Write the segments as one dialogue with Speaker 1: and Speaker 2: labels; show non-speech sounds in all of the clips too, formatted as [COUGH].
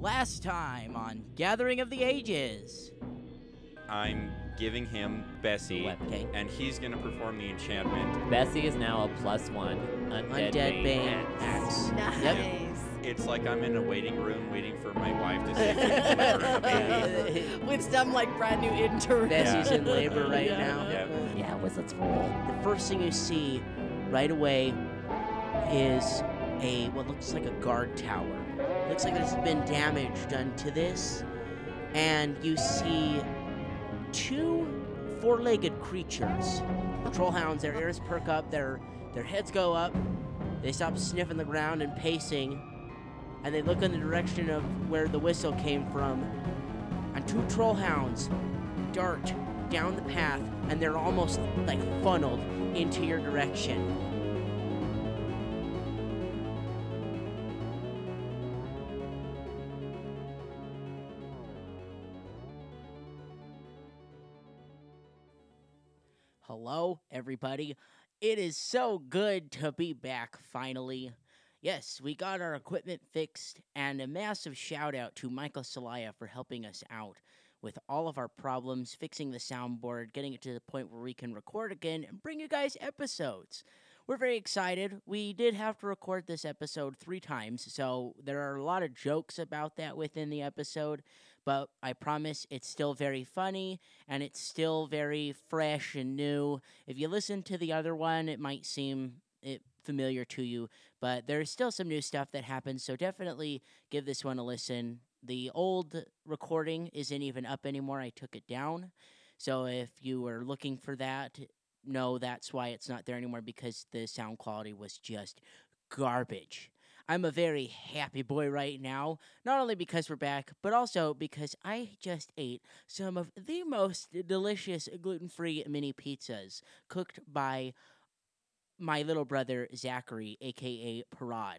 Speaker 1: Last time on Gathering of the Ages.
Speaker 2: I'm giving him Bessie,
Speaker 3: Okay.
Speaker 2: and he's gonna perform the enchantment.
Speaker 3: Bessie is now a plus one undead,
Speaker 1: Undead Bane
Speaker 3: axe.
Speaker 1: Axe.
Speaker 4: Nice.
Speaker 2: It's like I'm in a waiting room waiting for my wife to take and deliver a
Speaker 1: [LAUGHS]
Speaker 2: baby.
Speaker 4: With some like brand new intern.
Speaker 1: Bessie's
Speaker 2: Yeah.
Speaker 4: [LAUGHS]
Speaker 1: in labor right
Speaker 4: Yeah.
Speaker 1: now.
Speaker 2: Yep.
Speaker 3: Yeah, wizard's roll.
Speaker 1: The first thing you see right away is a what looks like a guard tower. Looks like there's been damage done to this, and you see two four-legged creatures. The trollhounds, their ears perk up, their their heads go up. They stop sniffing the ground and pacing, and they look in the direction of where the whistle came from. And two trollhounds dart down the path and they're almost like funneled into your direction. Hello, everybody. It is so good to be back finally. Yes, we got our equipment fixed, and a massive shout out to Michael Salaya for helping us out with all of our problems, fixing the soundboard, getting it to the point where we can record again and bring you guys episodes. We're very excited. We did have to record this episode three times, so there are a lot of jokes about that within the episode, but I promise it's still very funny and it's still very fresh and new. If you listen to the other one, it might seem it familiar to you, but there's still some new stuff that happens, so definitely give this one a listen. The old recording isn't even up anymore. I took it down. So if you were looking for that, no, that's why it's not there anymore because the sound quality was just garbage. I'm a very happy boy right now, not only because we're back, but also because I just ate some of the most delicious gluten free mini pizzas cooked by my little brother, Zachary, aka Parad.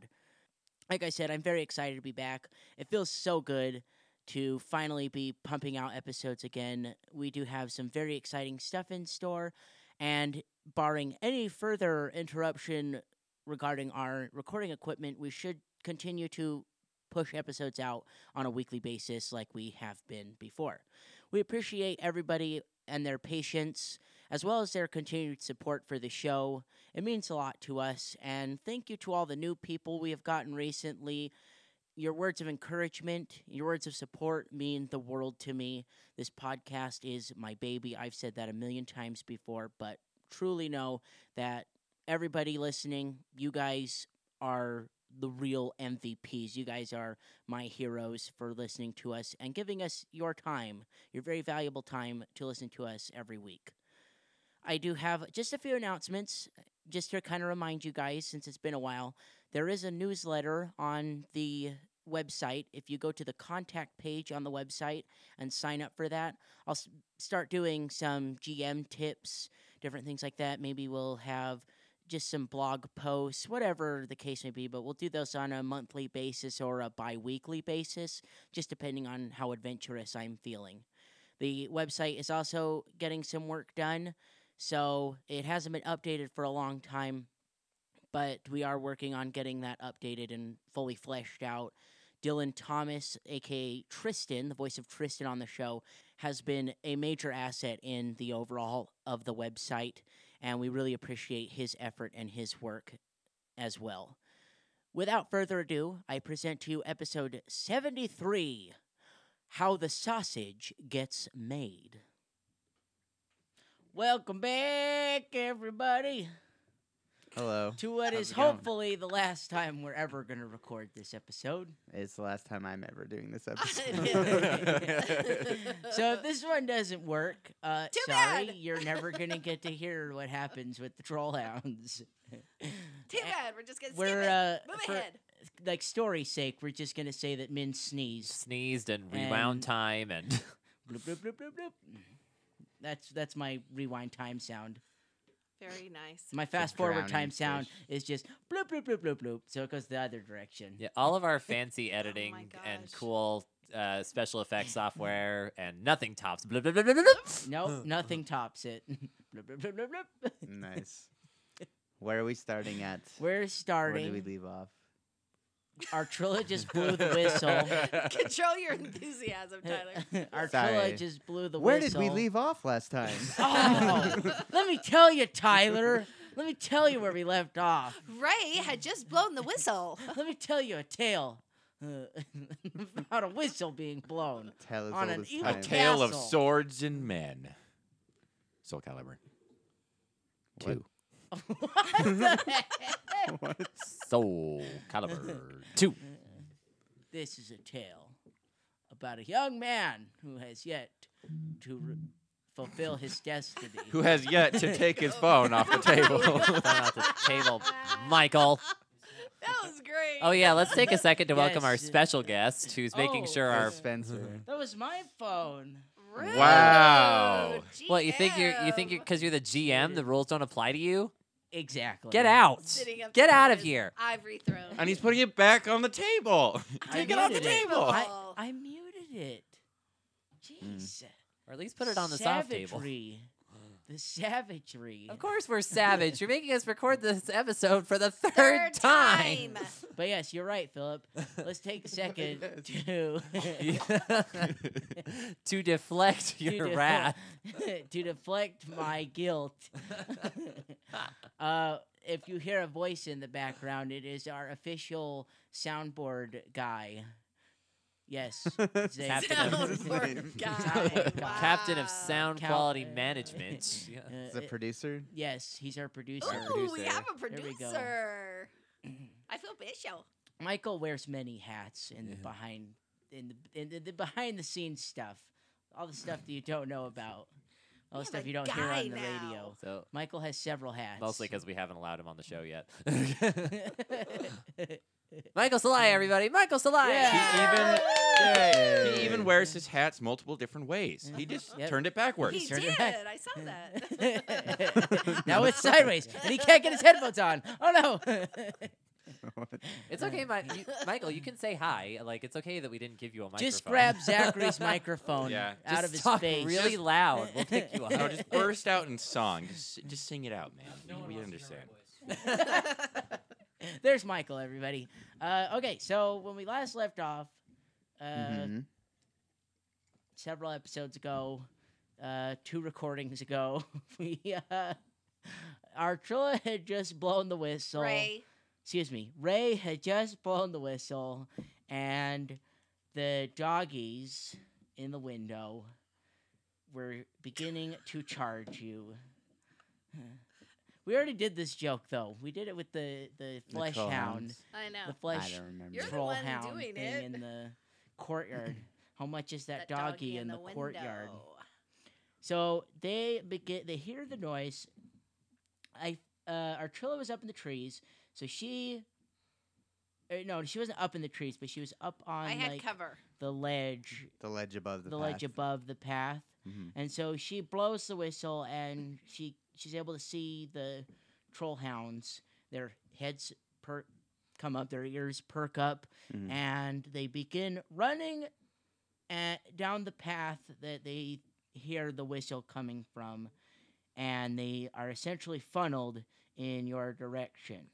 Speaker 1: Like I said, I'm very excited to be back. It feels so good to finally be pumping out episodes again. We do have some very exciting stuff in store, and barring any further interruption regarding our recording equipment, we should continue to push episodes out on a weekly basis like we have been before. We appreciate everybody and their patience as well as their continued support for the show. It means a lot to us, and thank you to all the new people we have gotten recently. Your words of encouragement, your words of support mean the world to me. This podcast is my baby. I've said that a million times before, but truly know that everybody listening, you guys are the real MVPs. You guys are my heroes for listening to us and giving us your time, your very valuable time to listen to us every week. I do have just a few announcements just to kind of remind you guys, since it's been a while, there is a newsletter on the website. If you go to the contact page on the website and sign up for that, I'll s- start doing some GM tips, different things like that. Maybe we'll have just some blog posts, whatever the case may be, but we'll do those on a monthly basis or a bi weekly basis, just depending on how adventurous I'm feeling. The website is also getting some work done. So it hasn't been updated for a long time, but we are working on getting that updated and fully fleshed out. Dylan Thomas, aka Tristan, the voice of Tristan on the show, has been a major asset in the overall of the website, and we really appreciate his effort and his work as well. Without further ado, I present to you episode 73 How the Sausage Gets Made. Welcome back, everybody,
Speaker 5: Hello.
Speaker 1: to what
Speaker 5: How's
Speaker 1: is
Speaker 5: it going?
Speaker 1: hopefully the last time we're ever going to record this episode.
Speaker 5: It's the last time I'm ever
Speaker 1: [LAUGHS]
Speaker 5: doing this episode.
Speaker 3: [LAUGHS]
Speaker 1: so if this one doesn't work, uh,
Speaker 4: Too
Speaker 1: sorry,
Speaker 4: bad.
Speaker 1: you're never going to get to hear what happens with the troll
Speaker 4: [LAUGHS]
Speaker 1: hounds.
Speaker 4: Too
Speaker 3: eh,
Speaker 4: bad. We're just gonna skip
Speaker 1: We're
Speaker 4: it.
Speaker 1: uh,
Speaker 4: Move
Speaker 1: for,
Speaker 4: ahead.
Speaker 1: like story's sake, we're just going to say that Min sneezed.
Speaker 3: Sneezed and rewound
Speaker 1: And-
Speaker 3: time and [LAUGHS]
Speaker 1: Bloop, bloop, bloop, bloop, bloop. That's that's my rewind time sound.
Speaker 4: Very nice.
Speaker 1: My fast forward
Speaker 5: drowning
Speaker 1: time sound
Speaker 5: fish.
Speaker 1: is just bloop bloop bloop bloop bloop. So it goes the other direction.
Speaker 3: yeah, all of our fancy editing and
Speaker 4: gosh.
Speaker 3: cool uh, special effects software and nothing tops. Blah, blah, blah, blah, blah, blah.
Speaker 5: Uh-huh.
Speaker 1: Nope, nothing tops it. [LAUGHS] bloop, bloop, bloop, bloop, bloop.
Speaker 5: nice. Where are we starting at?
Speaker 1: We're
Speaker 5: Where do we
Speaker 1: starting
Speaker 5: leave off?
Speaker 1: our Trilla just blew
Speaker 5: [LAUGHS]
Speaker 1: the whistle.
Speaker 4: [LAUGHS] Control your enthusiasm,
Speaker 3: [LAUGHS]
Speaker 4: Tyler.
Speaker 1: [LAUGHS] our
Speaker 5: Sorry.
Speaker 1: Trilla just blew the
Speaker 5: Where did
Speaker 1: whistle.
Speaker 5: we leave off last time?
Speaker 1: [LAUGHS] Oh, let me tell you, Tyler. Let me tell you where we left off.
Speaker 4: Ray had just blown the whistle. [LAUGHS]
Speaker 1: Let me tell you a tale uh, [LAUGHS] about a whistle being blown.
Speaker 5: Tell as
Speaker 1: On
Speaker 5: old
Speaker 1: an
Speaker 2: [LAUGHS]
Speaker 5: as
Speaker 1: evil
Speaker 2: A
Speaker 5: time.
Speaker 1: cat.
Speaker 2: tale of
Speaker 1: Castle.
Speaker 2: swords and men. Soul Calibur.
Speaker 5: What?
Speaker 2: Two.
Speaker 1: What the heck?
Speaker 5: What?
Speaker 3: Soul Calibur two.
Speaker 1: This is a tale about a young man who has yet to re- fulfill
Speaker 5: [LAUGHS]
Speaker 1: his destiny.
Speaker 2: Who has yet to take his
Speaker 1: [LAUGHS]
Speaker 2: phone off the
Speaker 3: [LAUGHS]
Speaker 2: table. [LAUGHS]
Speaker 3: Thrown off the table, Michael.
Speaker 4: That was great.
Speaker 3: Oh yeah, let's take a second to welcome our
Speaker 1: Yes.
Speaker 3: special guest, who's making
Speaker 1: Oh.
Speaker 3: sure
Speaker 5: Or
Speaker 3: our.
Speaker 5: Spencer.
Speaker 1: that was my phone.
Speaker 4: Rude.
Speaker 2: Wow.
Speaker 3: What you think you're? You think
Speaker 4: GM.
Speaker 3: you're because you're the GM, the rules don't apply to you.
Speaker 1: Exactly.
Speaker 3: Get out!
Speaker 4: Sitting up
Speaker 3: Get
Speaker 4: there
Speaker 3: out
Speaker 4: with
Speaker 3: of
Speaker 4: his
Speaker 3: here!
Speaker 4: Ivory throne.
Speaker 2: and he's putting it back on the table.
Speaker 1: I
Speaker 2: Take it off the
Speaker 1: muted it.
Speaker 2: table.
Speaker 4: Oh.
Speaker 1: I, I muted it.
Speaker 5: Mm.
Speaker 1: Jeez.
Speaker 3: Or at least put it on the soft table.
Speaker 1: Savagery. The savagery.
Speaker 3: Of course, we're savage. You're making us record this episode for the third,
Speaker 4: Third
Speaker 3: time.
Speaker 4: time.
Speaker 1: But yes, you're right, Philip. [LAUGHS] Let's take a second [LAUGHS]
Speaker 5: Yes.
Speaker 1: to
Speaker 3: [LAUGHS] to deflect
Speaker 1: to
Speaker 3: your
Speaker 1: defle-
Speaker 3: wrath.
Speaker 1: [LAUGHS] to deflect my guilt. uh, if you hear a voice in the background, it is our official soundboard guy. Yes, it's a- [LAUGHS]
Speaker 3: Captain
Speaker 4: [LAUGHS] Soundboard guy.
Speaker 1: Soundboard guy.
Speaker 3: [LAUGHS] Captain
Speaker 4: Wow.
Speaker 3: of Sound
Speaker 1: Cal- [LAUGHS]
Speaker 3: Quality
Speaker 1: uh,
Speaker 3: Management. [LAUGHS] Oh, Yeah.
Speaker 1: uh,
Speaker 5: Is a
Speaker 1: uh,
Speaker 5: producer? [LAUGHS]
Speaker 1: yes, he's our producer.
Speaker 4: Ooh, we have a
Speaker 1: There we go.
Speaker 4: producer. I feel official.
Speaker 1: Michael wears many hats in the
Speaker 3: Yeah.
Speaker 1: behind in the in the, the behind the scenes stuff, all the stuff that you don't know about, all
Speaker 4: We
Speaker 1: the
Speaker 4: have
Speaker 1: stuff
Speaker 4: a
Speaker 1: you don't hear
Speaker 4: guy
Speaker 1: on the
Speaker 4: now.
Speaker 1: radio.
Speaker 3: So
Speaker 1: Michael has several hats.
Speaker 3: mostly because we haven't allowed him on the show yet.
Speaker 1: [LAUGHS]
Speaker 3: [LAUGHS] Michael Salai, everybody. Michael Salai.
Speaker 1: Um, Yeah.
Speaker 2: even-
Speaker 5: Yay.
Speaker 2: He even wears his hats multiple different ways. He just
Speaker 1: Yep.
Speaker 2: turned it backwards.
Speaker 4: He
Speaker 1: Turn
Speaker 4: did.
Speaker 1: it back.
Speaker 4: I saw
Speaker 1: [LAUGHS]
Speaker 4: [LAUGHS] that.
Speaker 1: [LAUGHS] now it's sideways, and he can't get his headphones on. Oh no! [LAUGHS] uh,
Speaker 3: It's okay, Mi- you, Michael. You can say hi. Like it's okay that we didn't give you a microphone.
Speaker 1: Just
Speaker 3: [LAUGHS]
Speaker 1: grab Zachary's microphone
Speaker 2: Yeah.
Speaker 1: out
Speaker 3: Just
Speaker 1: of his
Speaker 3: talk
Speaker 1: face.
Speaker 3: really loud. We'll pick you up.
Speaker 2: no, just burst out in song. Just, just sing it out, man. we we understand.
Speaker 1: [LAUGHS] There's Michael, everybody. Uh, okay, so when we last left off, uh,
Speaker 3: Mm-hmm.
Speaker 5: Mhm.
Speaker 1: several episodes ago, uh, two recordings ago, [LAUGHS] we uh, our Trilla had just blown the whistle.
Speaker 4: Ray.
Speaker 1: Excuse me, Ray had just blown the whistle, and the doggies in the window were beginning to charge you. [SIGHS] We already did this joke though. We did it with the the
Speaker 5: The
Speaker 1: flesh
Speaker 5: troll
Speaker 1: hound,
Speaker 5: hounds.
Speaker 4: I know.
Speaker 1: the flesh
Speaker 5: I don't remember.
Speaker 4: You're the
Speaker 1: troll
Speaker 4: one
Speaker 1: hound
Speaker 4: doing
Speaker 1: thing
Speaker 4: it.
Speaker 1: in the courtyard. How much is that, doggy, in the, courtyard?
Speaker 4: window.
Speaker 1: So they begin. They hear the noise. I uh, Artrilla was up in the trees, so she. er, no, she wasn't up in the trees, but she was up on
Speaker 4: I had
Speaker 1: like
Speaker 4: cover.
Speaker 1: the ledge,
Speaker 5: the ledge above
Speaker 1: the,
Speaker 5: the
Speaker 1: ledge above the path,
Speaker 5: Mm-hmm.
Speaker 1: and so she blows the whistle, and she she's able to see the troll hounds. Their heads per come up, their ears perk up,
Speaker 5: Mhm.
Speaker 1: and they begin running at, down the path that they hear the whistle coming from, and they are essentially funneled in your direction.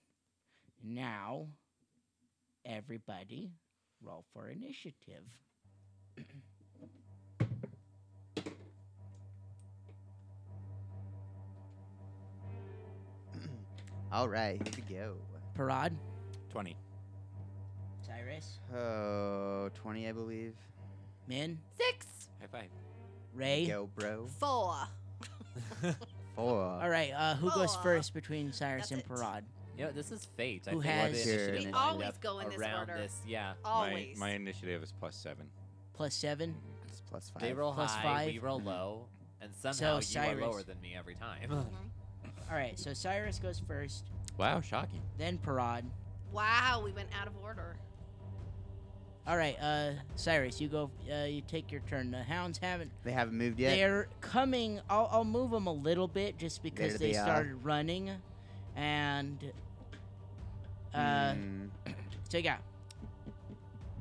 Speaker 1: Now, everybody, roll for initiative.
Speaker 5: All right, here we go.
Speaker 1: Parad,
Speaker 2: Twenty.
Speaker 1: Cyrus,
Speaker 5: Oh, 20, I believe.
Speaker 1: Min,
Speaker 4: Six.
Speaker 3: [LAUGHS] High five.
Speaker 1: Ray.
Speaker 5: Go, bro.
Speaker 4: Four.
Speaker 5: Four.
Speaker 1: All right, uh, who goes
Speaker 4: Aw.
Speaker 1: first between Cyrus and
Speaker 4: That's it.
Speaker 1: Parad?
Speaker 3: You know, this is fate. I
Speaker 1: Who
Speaker 3: think
Speaker 1: has-
Speaker 3: the
Speaker 5: Sure.
Speaker 3: initiative
Speaker 5: We
Speaker 3: lined
Speaker 4: always
Speaker 3: up
Speaker 4: go in this
Speaker 3: around
Speaker 4: order.
Speaker 3: this. Yeah.
Speaker 2: My,
Speaker 4: Always.
Speaker 2: my initiative is plus seven.
Speaker 1: Plus seven.
Speaker 5: It's plus five.
Speaker 3: They roll
Speaker 1: Plus
Speaker 3: high, we
Speaker 1: five. Mm-hmm.
Speaker 3: roll low, and somehow you
Speaker 1: Cyrus-
Speaker 3: are lower than me every time.
Speaker 4: Mhm.
Speaker 1: All right, so Cyrus goes first,
Speaker 2: Wow, shocking.
Speaker 1: then Parad.
Speaker 4: Wow, we went out of order.
Speaker 1: All right, uh, Cyrus, you go. Uh, you take your turn. The hounds haven't.
Speaker 5: They haven't moved yet.
Speaker 1: They're coming. I'll, I'll move them a little bit just because
Speaker 5: There
Speaker 1: they,
Speaker 5: they are.
Speaker 1: started running, and uh,
Speaker 5: Mm,
Speaker 1: so yeah.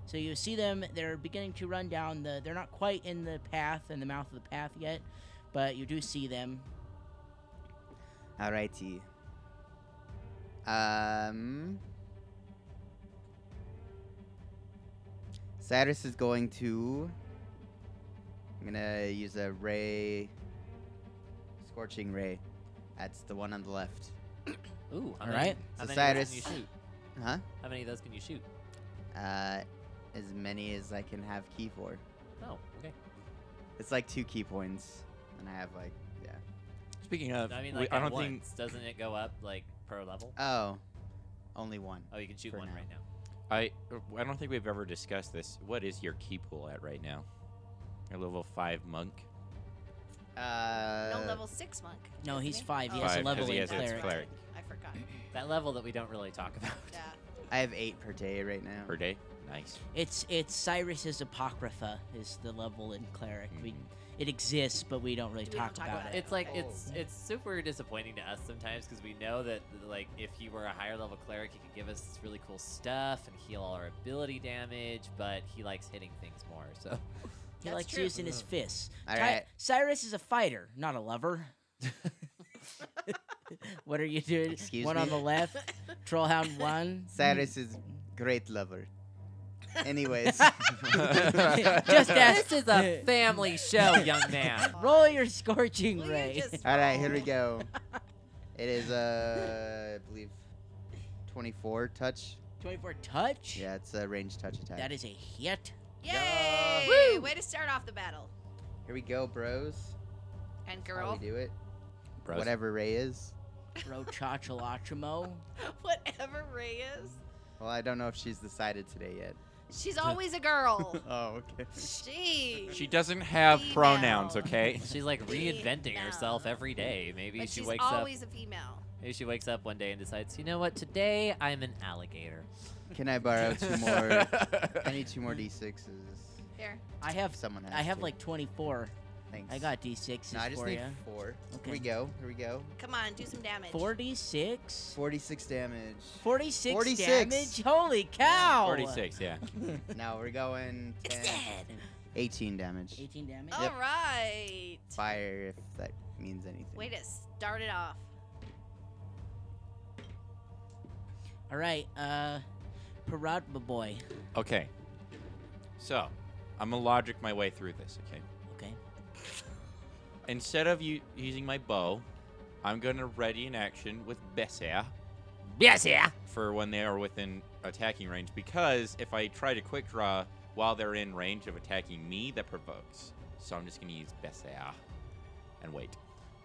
Speaker 1: So you see them. They're beginning to run down the. They're not quite in the path in the mouth of the path yet, but you do see them.
Speaker 5: Alrighty. Um. Cyrus is going to. I'm gonna use a ray. Scorching ray. That's the one on the left.
Speaker 3: Ooh, [LAUGHS] how
Speaker 1: All
Speaker 3: many,
Speaker 1: right.
Speaker 3: How
Speaker 5: So
Speaker 3: many of those
Speaker 5: Cyrus-
Speaker 3: can you shoot?
Speaker 5: Huh?
Speaker 3: How many of those can you shoot?
Speaker 5: Uh, as many as I can have key for.
Speaker 3: Oh, okay.
Speaker 5: It's like two key points, and I have like yeah.
Speaker 2: Speaking
Speaker 1: Uh,
Speaker 2: of,
Speaker 3: I mean,
Speaker 2: we-
Speaker 3: like
Speaker 2: I
Speaker 3: at
Speaker 2: don't think
Speaker 3: once, doesn't it go up like per level?
Speaker 5: Oh, only one.
Speaker 3: Oh, you can shoot
Speaker 5: for
Speaker 3: one
Speaker 5: now.
Speaker 3: right now.
Speaker 2: I I don't think we've ever discussed this. What is your key pool at right now? Your level five monk.
Speaker 5: Uh,
Speaker 4: no level six monk.
Speaker 1: No,
Speaker 4: isn't
Speaker 1: he's
Speaker 4: he?
Speaker 1: five. He
Speaker 4: Oh,
Speaker 1: has a
Speaker 4: okay.
Speaker 2: Five, 'cause
Speaker 1: level
Speaker 2: he
Speaker 1: in
Speaker 2: has his
Speaker 4: That's
Speaker 1: cleric.
Speaker 4: right.
Speaker 2: cleric.
Speaker 4: I forgot.
Speaker 1: [LAUGHS]
Speaker 3: That level that we don't really talk [LAUGHS] about.
Speaker 4: Yeah.
Speaker 5: I have eight per day right now.
Speaker 2: per day. Nice.
Speaker 1: It's it's Cyrus's apocrypha is the level in cleric. We,
Speaker 2: Mhm.
Speaker 5: Mm-hmm.
Speaker 1: it exists, but we don't really
Speaker 4: We don't
Speaker 1: talk,
Speaker 4: talk
Speaker 1: about,
Speaker 4: about
Speaker 1: it.
Speaker 3: It's like
Speaker 5: Oh.
Speaker 3: it's it's super disappointing to us sometimes because we know that like if he were a higher level cleric, he could give us this really cool stuff and heal all our ability damage, but he likes hitting things more. So
Speaker 1: He
Speaker 4: That's
Speaker 1: likes
Speaker 4: true.
Speaker 1: using
Speaker 4: [LAUGHS]
Speaker 1: his fists.
Speaker 5: Mm. All
Speaker 1: Ty-
Speaker 5: right.
Speaker 1: Cyrus is a fighter, not a
Speaker 5: [LAUGHS]
Speaker 1: lover. what are you doing?
Speaker 5: Excuse
Speaker 1: one on
Speaker 5: me?
Speaker 1: the left,
Speaker 5: [LAUGHS]
Speaker 1: Trollhound one.
Speaker 5: Cyrus is great lover.
Speaker 1: [LAUGHS]
Speaker 5: Anyways, [LAUGHS]
Speaker 2: Mm. [LAUGHS]
Speaker 3: [LAUGHS]
Speaker 1: Just ask-
Speaker 3: this is a family show, young man.
Speaker 1: Roll your scorching
Speaker 4: Will
Speaker 1: [LAUGHS]
Speaker 4: you
Speaker 1: ray.
Speaker 4: just
Speaker 5: all right, here
Speaker 4: roll?
Speaker 5: we go. It is uh, I believe, 24 touch.
Speaker 1: Twenty-four touch.
Speaker 5: Yeah, it's a range touch attack.
Speaker 1: That is a hit.
Speaker 4: Yay!
Speaker 3: Woo!
Speaker 4: Way to start off the battle.
Speaker 5: here we go, bros.
Speaker 4: And
Speaker 5: How
Speaker 4: girl,
Speaker 5: we do it.
Speaker 2: Bros.
Speaker 5: Whatever Ray is.
Speaker 1: Ro chachalachimo.
Speaker 4: [LAUGHS] whatever Ray is,
Speaker 5: Well, I don't know if she's decided today
Speaker 1: [LAUGHS]
Speaker 5: yet.
Speaker 4: she's always a
Speaker 5: [LAUGHS]
Speaker 4: girl.
Speaker 5: Oh, okay.
Speaker 4: She.
Speaker 2: She doesn't have
Speaker 4: Female.
Speaker 2: pronouns, okay?
Speaker 3: She's like reinventing herself
Speaker 4: No.
Speaker 3: every day. Maybe
Speaker 4: But
Speaker 3: she
Speaker 4: she's
Speaker 3: wakes up.
Speaker 4: always a female.
Speaker 3: Maybe she wakes up one day and decides, you know what? Today I'm an alligator.
Speaker 5: Can I borrow [LAUGHS]
Speaker 2: [LAUGHS]
Speaker 5: two more? I need two more d6s.
Speaker 4: Here.
Speaker 1: I have
Speaker 5: Someone has
Speaker 1: I have
Speaker 5: to.
Speaker 1: like twenty-four.
Speaker 5: Thanks.
Speaker 1: I got d6s
Speaker 5: No, I just
Speaker 1: for
Speaker 5: need
Speaker 1: you.
Speaker 5: four.
Speaker 1: Okay.
Speaker 5: Here we go. Here we go.
Speaker 4: Come on, do some damage.
Speaker 1: Forty-six.
Speaker 5: 46 damage.
Speaker 1: 46,
Speaker 5: 46.
Speaker 1: damage. Holy cow!
Speaker 2: Forty-six. Yeah.
Speaker 5: Now we're going.
Speaker 4: It's
Speaker 5: 10,
Speaker 4: dead.
Speaker 5: 18 damage.
Speaker 1: Eighteen damage.
Speaker 4: All right.
Speaker 5: Fire, if that means anything.
Speaker 4: Way to start it off.
Speaker 1: All right, uh, Paradma boy.
Speaker 2: Okay. So, I'm gonna logic my way through this. Okay.
Speaker 1: Okay.
Speaker 2: Instead of you using my bow, I'm gonna ready an action with Bessair
Speaker 3: Yes, yeah.
Speaker 2: for when they are within attacking range. Because if I try to quick draw while they're in range of attacking me, that provokes. So I'm just gonna use Bessair and wait.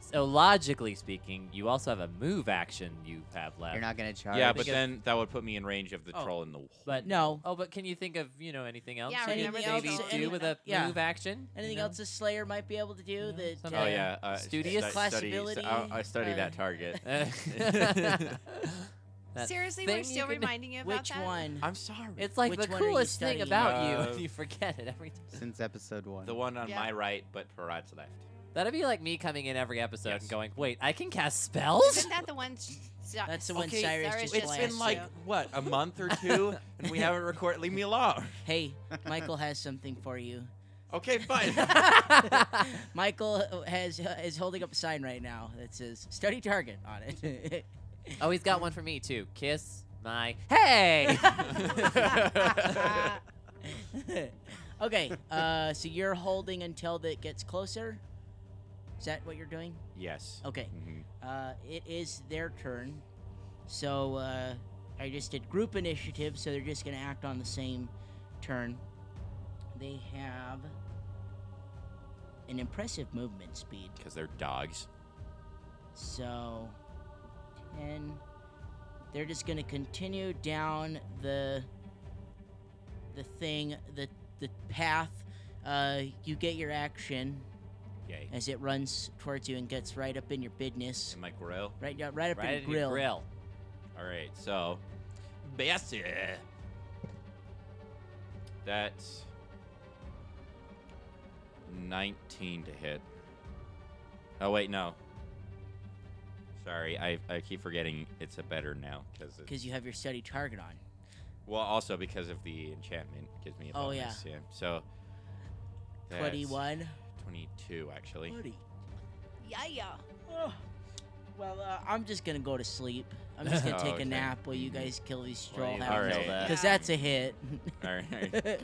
Speaker 3: So logically speaking, you also have a move action you have left.
Speaker 5: You're not going to charge.
Speaker 2: yeah,
Speaker 3: think
Speaker 2: but
Speaker 3: it's-
Speaker 2: then that would put me in range of the
Speaker 1: Oh.
Speaker 2: troll in the.
Speaker 3: but
Speaker 1: No.
Speaker 3: Oh, but can you think of you know anything else?
Speaker 4: Yeah,
Speaker 3: you
Speaker 1: remember
Speaker 3: could
Speaker 1: anything
Speaker 3: maybe
Speaker 1: else-
Speaker 3: do
Speaker 1: anything
Speaker 3: with
Speaker 1: else-
Speaker 3: a
Speaker 1: uh, yeah.
Speaker 3: move action. you
Speaker 1: Anything
Speaker 3: know? [LAUGHS]
Speaker 1: else a Slayer might be able to do?
Speaker 3: You know,
Speaker 1: that,
Speaker 3: something
Speaker 2: Oh
Speaker 1: uh,
Speaker 3: like
Speaker 2: yeah, uh,
Speaker 3: Studious
Speaker 2: stu- study-
Speaker 1: Classibility,
Speaker 2: I, I study
Speaker 1: uh,
Speaker 2: that
Speaker 3: [LAUGHS]
Speaker 2: target.
Speaker 3: That
Speaker 4: Seriously, we're
Speaker 3: thing you
Speaker 4: still
Speaker 3: can-
Speaker 4: reminding you about
Speaker 1: Which
Speaker 4: that?
Speaker 1: one?
Speaker 2: I'm sorry.
Speaker 3: It's like
Speaker 1: Which
Speaker 3: the
Speaker 1: one are you
Speaker 3: coolest thing
Speaker 1: studying?
Speaker 3: about you.
Speaker 2: Uh,
Speaker 3: and You forget it every time.
Speaker 5: Since episode one. [LAUGHS]
Speaker 2: the one on
Speaker 4: Yeah.
Speaker 2: my right, but Parad's left.
Speaker 3: That'd be like me coming in every episode
Speaker 2: Yes.
Speaker 3: and going, "Wait, I can cast spells."
Speaker 4: Isn't that the one? sh- Cy-
Speaker 1: That's the one
Speaker 2: Okay,
Speaker 1: Cyrus
Speaker 4: Cyrus
Speaker 1: just
Speaker 4: just
Speaker 2: It's
Speaker 1: blasted.
Speaker 2: been like
Speaker 4: Yeah.
Speaker 2: what a month or two, and we haven't recorded. Leave me alone.
Speaker 1: hey, Michael has something for you.
Speaker 2: Okay,
Speaker 3: [LAUGHS]
Speaker 2: fine.
Speaker 1: Michael has is holding up a sign right now that says "Study Target" on it. [LAUGHS]
Speaker 3: oh, he's got one for me too. Kiss my [LAUGHS] hey.
Speaker 2: [LAUGHS]
Speaker 4: [LAUGHS]
Speaker 1: okay, uh, so you're holding until it gets closer. Is that what you're doing?
Speaker 2: [LAUGHS]
Speaker 1: [LAUGHS]
Speaker 2: yes.
Speaker 1: Okay,
Speaker 2: Mhm.
Speaker 1: uh, it is their turn. So uh, I just did group initiative, so they're just gonna act on the same turn. They have an impressive movement speed.
Speaker 2: Because they're dogs.
Speaker 1: So, 10. They're just going to continue down the the thing, the the path. Uh, you get your action
Speaker 2: Yay.
Speaker 1: as it runs towards you and gets right up in your business,
Speaker 2: And my grill.
Speaker 1: right yeah, right up in
Speaker 3: right
Speaker 1: your grill.
Speaker 3: grill.
Speaker 2: All right, so Bessie. That's nineteen to hit. Oh wait, no. Sorry, I, I keep forgetting it's a better now because
Speaker 1: because you have your study target on.
Speaker 2: well also because of the enchantment gives me a
Speaker 1: Oh,
Speaker 2: bonus. yeah. So that's
Speaker 1: Twenty-one.
Speaker 2: Twenty-two actually.
Speaker 1: Buddy.
Speaker 4: yeah, yeah.
Speaker 1: Oh. Well, uh, I'm just gonna go to sleep. I'm just
Speaker 3: [LAUGHS]
Speaker 1: gonna
Speaker 2: Oh,
Speaker 1: take
Speaker 2: okay.
Speaker 1: a nap while you
Speaker 2: Mhm.
Speaker 1: guys kill these straw
Speaker 3: you
Speaker 1: houses, [LAUGHS]
Speaker 2: kill
Speaker 1: because
Speaker 2: that.
Speaker 1: that's a hit.
Speaker 2: All
Speaker 1: [LAUGHS]
Speaker 2: right.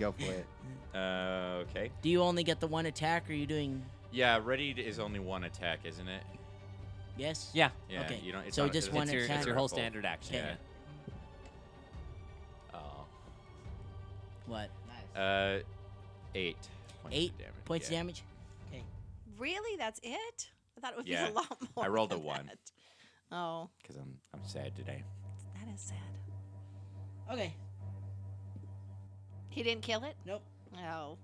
Speaker 5: Go for it.
Speaker 2: Uh, okay.
Speaker 1: Do you only get the one attack? Or are you doing?
Speaker 2: Yeah, readied is only one attack, isn't it?
Speaker 1: Yes.
Speaker 3: Yeah.
Speaker 2: Yeah.
Speaker 1: Okay.
Speaker 2: You don't. It's
Speaker 1: So
Speaker 2: not,
Speaker 1: just
Speaker 2: it's
Speaker 1: one
Speaker 3: It's your,
Speaker 1: attack.
Speaker 3: it's your whole standard action.
Speaker 1: Okay.
Speaker 2: Yeah. Oh.
Speaker 1: What?
Speaker 5: Nice.
Speaker 2: Uh, eight. Points
Speaker 1: Eight
Speaker 2: of damage.
Speaker 1: points
Speaker 2: yeah.
Speaker 1: of damage?
Speaker 4: Really? That's it? I thought it would
Speaker 2: Yeah.
Speaker 4: be a lot more.
Speaker 2: I rolled a
Speaker 4: than
Speaker 2: one.
Speaker 4: that. Oh,
Speaker 2: Because I'm I'm sad today.
Speaker 4: that is sad.
Speaker 1: Okay.
Speaker 4: He didn't kill it? Oh.
Speaker 1: Nope.
Speaker 4: No.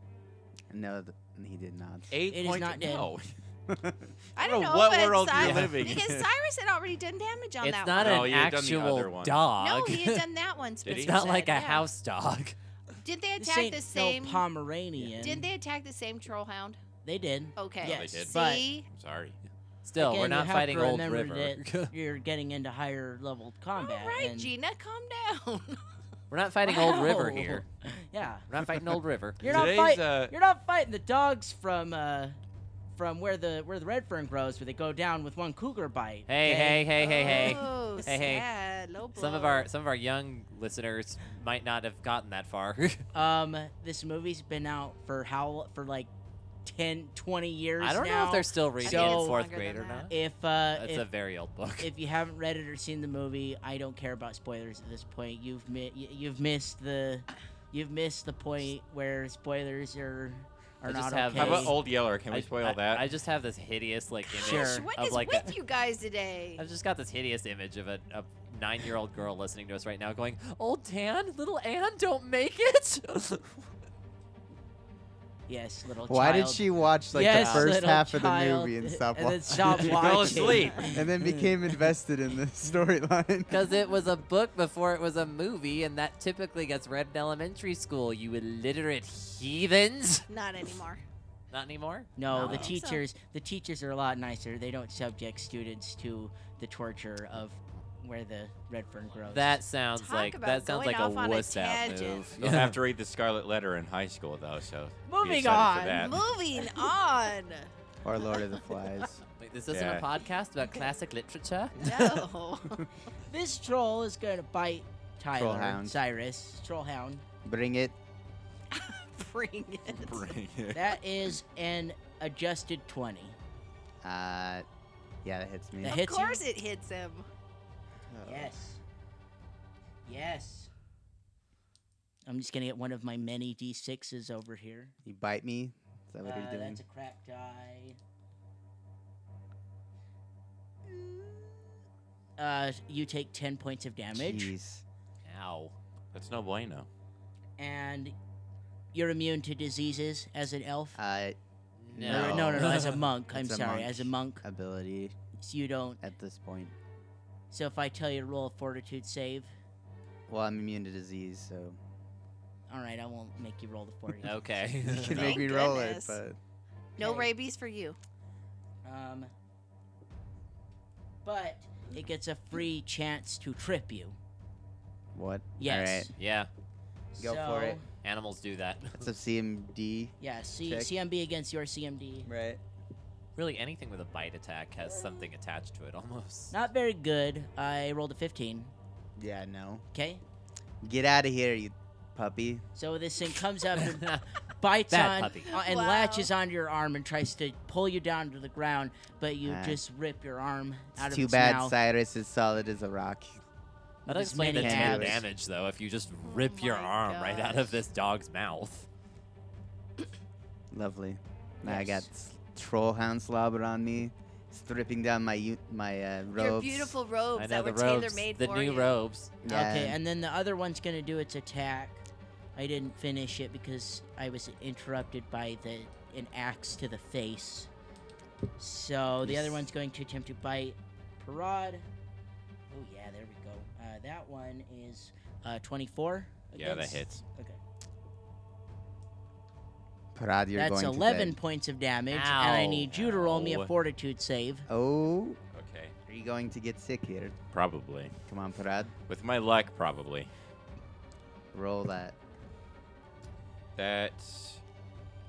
Speaker 5: No, th- he did not.
Speaker 2: Eight
Speaker 1: It is
Speaker 2: points.
Speaker 1: not dead.
Speaker 2: no.
Speaker 4: I
Speaker 2: don't
Speaker 4: don't
Speaker 2: know
Speaker 4: know,
Speaker 2: what
Speaker 4: but
Speaker 2: world you're
Speaker 4: Cyrus,
Speaker 2: living in.
Speaker 4: Because Cyrus had already done damage on
Speaker 3: It's
Speaker 4: that
Speaker 3: not
Speaker 4: one.
Speaker 2: a- No,
Speaker 3: an
Speaker 2: you had done the other
Speaker 3: actual
Speaker 2: one.
Speaker 3: dog.
Speaker 4: no, he
Speaker 3: [LAUGHS]
Speaker 4: had done that
Speaker 2: Did
Speaker 4: one
Speaker 2: he?
Speaker 4: specifically.
Speaker 3: it's not like a
Speaker 4: yeah.
Speaker 3: house dog.
Speaker 4: Did they
Speaker 1: This
Speaker 4: attack
Speaker 1: ain't
Speaker 4: the same?
Speaker 1: no Pomeranian.
Speaker 4: did they attack the same troll hound?
Speaker 1: They did.
Speaker 4: Okay.
Speaker 2: No, they
Speaker 1: Yes,
Speaker 2: did.
Speaker 1: but-
Speaker 4: See,
Speaker 2: I'm sorry.
Speaker 3: Still,
Speaker 1: Again,
Speaker 3: we're
Speaker 1: you
Speaker 3: not
Speaker 1: have to
Speaker 3: fighting old
Speaker 1: remember
Speaker 3: river.
Speaker 1: that You're getting into higher level combat.
Speaker 4: all right,
Speaker 1: and-
Speaker 4: Gina, calm down.
Speaker 3: [LAUGHS] we're not fighting old
Speaker 1: [LAUGHS]
Speaker 3: river
Speaker 1: Wow.
Speaker 3: here.
Speaker 1: Yeah.
Speaker 3: We're not fighting old river.
Speaker 1: You're not
Speaker 2: Today's,
Speaker 1: fight-
Speaker 2: uh,
Speaker 1: You're not fighting the dogs from uh, from where the where the red fern grows, where they go down with one cougar bite.
Speaker 3: Hey,
Speaker 1: okay?
Speaker 3: [LAUGHS] hey, hey, hey, hey.
Speaker 4: Oh,
Speaker 3: Hey, hey.
Speaker 4: sad. Low
Speaker 1: oh.
Speaker 4: blow.
Speaker 3: Some of our some of our young listeners might not have gotten that far. [LAUGHS]
Speaker 1: Um, this movie's been out for how for like 10, 20 years.
Speaker 3: I don't know
Speaker 1: now.
Speaker 3: if they're still reading
Speaker 1: think
Speaker 3: it
Speaker 1: it's
Speaker 3: in fourth
Speaker 4: longer
Speaker 3: grade
Speaker 4: than
Speaker 3: or
Speaker 4: that.
Speaker 3: not.
Speaker 1: If uh,
Speaker 3: That's a
Speaker 1: if,
Speaker 3: very old book. [LAUGHS]
Speaker 1: if you haven't read it or seen the movie, I don't care about spoilers at this point. You've mi- y- you've missed the you've missed the point where spoilers are are
Speaker 3: I just
Speaker 1: not
Speaker 3: have-
Speaker 1: okay.
Speaker 2: How about Old Yeller? Can we
Speaker 3: I-
Speaker 2: spoil
Speaker 3: I,
Speaker 2: that?
Speaker 3: I just have this hideous like image
Speaker 1: Sure.
Speaker 4: Gosh, what
Speaker 3: of
Speaker 4: is
Speaker 3: like
Speaker 4: with you guys
Speaker 3: [LAUGHS]
Speaker 4: today?
Speaker 3: I've just got this hideous image of a, a nine-year-old girl listening to us right now, going, "Old Dan, little Anne, don't make it." [LAUGHS]
Speaker 1: yes, little
Speaker 5: Why did
Speaker 1: child.
Speaker 5: she watch like
Speaker 1: Yes,
Speaker 5: the first
Speaker 1: little
Speaker 5: half of the
Speaker 1: child,
Speaker 5: movie and stop
Speaker 1: and then
Speaker 5: [LAUGHS] watching?
Speaker 1: stop
Speaker 5: it?
Speaker 2: fell
Speaker 1: watching.
Speaker 2: asleep.
Speaker 5: and then became invested
Speaker 1: [LAUGHS]
Speaker 5: in the storyline.
Speaker 3: Because it was a book before it was a movie, and that typically gets read in elementary school. You illiterate heathens.
Speaker 4: [LAUGHS]
Speaker 3: [LAUGHS]
Speaker 4: Not anymore.
Speaker 3: Not anymore.
Speaker 1: No,
Speaker 4: No,
Speaker 1: the
Speaker 4: I think so.
Speaker 1: teachers the teachers are a lot nicer. They don't subject students to the torture of where the red fern grows.
Speaker 3: That sounds
Speaker 4: Talk
Speaker 3: like
Speaker 4: about
Speaker 3: that sounds
Speaker 4: going
Speaker 3: like a
Speaker 4: off on a
Speaker 3: wuss out
Speaker 4: tangent. [LAUGHS]
Speaker 3: move.
Speaker 2: You'll have to read the Scarlet Letter in high school, though. So be
Speaker 1: Moving
Speaker 2: excited for
Speaker 1: on.
Speaker 2: that. [LAUGHS]
Speaker 3: [LAUGHS]
Speaker 4: Moving on.
Speaker 5: or Lord of the Flies.
Speaker 3: Wait, this isn't
Speaker 2: Yeah.
Speaker 3: a podcast about classic literature.
Speaker 4: No. [LAUGHS]
Speaker 1: this troll is gonna bite Tyler
Speaker 5: hound.
Speaker 1: Cyrus. Troll hound.
Speaker 5: Bring it.
Speaker 4: Bring it.
Speaker 2: Bring it.
Speaker 5: [LAUGHS]
Speaker 1: That is an adjusted twenty.
Speaker 5: Uh, yeah, that hits me.
Speaker 1: That
Speaker 4: Of
Speaker 1: hits you.
Speaker 4: course it hits him.
Speaker 5: Uh,
Speaker 1: Yes. Yes. I'm just gonna get one of my many d6s over here.
Speaker 5: You bite me. Is that what
Speaker 1: Uh,
Speaker 5: you're doing?
Speaker 1: That's a crack die. Uh, you take 10 points of damage,
Speaker 5: Jeez.
Speaker 3: Ow.
Speaker 2: That's no bueno.
Speaker 1: and you're immune to diseases as an elf.
Speaker 5: Uh,
Speaker 1: Or- no, no, no,
Speaker 5: [LAUGHS]
Speaker 1: as a monk. I'm
Speaker 5: It's a
Speaker 1: sorry,
Speaker 5: monk.
Speaker 1: as a monk.
Speaker 5: ability
Speaker 1: So you don't.
Speaker 5: at this point.
Speaker 1: So if I tell you to roll a fortitude save,
Speaker 5: Well, I'm immune to disease,
Speaker 4: [LAUGHS]
Speaker 5: so
Speaker 1: alright, I won't make you roll the fortitude.
Speaker 3: Okay.
Speaker 5: you
Speaker 3: [LAUGHS]
Speaker 5: can
Speaker 4: No.
Speaker 5: make me
Speaker 4: Thank
Speaker 5: roll
Speaker 4: goodness.
Speaker 5: it.
Speaker 4: No
Speaker 1: Okay.
Speaker 4: rabies for you.
Speaker 1: Um, but it gets a free chance to trip you.
Speaker 5: But what?
Speaker 1: Yes.
Speaker 3: yeah,
Speaker 5: Go
Speaker 1: so,
Speaker 5: for it.
Speaker 3: animals do that.
Speaker 5: That's a CMD.
Speaker 1: Yeah, C-
Speaker 5: Check.
Speaker 1: CMB against your CMD.
Speaker 5: Right.
Speaker 3: Really, anything with a bite attack has something attached to it [LAUGHS] almost.
Speaker 1: Not very good. I rolled a 15.
Speaker 5: Yeah. No.
Speaker 1: Okay?
Speaker 5: Get out of here, you puppy.
Speaker 1: So this thing comes
Speaker 5: [LAUGHS]
Speaker 1: up and bites
Speaker 3: Bad
Speaker 1: on
Speaker 3: puppy.
Speaker 1: uh, and
Speaker 4: Wow.
Speaker 1: latches onto your arm and tries to pull you down to the ground, but you
Speaker 5: Ah.
Speaker 1: just rip your arm out
Speaker 5: It's
Speaker 1: of
Speaker 5: too
Speaker 1: its
Speaker 5: bad
Speaker 1: mouth.
Speaker 5: Cyrus is solid as a rock.
Speaker 1: with
Speaker 3: That'll
Speaker 1: as
Speaker 3: explain the
Speaker 1: many
Speaker 3: ten
Speaker 5: tabs.
Speaker 3: damage though. If you just
Speaker 4: Oh
Speaker 3: rip your
Speaker 4: my
Speaker 3: arm right out of
Speaker 4: gosh.
Speaker 3: this dog's mouth.
Speaker 5: Lovely. Now I got
Speaker 1: Yes.
Speaker 5: s- troll hound slobber on me, stripping down my u- my uh, robes.
Speaker 4: Your beautiful robes
Speaker 3: I know
Speaker 4: that
Speaker 3: the
Speaker 4: were
Speaker 3: robes,
Speaker 4: tailor made
Speaker 3: the
Speaker 4: for
Speaker 3: new
Speaker 4: you.
Speaker 3: robes.
Speaker 5: Yeah.
Speaker 1: Okay, and then the other one's gonna do its attack. I didn't finish it because I was interrupted by the an axe to the face. So the other
Speaker 5: Yes.
Speaker 1: one's going to attempt to bite Parad. Oh yeah, there we go. Uh, that one is uh, 24.
Speaker 2: Yeah, that
Speaker 1: against-
Speaker 2: hits.
Speaker 1: Okay.
Speaker 5: Parad, you're
Speaker 1: That's
Speaker 5: going to
Speaker 1: 11
Speaker 5: bed.
Speaker 1: points of damage, and I
Speaker 3: Ow.
Speaker 1: need you to roll me a
Speaker 2: Ow.
Speaker 1: fortitude save.
Speaker 5: Oh,
Speaker 2: Okay.
Speaker 5: are you going to get sick here?
Speaker 2: Probably.
Speaker 5: Come on, Parad,
Speaker 2: With my luck, probably.
Speaker 5: roll that.
Speaker 2: That's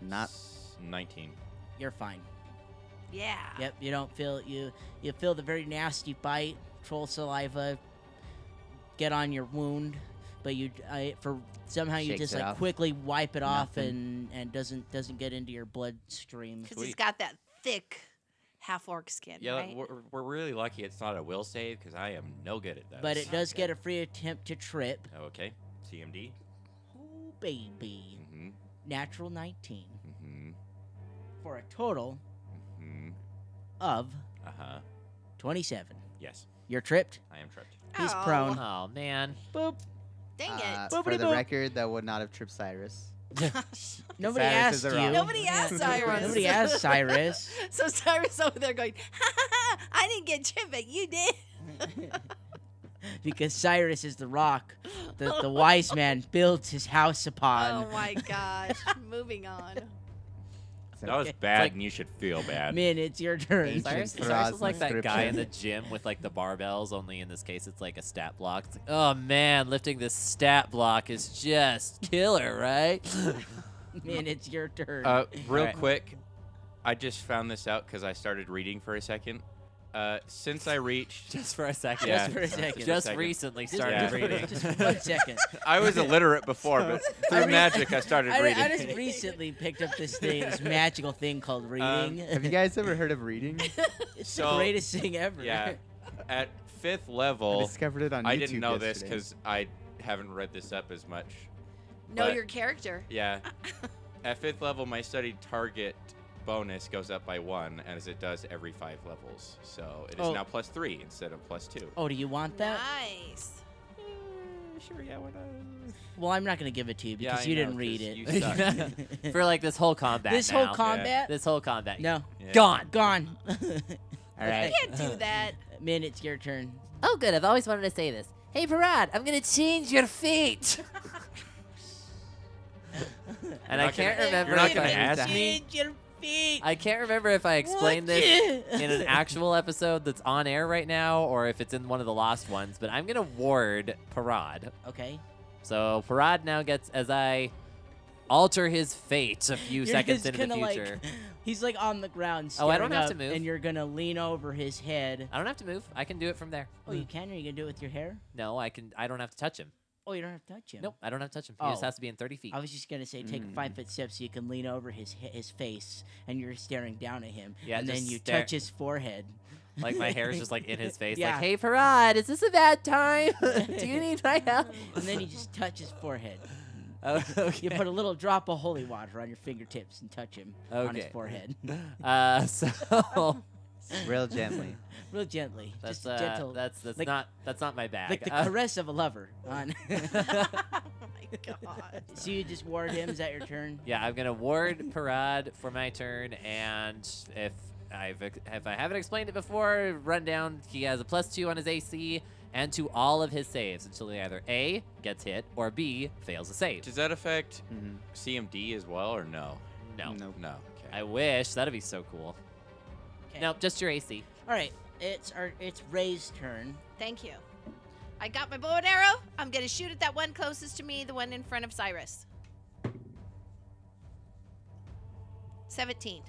Speaker 5: Not
Speaker 2: s- 19.
Speaker 1: You're fine.
Speaker 4: Yeah.
Speaker 1: Yep, you don't feel you you feel the very nasty bite, troll saliva get on your wound, but you I, for somehow you
Speaker 5: Shakes
Speaker 1: just
Speaker 5: it
Speaker 1: like
Speaker 5: off.
Speaker 1: quickly wipe it off
Speaker 5: Nothing.
Speaker 1: and and doesn't doesn't get into your bloodstream.
Speaker 4: Because he's
Speaker 2: Sweet.
Speaker 4: got that thick half orc skin.
Speaker 2: Yeah,
Speaker 4: right?
Speaker 2: we're, we're really lucky it's not a will save because I am no good at that.
Speaker 1: But it does get a free attempt to trip.
Speaker 2: Okay. CMD.
Speaker 1: Ooh, baby.
Speaker 2: Mm-hmm.
Speaker 1: Natural 19
Speaker 2: Mm-hmm.
Speaker 1: for a total
Speaker 2: Mm-hmm.
Speaker 1: of
Speaker 2: Uh huh.
Speaker 1: 27.
Speaker 2: Yes,
Speaker 1: You're tripped.
Speaker 2: I am tripped.
Speaker 1: He's
Speaker 4: Oh,
Speaker 1: prone.
Speaker 3: Oh man.
Speaker 1: Boop.
Speaker 4: Dang
Speaker 5: Uh,
Speaker 4: it.
Speaker 5: for the
Speaker 1: Boopity-boop.
Speaker 5: record, that would not have tripped Cyrus.
Speaker 4: Gosh.
Speaker 1: Nobody
Speaker 5: Cyrus is
Speaker 1: asked
Speaker 5: around.
Speaker 1: you.
Speaker 4: Nobody asked Cyrus.
Speaker 1: Nobody asked Cyrus.
Speaker 4: [LAUGHS] So Cyrus over there going, [LAUGHS] ha, ha, ha, I didn't get chipped, but you did.
Speaker 1: because Cyrus is the rock that
Speaker 4: [LAUGHS]
Speaker 1: the wise man builds his house upon.
Speaker 4: Oh my gosh. [LAUGHS] Moving on.
Speaker 5: So-
Speaker 2: That was
Speaker 1: Okay.
Speaker 2: bad,
Speaker 3: like-
Speaker 2: and you should feel bad.
Speaker 1: Min, it's your turn.
Speaker 5: Ancient
Speaker 3: Cyrus,
Speaker 5: for
Speaker 3: Cyrus
Speaker 5: us
Speaker 3: is like that guy in the gym with like the barbells, only in this case it's like a stat block. It's like, oh man, lifting this stat block is just killer, right?
Speaker 1: [LAUGHS]
Speaker 3: [LAUGHS]
Speaker 1: Min, it's your turn.
Speaker 2: Uh, real
Speaker 3: Alright.
Speaker 2: quick, I just found this out because I started reading for a second. Uh, since I reached,
Speaker 3: just for a second.
Speaker 2: Yeah.
Speaker 1: Just for a second.
Speaker 3: Just
Speaker 2: second.
Speaker 3: recently
Speaker 1: Just-
Speaker 3: started
Speaker 2: Yeah.
Speaker 3: [LAUGHS] reading.
Speaker 1: Just one second.
Speaker 2: I was illiterate before, but
Speaker 1: [LAUGHS] I
Speaker 2: through
Speaker 1: read-
Speaker 2: magic I started
Speaker 1: I,
Speaker 2: reading.
Speaker 1: I just recently picked up this thing, this magical thing called reading. [LAUGHS]
Speaker 5: Have you guys ever heard
Speaker 2: [LAUGHS]
Speaker 5: of reading?
Speaker 1: it's the
Speaker 2: So-
Speaker 1: greatest thing ever.
Speaker 2: yeah, at fifth
Speaker 5: I
Speaker 2: level,
Speaker 5: discovered it on YouTube.
Speaker 2: I didn't know this
Speaker 5: yesterday.
Speaker 2: because I haven't read this up as much.
Speaker 4: Know
Speaker 2: But-
Speaker 4: your character.
Speaker 2: Yeah, at fifth level, my studied target bonus goes up by one, as it does every five levels. So it is
Speaker 1: Oh.
Speaker 2: now plus three instead of plus two.
Speaker 1: [LAUGHS] Oh, do you want that?
Speaker 4: Nice.
Speaker 2: Sure, yeah, why not?
Speaker 1: Well, I'm not going to give it to you
Speaker 2: Yeah,
Speaker 1: because
Speaker 2: I
Speaker 1: you
Speaker 2: know,
Speaker 1: didn't read
Speaker 2: 'cause
Speaker 1: it. [LAUGHS]
Speaker 2: you
Speaker 3: for like this whole combat.
Speaker 1: this
Speaker 3: now.
Speaker 1: whole combat?
Speaker 3: This whole combat.
Speaker 1: No,
Speaker 2: Yeah.
Speaker 3: Gone.
Speaker 1: gone. [LAUGHS]
Speaker 5: All right.
Speaker 4: You can't
Speaker 3: Uh-huh.
Speaker 4: do that. [LAUGHS]
Speaker 1: Min, it's your turn.
Speaker 3: Oh, good. I've always wanted to say this. Hey, Parad, I'm gonna change your [LAUGHS] feet. and I
Speaker 2: not gonna-
Speaker 3: can't remember.
Speaker 2: you're not
Speaker 3: if
Speaker 2: gonna
Speaker 3: I,
Speaker 2: ask
Speaker 5: me?
Speaker 1: Change your feet.
Speaker 3: I can't remember if I explained
Speaker 1: Would [LAUGHS]
Speaker 3: this
Speaker 1: ya?
Speaker 3: in an actual episode that's on air right now, or if it's in one of the lost ones. But I'm gonna ward Parad.
Speaker 1: okay.
Speaker 3: So Parad now gets as I alter his fate a few
Speaker 1: You're
Speaker 3: seconds
Speaker 1: just
Speaker 3: into the
Speaker 1: gonna, like-
Speaker 3: future.
Speaker 1: [LAUGHS] he's like on the ground.
Speaker 3: Oh, I don't
Speaker 1: staring
Speaker 3: have to
Speaker 1: up,
Speaker 3: move. Uh,
Speaker 1: And you're gonna lean over his head.
Speaker 3: I don't have to move. I can do it from there.
Speaker 1: Oh, you can. Are you gonna do it with your hair?
Speaker 3: No, I can. I don't have to touch him.
Speaker 1: Oh, you don't have to touch him.
Speaker 3: Nope, Hmm. I don't have to touch him. He just
Speaker 1: Oh.
Speaker 3: has to be in 30 feet.
Speaker 1: I was just gonna say, take a
Speaker 5: Mm.
Speaker 1: five foot step so you can lean over his he- his face, and you're staring down at him.
Speaker 3: Yeah,
Speaker 1: and then
Speaker 3: just
Speaker 1: you
Speaker 3: stare-
Speaker 1: touch his forehead.
Speaker 3: Like my hair is just like in
Speaker 1: [LAUGHS]
Speaker 3: his face.
Speaker 1: Yeah.
Speaker 3: Like, hey, Parad, is this a bad time? [LAUGHS] Do you need my help?
Speaker 1: [LAUGHS] and then you just touch his
Speaker 3: [LAUGHS]
Speaker 1: forehead.
Speaker 3: Oh, [LAUGHS] okay.
Speaker 1: You put a little drop of holy water on your fingertips and touch him on his
Speaker 3: Okay.
Speaker 1: forehead,
Speaker 3: [LAUGHS]
Speaker 1: [LAUGHS]
Speaker 3: uh, so
Speaker 5: Real [LAUGHS] gently.
Speaker 1: real gently.
Speaker 3: that's
Speaker 1: just
Speaker 3: uh,
Speaker 1: a gentle,
Speaker 3: that's that's
Speaker 1: like-
Speaker 3: not that's not my bag.
Speaker 5: [LAUGHS]
Speaker 1: like the
Speaker 3: [LAUGHS] Uh,
Speaker 1: caress of a lover. On.
Speaker 4: oh my god.
Speaker 1: [LAUGHS] so you just ward him. Is that your turn?
Speaker 3: [LAUGHS] yeah, I'm gonna ward Parad for my turn, and if I've ex- if I haven't explained it before, run down. He has a plus two on his AC and to all of his saves until he either A gets hit or B fails a save.
Speaker 2: Does that affect
Speaker 5: Mhm.
Speaker 2: CMD as well or no?
Speaker 3: no,
Speaker 5: Nope.
Speaker 2: No. Okay.
Speaker 3: I wish that'd be so cool.
Speaker 1: Okay.
Speaker 3: Nope, just your AC.
Speaker 1: All right, it's our it's Ray's turn.
Speaker 4: Thank you. I got my bow and arrow. I'm gonna shoot at that one closest to me, the one in front of Cyrus. Seventeen.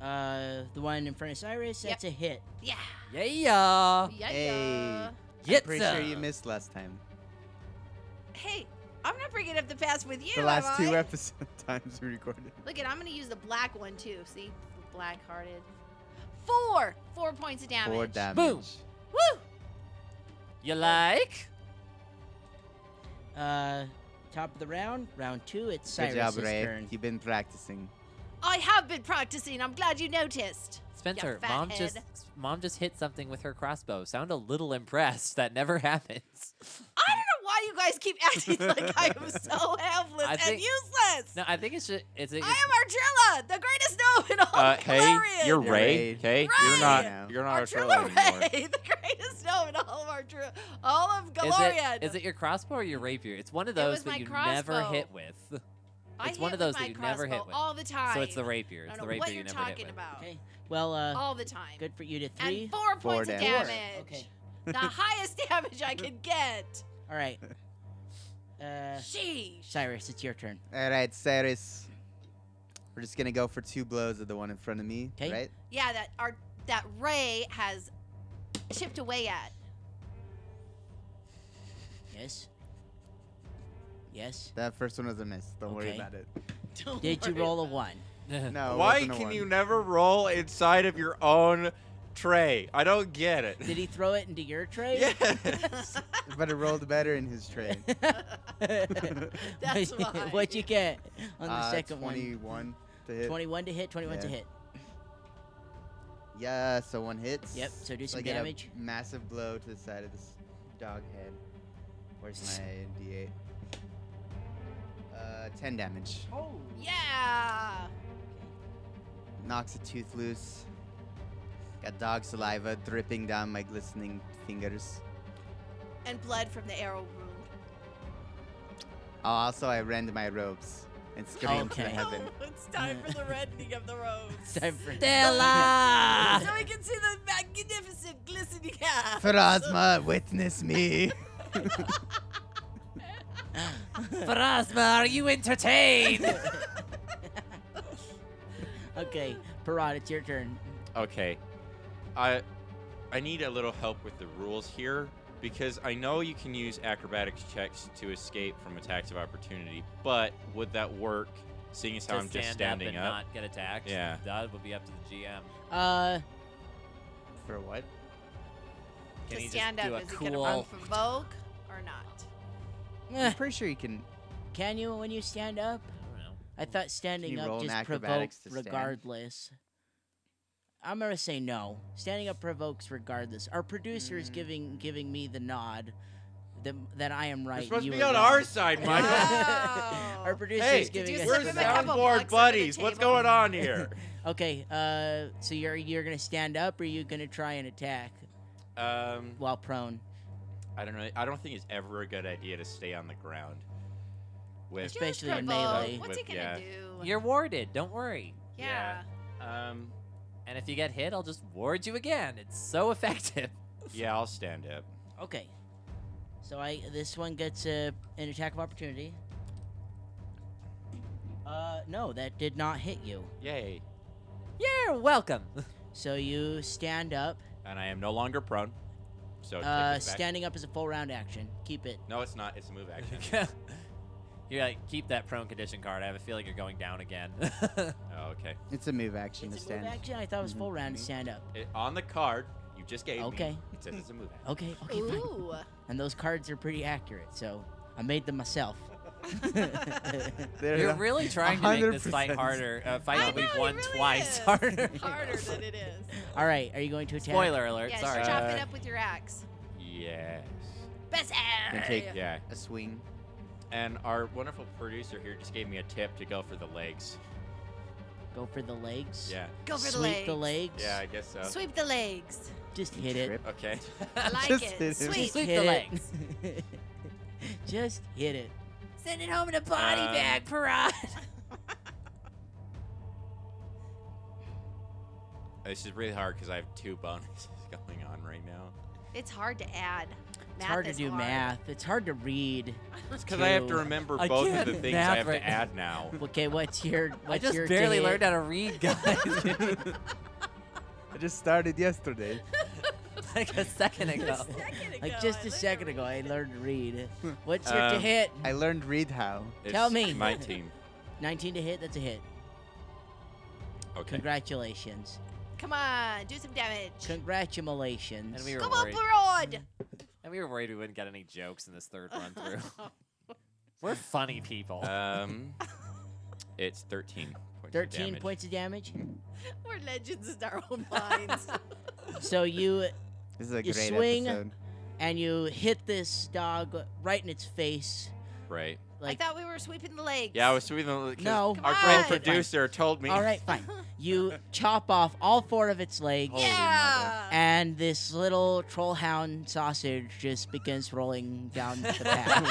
Speaker 1: Uh, the one in front of Cyrus.
Speaker 4: Yep.
Speaker 1: That's a hit.
Speaker 4: Yeah.
Speaker 3: Yeah.
Speaker 4: Yeah.
Speaker 5: Hey.
Speaker 3: Yitza.
Speaker 5: I'm pretty sure you missed last time.
Speaker 4: Hey, I'm not bringing up the past with you.
Speaker 5: the last
Speaker 4: am
Speaker 5: two
Speaker 4: I?
Speaker 5: episode [LAUGHS] times we recorded.
Speaker 4: Look at, I'm gonna use the black one too. See, black-hearted. Four. Four points of damage.
Speaker 5: Four damage.
Speaker 3: Boom.
Speaker 4: Woo!
Speaker 3: You like?
Speaker 1: Uh, top of the round, round two. It's
Speaker 5: Good job,
Speaker 1: Cyrus's
Speaker 5: Ray.
Speaker 1: turn.
Speaker 5: You've been practicing.
Speaker 4: I have been practicing. I'm glad you noticed.
Speaker 3: Spencer,
Speaker 4: fat
Speaker 3: mom
Speaker 4: head.
Speaker 3: just mom just hit something with her crossbow. Sound a little impressed. That never [LAUGHS] happens.
Speaker 4: I don't know why you guys keep [LAUGHS] acting like I am
Speaker 5: [LAUGHS]
Speaker 4: so helpless
Speaker 3: I
Speaker 4: and
Speaker 3: think-
Speaker 4: useless.
Speaker 3: No, I think it's just it's. it's
Speaker 4: I am Artrilla, the greatest gnome in all
Speaker 2: Uh,
Speaker 4: of
Speaker 2: hey,
Speaker 4: Galarian.
Speaker 2: you're
Speaker 5: You're
Speaker 2: Ray.
Speaker 5: Raid.
Speaker 2: Okay, you're
Speaker 4: Raid.
Speaker 2: not. You're not Artrilla
Speaker 4: Artrilla
Speaker 2: anymore. [LAUGHS]
Speaker 4: Ray, [LAUGHS] the greatest gnome in all of Artrilla, all of
Speaker 3: is
Speaker 4: Galarian.
Speaker 3: it, is it your crossbow or your rapier? It's one of
Speaker 4: It
Speaker 3: those
Speaker 4: was my
Speaker 3: that you never
Speaker 4: crossbow.
Speaker 3: hit with. [LAUGHS]
Speaker 4: I
Speaker 3: it's one
Speaker 4: hit
Speaker 3: of those
Speaker 4: with
Speaker 3: that
Speaker 4: my
Speaker 3: you never hit
Speaker 4: crossbow
Speaker 3: with.
Speaker 4: all the time.
Speaker 3: So it's the rapier.
Speaker 4: I
Speaker 3: It's
Speaker 4: don't
Speaker 3: the rapier
Speaker 4: know what
Speaker 3: you
Speaker 4: you're
Speaker 3: never hit
Speaker 4: talking
Speaker 3: with.
Speaker 4: about.
Speaker 1: Okay. Well, uh,
Speaker 4: All the time.
Speaker 1: good for you to three.
Speaker 4: Oh. And four
Speaker 5: Four
Speaker 4: points
Speaker 5: damage.
Speaker 4: of
Speaker 1: Four.
Speaker 4: damage.
Speaker 1: Okay.
Speaker 3: [LAUGHS]
Speaker 4: The highest damage I could get.
Speaker 1: All right. Uh,
Speaker 4: Sheesh.
Speaker 1: Cyrus, it's your turn.
Speaker 5: All right, Cyrus. We're just gonna go for two blows at the one in front of me,
Speaker 1: 'Kay.
Speaker 5: right?
Speaker 4: Yeah, that our that Ray has chipped away at.
Speaker 1: Yes. Yes.
Speaker 5: That first one was a miss. Don't worry
Speaker 1: Okay.
Speaker 5: about
Speaker 1: [LAUGHS]
Speaker 5: it.
Speaker 4: Don't
Speaker 1: Did you
Speaker 4: worry
Speaker 1: roll a
Speaker 4: about it.
Speaker 1: one?
Speaker 3: [LAUGHS]
Speaker 5: No. it
Speaker 2: Why
Speaker 5: wasn't a
Speaker 2: can
Speaker 5: one. [LAUGHS]
Speaker 2: you never roll inside of your own tray? I don't get it. [LAUGHS]
Speaker 1: Did he throw it into your tray? [LAUGHS]
Speaker 2: yes.
Speaker 5: But it rolled better in his tray.
Speaker 4: [LAUGHS] That's
Speaker 1: What-
Speaker 4: why.
Speaker 1: What'd you get [LAUGHS] on the
Speaker 5: Uh,
Speaker 1: second one?
Speaker 5: 21 to hit.
Speaker 1: 21 to hit, 21 to
Speaker 5: Yeah.
Speaker 1: hit. [LAUGHS]
Speaker 5: Yeah, so one hits.
Speaker 1: Yep, so do some
Speaker 5: I get a
Speaker 1: damage.
Speaker 5: massive blow to the side of this dog head. Where's
Speaker 1: [LAUGHS]
Speaker 5: my D8? Uh, 10 damage.
Speaker 1: Oh.
Speaker 4: [LAUGHS] Yeah.
Speaker 5: Knocks a tooth loose. Got dog saliva dripping down my glistening fingers.
Speaker 4: And blood from the arrow wound.
Speaker 5: Oh, also, I rend my robes and scream to
Speaker 1: Okay.
Speaker 5: heaven.
Speaker 4: [LAUGHS] it's time for the rending of the robes.
Speaker 1: [LAUGHS] Time for [LAUGHS]
Speaker 3: Stella!
Speaker 4: So we can see the magnificent glistening half.
Speaker 5: Phrasma, witness me! [LAUGHS]
Speaker 3: Phrasma, are you entertained?
Speaker 4: [LAUGHS]
Speaker 1: [LAUGHS] okay, Parad, it's your turn.
Speaker 2: okay. I I need a little help with the rules here because I know you can use acrobatics checks to escape from attacks of opportunity, but would that work seeing as how
Speaker 3: To
Speaker 2: I'm just
Speaker 3: stand up
Speaker 2: standing
Speaker 3: and not get attacked.
Speaker 2: Yeah.
Speaker 3: That would be up to the GM.
Speaker 1: Uh, [LAUGHS]
Speaker 5: For what?
Speaker 3: Can
Speaker 4: to
Speaker 3: he just
Speaker 4: stand
Speaker 3: do
Speaker 4: up,
Speaker 3: a
Speaker 4: is he gonna
Speaker 3: cool?
Speaker 4: provoke or not?
Speaker 1: eh,
Speaker 5: I'm pretty sure you can.
Speaker 1: can you when you stand up?
Speaker 3: I don't know.
Speaker 1: I thought standing
Speaker 5: you
Speaker 1: up
Speaker 5: roll an
Speaker 1: just
Speaker 5: acrobatics
Speaker 1: provoked
Speaker 5: to stand?
Speaker 1: regardless. I'm gonna say no. Standing up provokes regardless. Our producer is
Speaker 5: Mm.
Speaker 1: giving giving me the nod that, that I am right.
Speaker 2: You're supposed
Speaker 1: you
Speaker 2: to be
Speaker 1: are
Speaker 2: on
Speaker 1: wrong.
Speaker 2: our side, Michael.
Speaker 4: Wow.
Speaker 1: [LAUGHS] Our producer
Speaker 2: Hey,
Speaker 1: is
Speaker 2: Did
Speaker 1: giving
Speaker 4: you
Speaker 1: us
Speaker 4: slip
Speaker 2: We're
Speaker 4: him
Speaker 1: the
Speaker 4: a
Speaker 1: nod.
Speaker 4: couple blocks
Speaker 2: soundboard
Speaker 4: under the
Speaker 2: buddies. What's
Speaker 4: table.
Speaker 2: going on here?
Speaker 1: Okay, uh, so you're you're gonna stand up, or you gonna try and attack
Speaker 2: um,
Speaker 1: while prone?
Speaker 2: I don't know. I don't think it's ever a good idea to stay on the ground. With
Speaker 4: Just
Speaker 1: Especially in
Speaker 4: provoke.
Speaker 1: melee.
Speaker 4: What's he
Speaker 2: With-
Speaker 4: gonna
Speaker 2: yeah.
Speaker 4: do?
Speaker 3: You're warded. Don't worry.
Speaker 4: yeah.
Speaker 2: um,
Speaker 3: And if you get hit, I'll just ward you again. It's so effective.
Speaker 2: yeah, I'll stand up.
Speaker 1: Okay. So I this one gets a, an attack of opportunity. Uh, no, that did not hit you.
Speaker 2: Yay!
Speaker 3: You're welcome.
Speaker 1: So you stand up.
Speaker 2: And I am no longer prone. So take
Speaker 1: Uh,
Speaker 2: this back.
Speaker 1: standing up is a full round action. Keep it.
Speaker 2: No, it's not. It's a move [LAUGHS] action.
Speaker 3: [LAUGHS] you're like, keep that prone condition card. I have a feeling you're going down again. [LAUGHS]
Speaker 2: oh, okay.
Speaker 5: It's a move action to
Speaker 1: It's a move
Speaker 5: stand.
Speaker 1: action. I thought it was
Speaker 5: Mhm.
Speaker 1: full round to stand up.
Speaker 2: It, on the card you just gave
Speaker 1: Mm-hmm. Okay.
Speaker 2: me, it says it's a move action.
Speaker 1: Okay. Okay. Fine.
Speaker 4: Ooh.
Speaker 1: And those cards are pretty accurate, so I made them myself.
Speaker 5: There
Speaker 3: you're
Speaker 5: [LAUGHS] you go.
Speaker 3: really trying to make this fight
Speaker 5: 100%.
Speaker 3: harder. A fight
Speaker 4: I
Speaker 3: that we've
Speaker 4: know, it
Speaker 3: won
Speaker 4: really
Speaker 3: twice
Speaker 4: is. [LAUGHS]
Speaker 3: harder. [LAUGHS]
Speaker 4: Harder than it is.
Speaker 1: All right. Are you going to attack?
Speaker 3: Spoiler alert.
Speaker 4: yeah,
Speaker 3: sorry.
Speaker 4: just chop it
Speaker 2: Uh,
Speaker 4: up with your axe.
Speaker 2: Yes.
Speaker 4: Best
Speaker 5: Can
Speaker 4: axe.
Speaker 5: take
Speaker 2: Yeah.
Speaker 5: a swing.
Speaker 2: And our wonderful producer here just gave me a tip to go for the legs.
Speaker 1: Go for the legs.
Speaker 2: Yeah.
Speaker 4: Go for the
Speaker 1: Sweep
Speaker 4: legs.
Speaker 1: the legs.
Speaker 2: Yeah, I guess so.
Speaker 4: Sweep the legs.
Speaker 1: Just hit it.
Speaker 5: Trip.
Speaker 2: Okay. [LAUGHS]
Speaker 5: [LAUGHS]
Speaker 4: I like
Speaker 5: Just
Speaker 4: it.
Speaker 5: hit it.
Speaker 4: Sweep.
Speaker 3: Sweep
Speaker 1: hit it.
Speaker 3: the legs.
Speaker 1: [LAUGHS] Just hit it.
Speaker 4: Send it home in a body
Speaker 2: Um,
Speaker 3: [LAUGHS]
Speaker 4: bag, Parad.
Speaker 2: This is really hard because I have two bonuses [LAUGHS] going on right now.
Speaker 4: It's hard to add.
Speaker 1: It's hard to
Speaker 4: is
Speaker 1: do math. It's hard to read.
Speaker 2: It's because I have to
Speaker 1: Two.
Speaker 2: remember
Speaker 3: I
Speaker 2: both of
Speaker 3: can't
Speaker 2: the things
Speaker 3: math
Speaker 2: I have
Speaker 3: right
Speaker 2: to
Speaker 3: now.
Speaker 2: add now.
Speaker 1: Okay, what's your what's
Speaker 3: I just
Speaker 1: your
Speaker 3: barely
Speaker 1: to
Speaker 3: learned
Speaker 1: hit?
Speaker 3: how to read,
Speaker 4: [LAUGHS]
Speaker 3: guys. [LAUGHS]
Speaker 5: I just started yesterday.
Speaker 3: like a second ago.
Speaker 4: Just a second ago,
Speaker 1: Like just a
Speaker 4: I learned to
Speaker 1: second ago, I
Speaker 4: read.
Speaker 1: learned to read. What's your to
Speaker 2: Um,
Speaker 1: hit?
Speaker 5: I learned read how.
Speaker 2: It's
Speaker 1: Tell me.
Speaker 2: 19.
Speaker 1: 19 to hit. That's a hit.
Speaker 2: Okay.
Speaker 1: Congratulations.
Speaker 4: Come on, do some damage.
Speaker 1: Congratulations.
Speaker 3: And we were
Speaker 4: Come on,
Speaker 3: worried.
Speaker 4: Parad.
Speaker 3: And we were worried we wouldn't get any jokes in this third
Speaker 4: [LAUGHS]
Speaker 3: run through. We're funny people.
Speaker 4: Uh,
Speaker 2: [LAUGHS] Um, it's 13 points.
Speaker 1: 13
Speaker 2: of damage.
Speaker 1: points of damage.
Speaker 4: We're legends in our own minds.
Speaker 1: so you
Speaker 5: This is a
Speaker 1: You
Speaker 5: great
Speaker 1: swing.
Speaker 5: episode.
Speaker 1: and you hit this dog right in its face.
Speaker 2: Right.
Speaker 1: [LAUGHS] Like Oh,
Speaker 4: I thought we were sweeping the legs.
Speaker 2: Yeah, I was sweeping the. 'cause
Speaker 1: no.
Speaker 4: Come
Speaker 2: Our
Speaker 4: on.
Speaker 2: great
Speaker 4: Okay, fine.
Speaker 2: producer told
Speaker 1: [LAUGHS]
Speaker 2: me.
Speaker 1: All right, fine.
Speaker 4: [LAUGHS]
Speaker 1: You chop off all four of its legs.
Speaker 2: Holy
Speaker 4: yeah.
Speaker 1: and this little troll hound sausage just begins rolling down the path.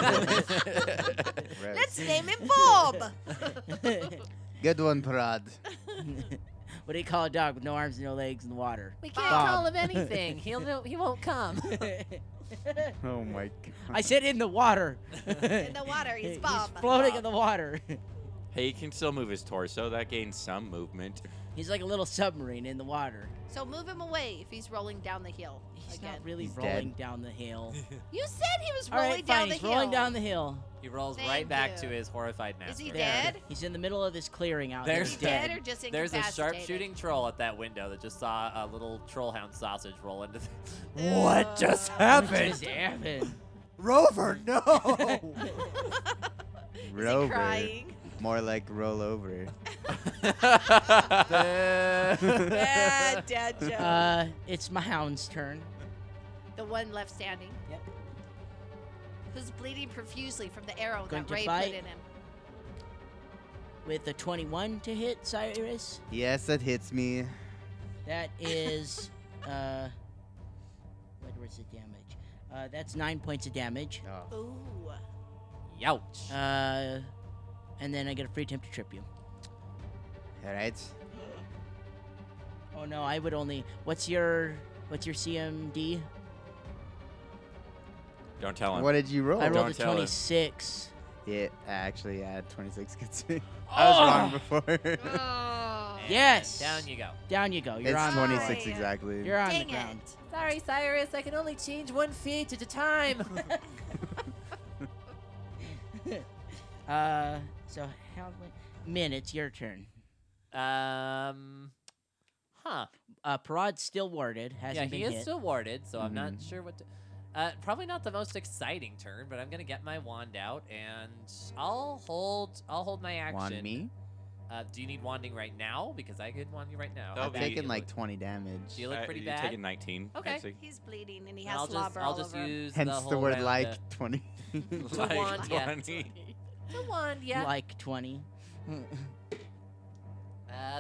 Speaker 5: Right.
Speaker 4: Let's name him
Speaker 1: [LAUGHS]
Speaker 4: Bob.
Speaker 5: Good one, Parad.
Speaker 1: what do you call a dog with no arms and no legs in the water?
Speaker 3: we can't
Speaker 4: [LAUGHS] Bob.
Speaker 3: call him anything. He'll know, he won't come.
Speaker 1: [LAUGHS]
Speaker 5: Oh my god. [LAUGHS]
Speaker 1: I said in the water. [LAUGHS]
Speaker 4: in the water, he's Bob.
Speaker 1: floating
Speaker 3: Bob.
Speaker 1: in the water. [LAUGHS]
Speaker 2: [LAUGHS] Hey, he can still move his torso. That gains some movement.
Speaker 1: He's like a little submarine in the water.
Speaker 4: So move him away if he's rolling down the hill
Speaker 1: He's
Speaker 4: again.
Speaker 1: not really
Speaker 5: He's
Speaker 1: rolling
Speaker 5: dead.
Speaker 1: down the hill.
Speaker 4: you said he was
Speaker 1: All
Speaker 4: rolling
Speaker 1: right,
Speaker 4: down
Speaker 1: fine.
Speaker 4: the
Speaker 1: He's
Speaker 4: hill.
Speaker 1: rolling down the hill.
Speaker 3: He rolls
Speaker 4: Thank
Speaker 3: right back to
Speaker 4: you.
Speaker 3: his horrified master.
Speaker 4: he
Speaker 1: There.
Speaker 4: dead?
Speaker 1: He's in the middle of this clearing out
Speaker 3: There's
Speaker 1: there.
Speaker 4: dead.
Speaker 1: [LAUGHS]
Speaker 3: dead.
Speaker 4: or just
Speaker 3: There's a
Speaker 4: incapacitated?
Speaker 3: sharpshooting troll at that window that just saw a little troll hound sausage roll into. The... what just
Speaker 4: Uh,
Speaker 1: What
Speaker 3: happened? [LAUGHS]
Speaker 1: just happened?
Speaker 3: Rover, no!
Speaker 4: Is he
Speaker 5: Rover.
Speaker 4: crying?
Speaker 1: [LAUGHS]
Speaker 5: More like roll over.
Speaker 4: Bad dad joke.
Speaker 1: Uh, it's my hound's turn.
Speaker 4: the one left standing.
Speaker 1: Yep.
Speaker 4: Who's bleeding profusely from the arrow
Speaker 1: Going
Speaker 4: that
Speaker 1: to
Speaker 4: Ray
Speaker 1: bite.
Speaker 4: put in him.
Speaker 1: With a 21 to hit, Cyrus.
Speaker 5: Yes, it hits me.
Speaker 1: That
Speaker 4: [LAUGHS]
Speaker 1: is, uh, what was the damage? Uh, that's nine points of damage.
Speaker 5: Oh.
Speaker 4: Ooh.
Speaker 3: Youch.
Speaker 1: Uh, and then I get a free attempt to trip you.
Speaker 5: All right.
Speaker 1: Oh no, I would only. What's your what's your CMD?
Speaker 2: Don't tell him.
Speaker 5: What did you roll?
Speaker 1: I rolled
Speaker 2: don't
Speaker 1: a
Speaker 2: tell her.
Speaker 1: 26.
Speaker 5: Yeah, actually, yeah, 26 gets me. I was wrong
Speaker 3: [LAUGHS]
Speaker 4: [LAUGHS]
Speaker 5: before.
Speaker 4: Oh.
Speaker 3: And
Speaker 1: yes.
Speaker 3: Down you go.
Speaker 1: Down you go. You're
Speaker 5: [LAUGHS] it's
Speaker 1: on.
Speaker 4: the
Speaker 5: 26
Speaker 4: ground.
Speaker 5: exactly.
Speaker 1: You're on the
Speaker 4: Dang
Speaker 1: ground.
Speaker 4: it.
Speaker 3: Sorry, Cyrus. I can only change one feet at a time.
Speaker 1: Uh, so how? Min, it's your turn.
Speaker 3: um, huh?
Speaker 1: Uh, Parod's still warded. Hasn't
Speaker 3: yeah,
Speaker 1: been
Speaker 3: he is
Speaker 1: hit.
Speaker 3: still warded, so I'm not
Speaker 5: Mhm.
Speaker 3: sure what. to... Uh, probably not the most exciting turn, but I'm gonna get my wand out and I'll hold. I'll hold my action.
Speaker 5: Want me?
Speaker 3: Uh, do you need wanding right now? Because I could wand you right now.
Speaker 2: That
Speaker 3: I
Speaker 2: would be-
Speaker 5: I've
Speaker 3: bet you
Speaker 5: taken
Speaker 3: look-
Speaker 5: like 20 damage.
Speaker 3: Do you look
Speaker 2: Uh,
Speaker 3: pretty
Speaker 2: you're
Speaker 3: bad?
Speaker 2: taking 19.
Speaker 3: Okay.
Speaker 2: I'd say.
Speaker 4: He's bleeding and he
Speaker 3: And
Speaker 4: has
Speaker 3: I'll just,
Speaker 4: slobber
Speaker 3: I'll
Speaker 4: all
Speaker 3: just
Speaker 4: over him.
Speaker 3: use
Speaker 5: Hence the,
Speaker 3: whole
Speaker 5: word
Speaker 3: round
Speaker 5: like
Speaker 3: to-
Speaker 5: 20.
Speaker 2: [LAUGHS]
Speaker 3: Like wand, yeah.
Speaker 4: [LAUGHS]
Speaker 2: 20.
Speaker 3: The wand, yeah.
Speaker 1: Like 20.
Speaker 3: Uh,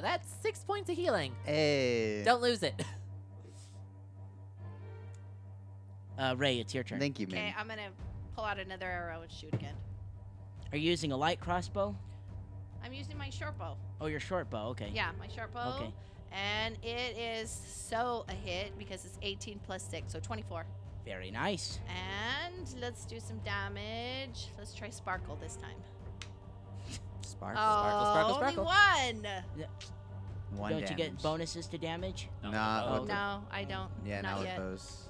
Speaker 3: that's six points of healing.
Speaker 5: [LAUGHS] hey.
Speaker 3: Don't lose it.
Speaker 1: uh, Ray, it's your turn.
Speaker 5: Thank you,
Speaker 4: Okay,
Speaker 5: man.
Speaker 4: I'm gonna pull out another arrow and shoot again.
Speaker 1: Are you using a light crossbow?
Speaker 4: I'm using my short bow.
Speaker 1: Oh, your short bow. Okay.
Speaker 4: Yeah, my short bow.
Speaker 1: Okay.
Speaker 4: And it is so a hit because it's 18 plus 6, so 24.
Speaker 1: Very nice.
Speaker 4: And let's do some damage. Let's try sparkle this time.
Speaker 5: Sparkle.
Speaker 4: oh,
Speaker 3: sparkle, sparkle.
Speaker 4: only one.
Speaker 5: One
Speaker 1: Don't you
Speaker 5: damage.
Speaker 1: get bonuses to damage?
Speaker 3: No,
Speaker 5: Nah,
Speaker 1: Oh,
Speaker 5: with
Speaker 1: okay.
Speaker 5: the-
Speaker 4: No, I don't.
Speaker 5: Yeah,
Speaker 4: not
Speaker 5: not with
Speaker 4: yet.
Speaker 5: those.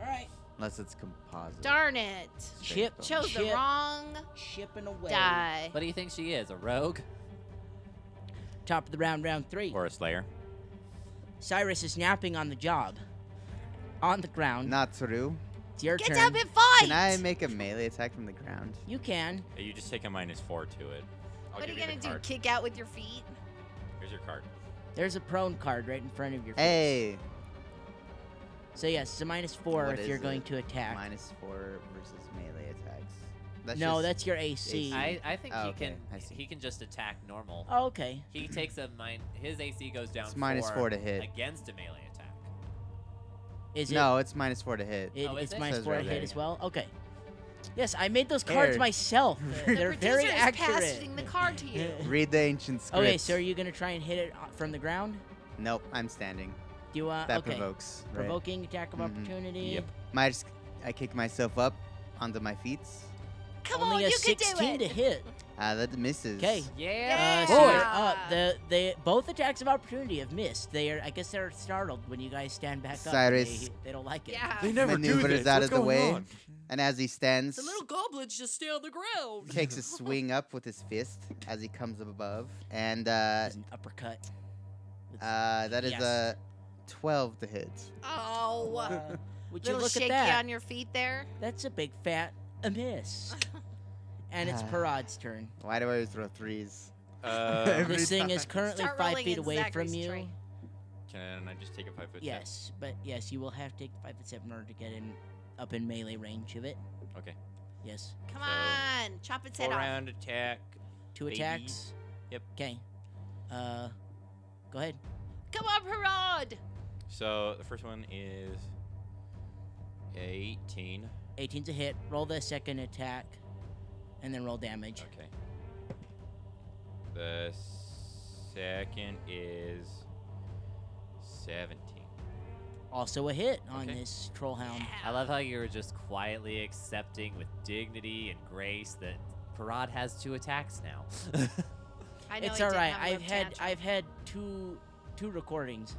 Speaker 1: All right.
Speaker 5: Unless it's composite.
Speaker 4: Darn it!
Speaker 5: straight
Speaker 1: Chip
Speaker 5: bonus.
Speaker 4: Chose the
Speaker 1: Shit.
Speaker 4: wrong
Speaker 1: Shipping away.
Speaker 4: die.
Speaker 3: What do you think she is? A rogue?
Speaker 1: Top of the round, round three.
Speaker 2: Or a slayer.
Speaker 1: Cyrus is napping on the job. On the ground.
Speaker 5: Natsuru.
Speaker 1: It's your
Speaker 4: Get
Speaker 1: turn.
Speaker 4: up and fight!
Speaker 5: Can I make a melee attack from the ground?
Speaker 1: You can.
Speaker 2: Hey, You just take a minus four to it. I'll
Speaker 4: what are
Speaker 2: give
Speaker 4: you gonna
Speaker 2: the
Speaker 4: do?
Speaker 2: card.
Speaker 4: Kick out with
Speaker 1: [LAUGHS]
Speaker 4: your feet?
Speaker 2: Here's your card.
Speaker 1: There's a prone card right in front of your face.
Speaker 5: Hey,
Speaker 1: So yes, it's a minus four
Speaker 5: What
Speaker 1: if you're
Speaker 5: is
Speaker 1: going
Speaker 5: it?
Speaker 1: to attack.
Speaker 5: minus four versus melee attacks. That's
Speaker 1: no,
Speaker 5: just-
Speaker 1: that's your AC.
Speaker 5: AC.
Speaker 3: I, I think
Speaker 5: Oh,
Speaker 3: he
Speaker 5: okay,
Speaker 3: can
Speaker 5: I see.
Speaker 3: he can just attack normal.
Speaker 1: Oh, okay.
Speaker 3: He takes a mine. His AC goes down.
Speaker 5: it's minus four to hit.
Speaker 3: against a melee attack.
Speaker 1: Is it?
Speaker 5: No, it's minus four to hit.
Speaker 1: it-
Speaker 3: Oh, is
Speaker 1: it's
Speaker 3: it?
Speaker 1: minus
Speaker 5: Says
Speaker 1: four
Speaker 5: right
Speaker 1: hit
Speaker 5: there.
Speaker 1: as well. Okay. Yes, I made those cards
Speaker 5: Here. [LAUGHS]
Speaker 1: myself.
Speaker 5: The
Speaker 1: They're
Speaker 4: the
Speaker 1: very
Speaker 4: producer is
Speaker 1: accurate.
Speaker 4: passing the card to you.
Speaker 1: [LAUGHS]
Speaker 5: Read the ancient script.
Speaker 1: Okay, so are you gonna try and hit it uh, from the ground?
Speaker 5: Nope, I'm standing.
Speaker 1: Do you want?
Speaker 5: That
Speaker 1: Uh, okay.
Speaker 5: provokes. right?
Speaker 1: Provoking attack of
Speaker 5: Mhm.
Speaker 1: opportunity.
Speaker 2: Yep.
Speaker 5: My, just, I kick myself up onto my feet.
Speaker 4: Come
Speaker 1: Only a
Speaker 4: on, you can do
Speaker 1: 16
Speaker 4: it.
Speaker 1: to hit.
Speaker 5: Uh, that misses.
Speaker 1: 'Kay. Uh,
Speaker 3: Yeah.
Speaker 1: so
Speaker 4: Boy.
Speaker 1: you're up. The they both attacks of opportunity have missed. They are. I guess they're startled when you guys stand back up. and
Speaker 5: Cyrus.
Speaker 1: They, they don't like it.
Speaker 4: [LAUGHS] Yeah.
Speaker 1: [LAUGHS]
Speaker 5: never do Maneuvers this. out What's of the going way. on? And as he stands,
Speaker 3: goblins just stay on the ground.
Speaker 5: takes
Speaker 3: [LAUGHS]
Speaker 5: a swing up with his fist as he comes up above, and uh,
Speaker 1: It's an uppercut.
Speaker 4: [LAUGHS]
Speaker 1: It's-
Speaker 5: uh, that is
Speaker 1: Yes.
Speaker 5: a 12 to hit.
Speaker 4: Oh,
Speaker 1: Uh, would you
Speaker 4: little
Speaker 1: look
Speaker 4: shaky
Speaker 1: at that?
Speaker 4: on your feet there.
Speaker 1: That's a big fat
Speaker 4: [LAUGHS]
Speaker 1: miss. and it's
Speaker 5: Ah.
Speaker 1: Parad's turn.
Speaker 5: Why do I always throw threes? [LAUGHS]
Speaker 2: Uh, [LAUGHS]
Speaker 5: Every
Speaker 1: this thing is
Speaker 5: time.
Speaker 1: currently
Speaker 4: Start
Speaker 1: five
Speaker 4: rolling
Speaker 1: feet
Speaker 4: in
Speaker 1: away from
Speaker 4: Zachary's
Speaker 1: you.
Speaker 4: tray.
Speaker 2: can I just take a five foot step?
Speaker 1: Yes, but yes, you will have to take five foot step in order to get in up in melee range of it.
Speaker 2: Okay.
Speaker 1: Yes.
Speaker 4: Come
Speaker 2: So,
Speaker 4: on, chop its head
Speaker 2: Four
Speaker 4: off.
Speaker 2: round attack.
Speaker 1: Two
Speaker 2: Baby.
Speaker 1: attacks.
Speaker 2: Yep.
Speaker 1: Okay. Uh, go ahead.
Speaker 4: Come on, Parod.
Speaker 2: So the first one is 18.
Speaker 1: 18's a hit. Roll the second attack, and then roll damage.
Speaker 2: Okay. The second is 17.
Speaker 1: Also a hit on
Speaker 2: Okay.
Speaker 1: this troll hound.
Speaker 3: I love how you were just quietly
Speaker 5: [LAUGHS]
Speaker 3: accepting with dignity and grace that Parad has two attacks now.
Speaker 4: I know
Speaker 1: It's
Speaker 4: I
Speaker 1: all
Speaker 4: did
Speaker 1: right.
Speaker 4: have a
Speaker 1: I've
Speaker 4: little
Speaker 1: had
Speaker 4: tantrum.
Speaker 1: I've had two two recordings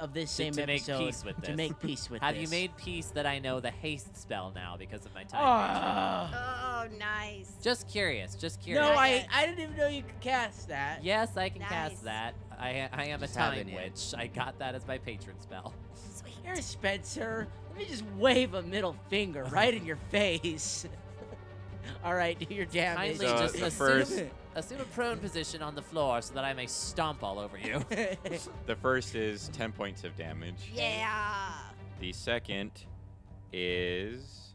Speaker 1: of this
Speaker 3: To-
Speaker 1: same
Speaker 3: to make
Speaker 1: episode
Speaker 3: peace with
Speaker 1: to
Speaker 3: this.
Speaker 1: make
Speaker 3: [LAUGHS]
Speaker 1: peace with.
Speaker 3: Have you
Speaker 1: this.
Speaker 3: made peace that I know the haste spell now because of my time? creature?
Speaker 1: Ah.
Speaker 4: Oh, nice.
Speaker 3: just curious, just curious.
Speaker 1: no,
Speaker 4: Not
Speaker 1: I
Speaker 4: yet.
Speaker 1: I didn't even know you could cast that.
Speaker 3: Yes, I can
Speaker 4: Nice.
Speaker 3: cast that. I I am
Speaker 5: Just
Speaker 3: a time
Speaker 5: haven't yet.
Speaker 3: witch. I got that as my patron spell.
Speaker 4: Sweet.
Speaker 1: Here, Spencer. Let me just wave a middle
Speaker 3: [LAUGHS]
Speaker 1: finger right in your face. [LAUGHS] all right, do your damage.
Speaker 3: Kindly
Speaker 2: So,
Speaker 3: just
Speaker 2: Uh, the
Speaker 3: assume,
Speaker 2: first-
Speaker 3: assume a
Speaker 1: [LAUGHS]
Speaker 3: prone position on the floor so that I may stomp all over you.
Speaker 2: The first is 10 points of damage.
Speaker 4: Yeah.
Speaker 2: The second is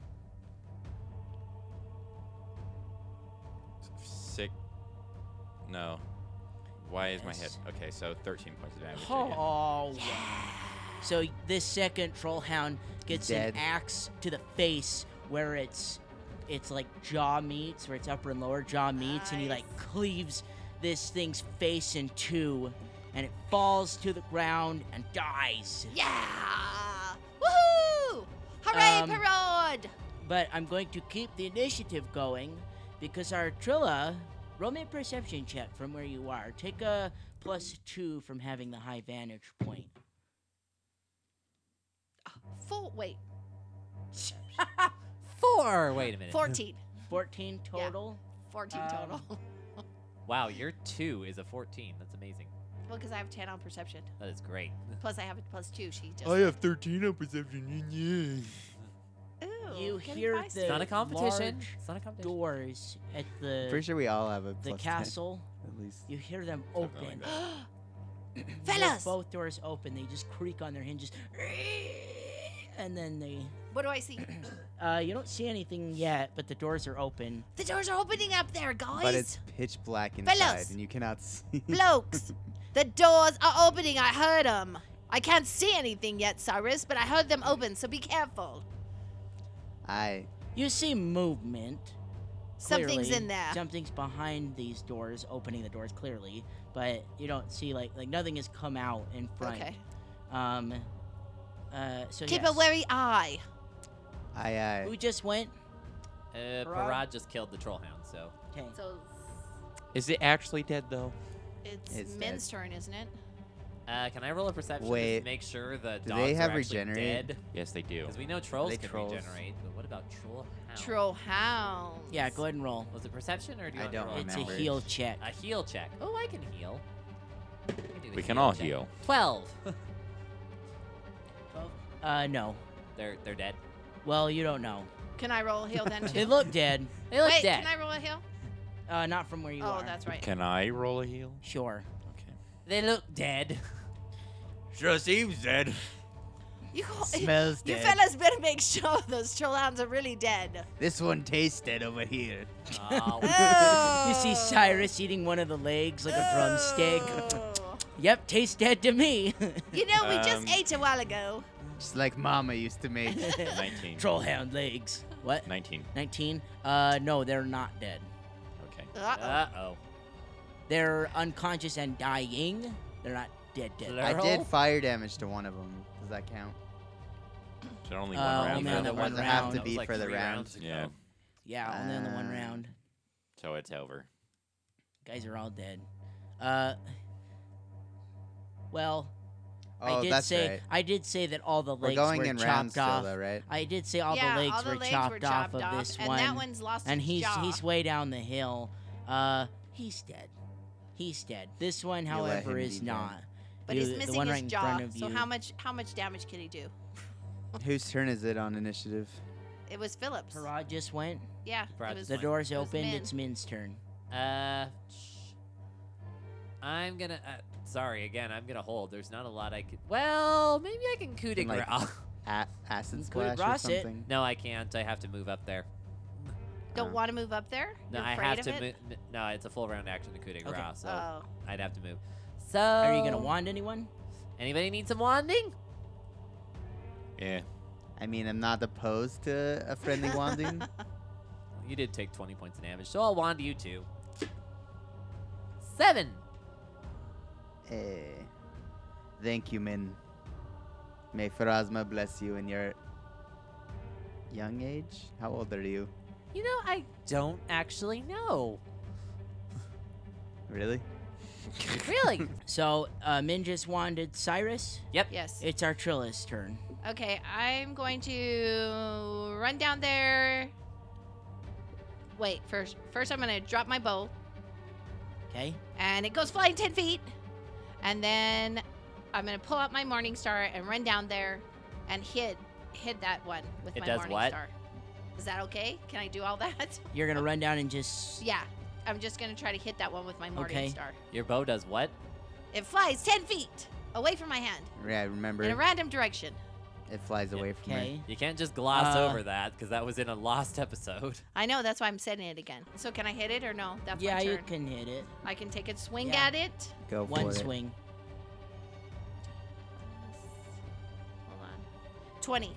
Speaker 2: six. No. Why is my head
Speaker 1: Yes.
Speaker 2: okay? So 13 points of damage. again.
Speaker 1: oh.
Speaker 4: Yeah.
Speaker 1: So this second troll hound gets
Speaker 5: Dead.
Speaker 1: an axe to the face where it's it's like jaw meets, where it's upper and lower jaw meets, and he like
Speaker 4: Nice.
Speaker 1: cleaves this thing's face in two, and it falls to the ground and dies.
Speaker 4: Yeah. Woohoo! Hooray,
Speaker 1: Um,
Speaker 4: parade!
Speaker 1: But I'm going to keep the initiative going because our Trilla, roll me a perception check from where you are. Take a plus two from having the high vantage point.
Speaker 4: Full, wait,
Speaker 3: Four. Wait a minute.
Speaker 4: 14.
Speaker 1: 14
Speaker 4: Yeah.
Speaker 1: total.
Speaker 4: 14
Speaker 1: Um,
Speaker 4: total. [LAUGHS] well,
Speaker 3: Wow, your two is a fourteen. That's amazing.
Speaker 4: because I have 10 on perception.
Speaker 3: That is great.
Speaker 4: Plus, I have a plus two. She
Speaker 5: Oh,
Speaker 4: just.
Speaker 2: have 13 on perception. Yeah.
Speaker 4: Ooh,
Speaker 1: You
Speaker 4: getting
Speaker 1: hear
Speaker 4: feisty.
Speaker 1: the-
Speaker 3: It's not a competition.
Speaker 1: large
Speaker 3: It's not a competition.
Speaker 1: Doors at the
Speaker 5: Pretty sure we all have a
Speaker 1: the
Speaker 5: plus 10,
Speaker 1: castle.
Speaker 5: at least.
Speaker 1: You hear them
Speaker 2: Something
Speaker 1: open.
Speaker 2: like
Speaker 1: You hear
Speaker 4: Fellas!
Speaker 1: Both doors open. They just creak on their hinges. [SNIFFS] And then they.
Speaker 4: [GASPS] What do
Speaker 1: [CLEARS THROAT]
Speaker 4: I see?
Speaker 1: Uh, you don't see anything yet, but the doors are open.
Speaker 4: the doors are opening up there, guys!
Speaker 5: But it's pitch black inside,
Speaker 4: Fellas.
Speaker 5: and you cannot [LAUGHS] see.
Speaker 1: [LAUGHS]
Speaker 4: Blokes, the doors are opening. I heard them. I can't see anything yet, Cyrus, but I heard them open, so be careful.
Speaker 5: I
Speaker 1: You see movement.
Speaker 4: Something's
Speaker 1: clearly.
Speaker 4: in there.
Speaker 1: Something's behind these doors, opening the doors clearly, but you don't see like like nothing has come out in front.
Speaker 4: Okay.
Speaker 1: Um. Uh. So
Speaker 4: Keep
Speaker 1: yes.
Speaker 4: a wary eye.
Speaker 5: I I
Speaker 1: Who just went?
Speaker 3: Uh,
Speaker 1: Parad?
Speaker 3: Parad just killed the troll hound, so
Speaker 1: Okay.
Speaker 4: So
Speaker 2: Is it actually dead
Speaker 1: [LAUGHS]
Speaker 2: though?
Speaker 4: it's,
Speaker 5: It's
Speaker 4: Min's turn, isn't it?
Speaker 3: Uh, can I roll a perception
Speaker 5: Wait.
Speaker 3: to make sure the
Speaker 5: Do
Speaker 3: dogs
Speaker 5: they have
Speaker 3: are actually
Speaker 5: regenerate?
Speaker 3: dead?
Speaker 2: Yes, they do.
Speaker 3: Because we know trolls
Speaker 5: they
Speaker 3: can
Speaker 5: trolls?
Speaker 3: regenerate, but what about troll hound?
Speaker 4: Troll hound.
Speaker 1: Yeah. Go ahead and roll.
Speaker 3: Was it perception or do you
Speaker 5: I
Speaker 3: want to
Speaker 5: don't
Speaker 3: roll?
Speaker 1: It's a
Speaker 5: remember.
Speaker 1: heal check.
Speaker 3: A heal check. Oh, I can heal. I can do the
Speaker 2: We can
Speaker 3: heal
Speaker 2: all
Speaker 3: check.
Speaker 2: heal.
Speaker 3: Twelve. [LAUGHS]
Speaker 1: Uh. No.
Speaker 3: they're
Speaker 1: [LAUGHS]
Speaker 3: they're dead.
Speaker 1: Well, you don't
Speaker 2: [LAUGHS]
Speaker 1: know.
Speaker 4: Can I roll a heal
Speaker 1: [LAUGHS]
Speaker 4: then
Speaker 1: They
Speaker 4: too?
Speaker 1: look dead.
Speaker 3: They look
Speaker 4: Wait,
Speaker 3: dead.
Speaker 4: can I roll a heal?
Speaker 1: Uh. Not from where you
Speaker 4: oh,
Speaker 1: are.
Speaker 4: that's right.
Speaker 2: Can I roll a heal?
Speaker 1: Sure.
Speaker 2: Okay.
Speaker 3: They look dead.
Speaker 2: Sure seems dead.
Speaker 4: [LAUGHS] You,
Speaker 5: smells
Speaker 4: you
Speaker 5: dead.
Speaker 4: fellas better make sure [LAUGHS] those troll hounds are really dead.
Speaker 5: This one tastes dead over here.
Speaker 3: Oh,
Speaker 4: Oh.
Speaker 1: [LAUGHS] You see Cyrus eating one of the legs like a drumstick.
Speaker 4: Oh.
Speaker 1: Yep, tastes dead to
Speaker 5: [LAUGHS]
Speaker 1: me. [LAUGHS]
Speaker 4: You know, we
Speaker 2: Um,
Speaker 4: just ate a while ago.
Speaker 5: Just like Mama used to make.
Speaker 1: [LAUGHS]
Speaker 2: 19.
Speaker 1: Trollhound legs. What?
Speaker 2: 19.
Speaker 1: 19? Uh, no, they're not dead.
Speaker 2: Okay.
Speaker 4: Uh-oh.
Speaker 3: Uh oh.
Speaker 1: They're unconscious and dying. They're not dead dead.
Speaker 5: I
Speaker 3: Plural?
Speaker 5: did fire damage to one of them. Does that count?
Speaker 2: So only
Speaker 1: Uh,
Speaker 2: one
Speaker 3: Oh,
Speaker 2: round.
Speaker 1: only on
Speaker 2: left.
Speaker 1: that one
Speaker 5: Does it have
Speaker 1: round.
Speaker 5: to
Speaker 1: That
Speaker 5: be for the round?
Speaker 2: Yeah.
Speaker 1: Yeah, only on the one
Speaker 5: Uh.
Speaker 1: round.
Speaker 2: So it's over.
Speaker 1: Guys are all dead. Uh, well,
Speaker 5: Oh,
Speaker 1: I did
Speaker 5: that's
Speaker 1: say
Speaker 5: right.
Speaker 1: I did say that all the
Speaker 5: We're
Speaker 1: legs
Speaker 5: going
Speaker 1: were
Speaker 5: in rounds
Speaker 1: chopped
Speaker 5: still,
Speaker 1: off. [LAUGHS]
Speaker 5: though, right?
Speaker 1: I did say all
Speaker 4: yeah,
Speaker 1: the legs,
Speaker 4: all the
Speaker 1: were,
Speaker 4: legs
Speaker 1: chopped
Speaker 4: were chopped
Speaker 1: off,
Speaker 4: off,
Speaker 1: of this
Speaker 4: and
Speaker 1: one.
Speaker 4: that one's lost
Speaker 1: and
Speaker 4: its
Speaker 1: he's
Speaker 4: jaw.
Speaker 1: he's way down the hill. Uh, he's dead. He's dead. This one,
Speaker 5: You let
Speaker 1: however,
Speaker 5: him
Speaker 1: is
Speaker 5: be dead.
Speaker 1: not.
Speaker 4: but
Speaker 1: You-
Speaker 4: he's
Speaker 1: the
Speaker 4: missing
Speaker 1: one
Speaker 4: his
Speaker 1: right in
Speaker 4: jaw.
Speaker 1: front of
Speaker 4: so
Speaker 1: you.
Speaker 4: how much how much damage can he do?
Speaker 5: Whose turn is it on initiative?
Speaker 4: It was Phillips.
Speaker 1: Parad just went.
Speaker 4: Yeah,
Speaker 3: Parad
Speaker 4: it was
Speaker 3: just
Speaker 1: The
Speaker 3: went.
Speaker 1: door's
Speaker 4: It was
Speaker 1: opened.
Speaker 4: Min.
Speaker 1: It's Min's turn.
Speaker 3: Uh, sh- I'm gonna. Uh, sorry again. I'm gonna hold. There's not a lot I could. Well, maybe I can coup de
Speaker 5: Can, like-
Speaker 3: grace. [LAUGHS]
Speaker 5: A-
Speaker 1: You
Speaker 5: acid
Speaker 1: could've
Speaker 5: splash or
Speaker 1: brought it.
Speaker 5: something?
Speaker 3: no, I can't. I have to move up there.
Speaker 4: Don't
Speaker 5: Uh,
Speaker 4: want to move up there.
Speaker 3: No,
Speaker 4: You're
Speaker 3: I
Speaker 4: afraid
Speaker 3: have
Speaker 4: of
Speaker 3: to.
Speaker 4: it?
Speaker 3: Mo- n- no, it's a full round action to coup de
Speaker 1: Okay. Uh,
Speaker 3: grace, so
Speaker 4: Oh,
Speaker 3: I'd have to move. So
Speaker 1: Are you gonna wand anyone?
Speaker 3: Anybody need some wanding?
Speaker 2: Yeah.
Speaker 5: I mean, I'm not opposed to
Speaker 1: [LAUGHS]
Speaker 5: a friendly wanding.
Speaker 3: You did take 20 points of damage, so I'll wand you too. Seven.
Speaker 5: Eh. Thank you, Min. May Pharasma bless you in your young age. How old are you?
Speaker 3: You know, I don't actually know.
Speaker 5: Really?
Speaker 4: Really?
Speaker 1: So, uh, Min just wanded Cyrus.
Speaker 4: yes.
Speaker 1: It's Artrilla's turn.
Speaker 4: Okay, I'm going to run down there. Wait, first, first I'm gonna drop my bow,
Speaker 1: Okay.
Speaker 4: and it goes flying ten feet, and then I'm gonna pull out my morning star and run down there, and hit hit that one with
Speaker 3: It
Speaker 4: my
Speaker 3: does
Speaker 4: morning
Speaker 3: what?
Speaker 4: star. Is that okay? Can I do all that? [LAUGHS]
Speaker 1: You're gonna run down and just.
Speaker 4: yeah, I'm just gonna try to hit that one with my morning
Speaker 1: Okay.
Speaker 4: star.
Speaker 3: Your bow does what?
Speaker 4: It flies ten feet away from my hand
Speaker 5: Yeah,
Speaker 4: in a
Speaker 5: remember.
Speaker 4: random direction.
Speaker 5: It flies away from me.
Speaker 1: Okay.
Speaker 3: You can't just gloss
Speaker 1: Uh,
Speaker 3: over that because that was in a lost [LAUGHS] episode.
Speaker 4: I know that's why I'm setting it again. So can I hit it or no? That's
Speaker 1: Yeah,
Speaker 4: my turn.
Speaker 1: you can hit it.
Speaker 4: I can take a swing
Speaker 1: Yeah.
Speaker 4: at it.
Speaker 5: Go for
Speaker 1: One
Speaker 5: it.
Speaker 1: swing.
Speaker 4: Hold on. 20.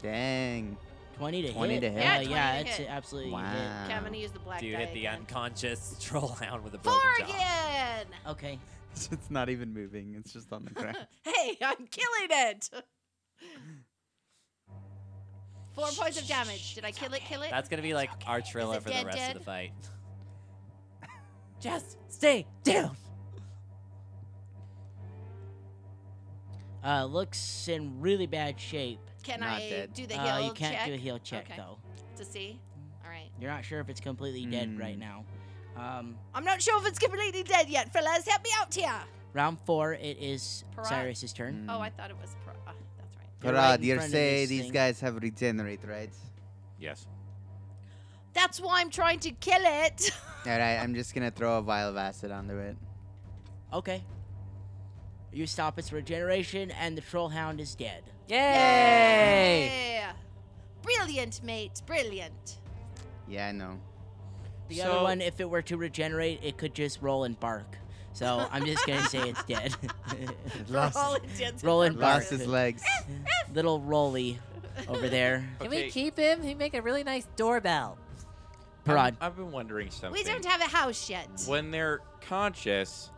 Speaker 5: Dang.
Speaker 1: 20 to
Speaker 5: 20
Speaker 1: hit.
Speaker 5: to hit.
Speaker 4: Yeah,
Speaker 1: Uh,
Speaker 4: 20
Speaker 1: yeah,
Speaker 4: to
Speaker 1: it's
Speaker 4: hit.
Speaker 1: absolutely a hit.
Speaker 5: Wow.
Speaker 4: Okay, I'm going to use the black
Speaker 3: Dude
Speaker 4: die
Speaker 3: hit the
Speaker 4: again.
Speaker 3: unconscious [LAUGHS] troll hound with a broken
Speaker 4: Four
Speaker 3: jaw.
Speaker 4: again!
Speaker 1: Okay.
Speaker 5: [LAUGHS] it's not even moving. It's
Speaker 1: [LAUGHS]
Speaker 5: just on the ground.
Speaker 4: [LAUGHS] hey, I'm killing it! Four points of damage. Did I kill it? Kill it?
Speaker 3: That's gonna be like our Trilla
Speaker 4: it
Speaker 3: for the
Speaker 4: dead,
Speaker 3: rest
Speaker 4: dead?
Speaker 3: of the fight. [LAUGHS] Just stay down.
Speaker 1: Uh, looks in really bad shape.
Speaker 4: Can
Speaker 5: not
Speaker 4: I
Speaker 5: dead.
Speaker 4: do the
Speaker 1: uh,
Speaker 4: heal
Speaker 1: you can't
Speaker 4: check
Speaker 1: do a heal check
Speaker 4: Okay.
Speaker 1: though.
Speaker 4: to see? All right.
Speaker 1: You're not sure if it's completely dead
Speaker 5: Mm.
Speaker 1: right now. Um,
Speaker 4: I'm not sure if it's completely dead yet, fellas. Help me out here.
Speaker 1: round four, it is
Speaker 4: Parag.
Speaker 1: Cyrus's turn.
Speaker 4: Oh, I thought it was. Pro- uh, that's right.
Speaker 1: They're
Speaker 5: Mm. Parad,
Speaker 1: right in
Speaker 5: you're
Speaker 1: front of
Speaker 5: say
Speaker 1: this
Speaker 5: these
Speaker 1: thing.
Speaker 5: guys have regenerate, right?
Speaker 2: Yes.
Speaker 4: That's why I'm trying to kill it. [LAUGHS]
Speaker 5: All right, I'm just gonna throw a vial of acid onto it.
Speaker 1: Okay. You stop its regeneration, and the troll hound is dead.
Speaker 3: Yay!
Speaker 4: Yeah. Brilliant, mate. Brilliant.
Speaker 5: Yeah,
Speaker 1: [LAUGHS]
Speaker 5: I know.
Speaker 1: The
Speaker 2: So-
Speaker 1: other one, if it were to regenerate, it could just roll and bark. So I'm just gonna say
Speaker 5: [LAUGHS]
Speaker 1: it's dead. [LAUGHS]
Speaker 5: Lost,
Speaker 4: For all intents
Speaker 1: Roll and
Speaker 5: lost
Speaker 1: Lost
Speaker 5: his
Speaker 1: his
Speaker 5: legs.
Speaker 1: [LAUGHS] Little Rolly over there.
Speaker 3: Can we keep him? He'd make a really nice doorbell.
Speaker 1: Parad.
Speaker 5: Um,
Speaker 2: I've, I've been wondering something.
Speaker 4: We don't have a house yet.
Speaker 2: when they're conscious,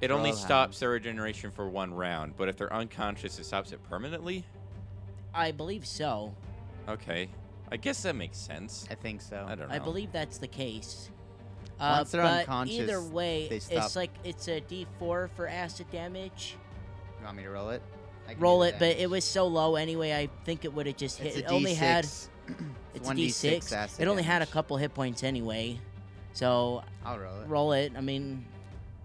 Speaker 2: it only
Speaker 5: Troll
Speaker 2: stops
Speaker 5: hounds.
Speaker 2: their regeneration for one round, but if they're unconscious, it stops it permanently?
Speaker 1: I believe so.
Speaker 2: Okay. I guess that makes sense.
Speaker 5: I think so.
Speaker 2: I don't know.
Speaker 1: I believe that's the case. Uh,
Speaker 5: Once they're
Speaker 1: but
Speaker 5: unconscious,
Speaker 1: either way,
Speaker 5: they stop.
Speaker 1: it's like it's a D4 for acid damage.
Speaker 5: You want me to roll it? I can
Speaker 1: Roll
Speaker 5: do
Speaker 1: it,
Speaker 5: that.
Speaker 1: but it was so low anyway. I think it would have just hit.
Speaker 5: it's a
Speaker 1: It only
Speaker 5: [CLEARS THROAT]
Speaker 1: had [CLEARS THROAT]
Speaker 5: D6.
Speaker 1: it's a
Speaker 5: 1d6
Speaker 1: D6.
Speaker 5: acid
Speaker 1: It only had a
Speaker 5: damage.
Speaker 1: couple hit points anyway, so
Speaker 5: I'll roll it.
Speaker 1: roll it. I mean,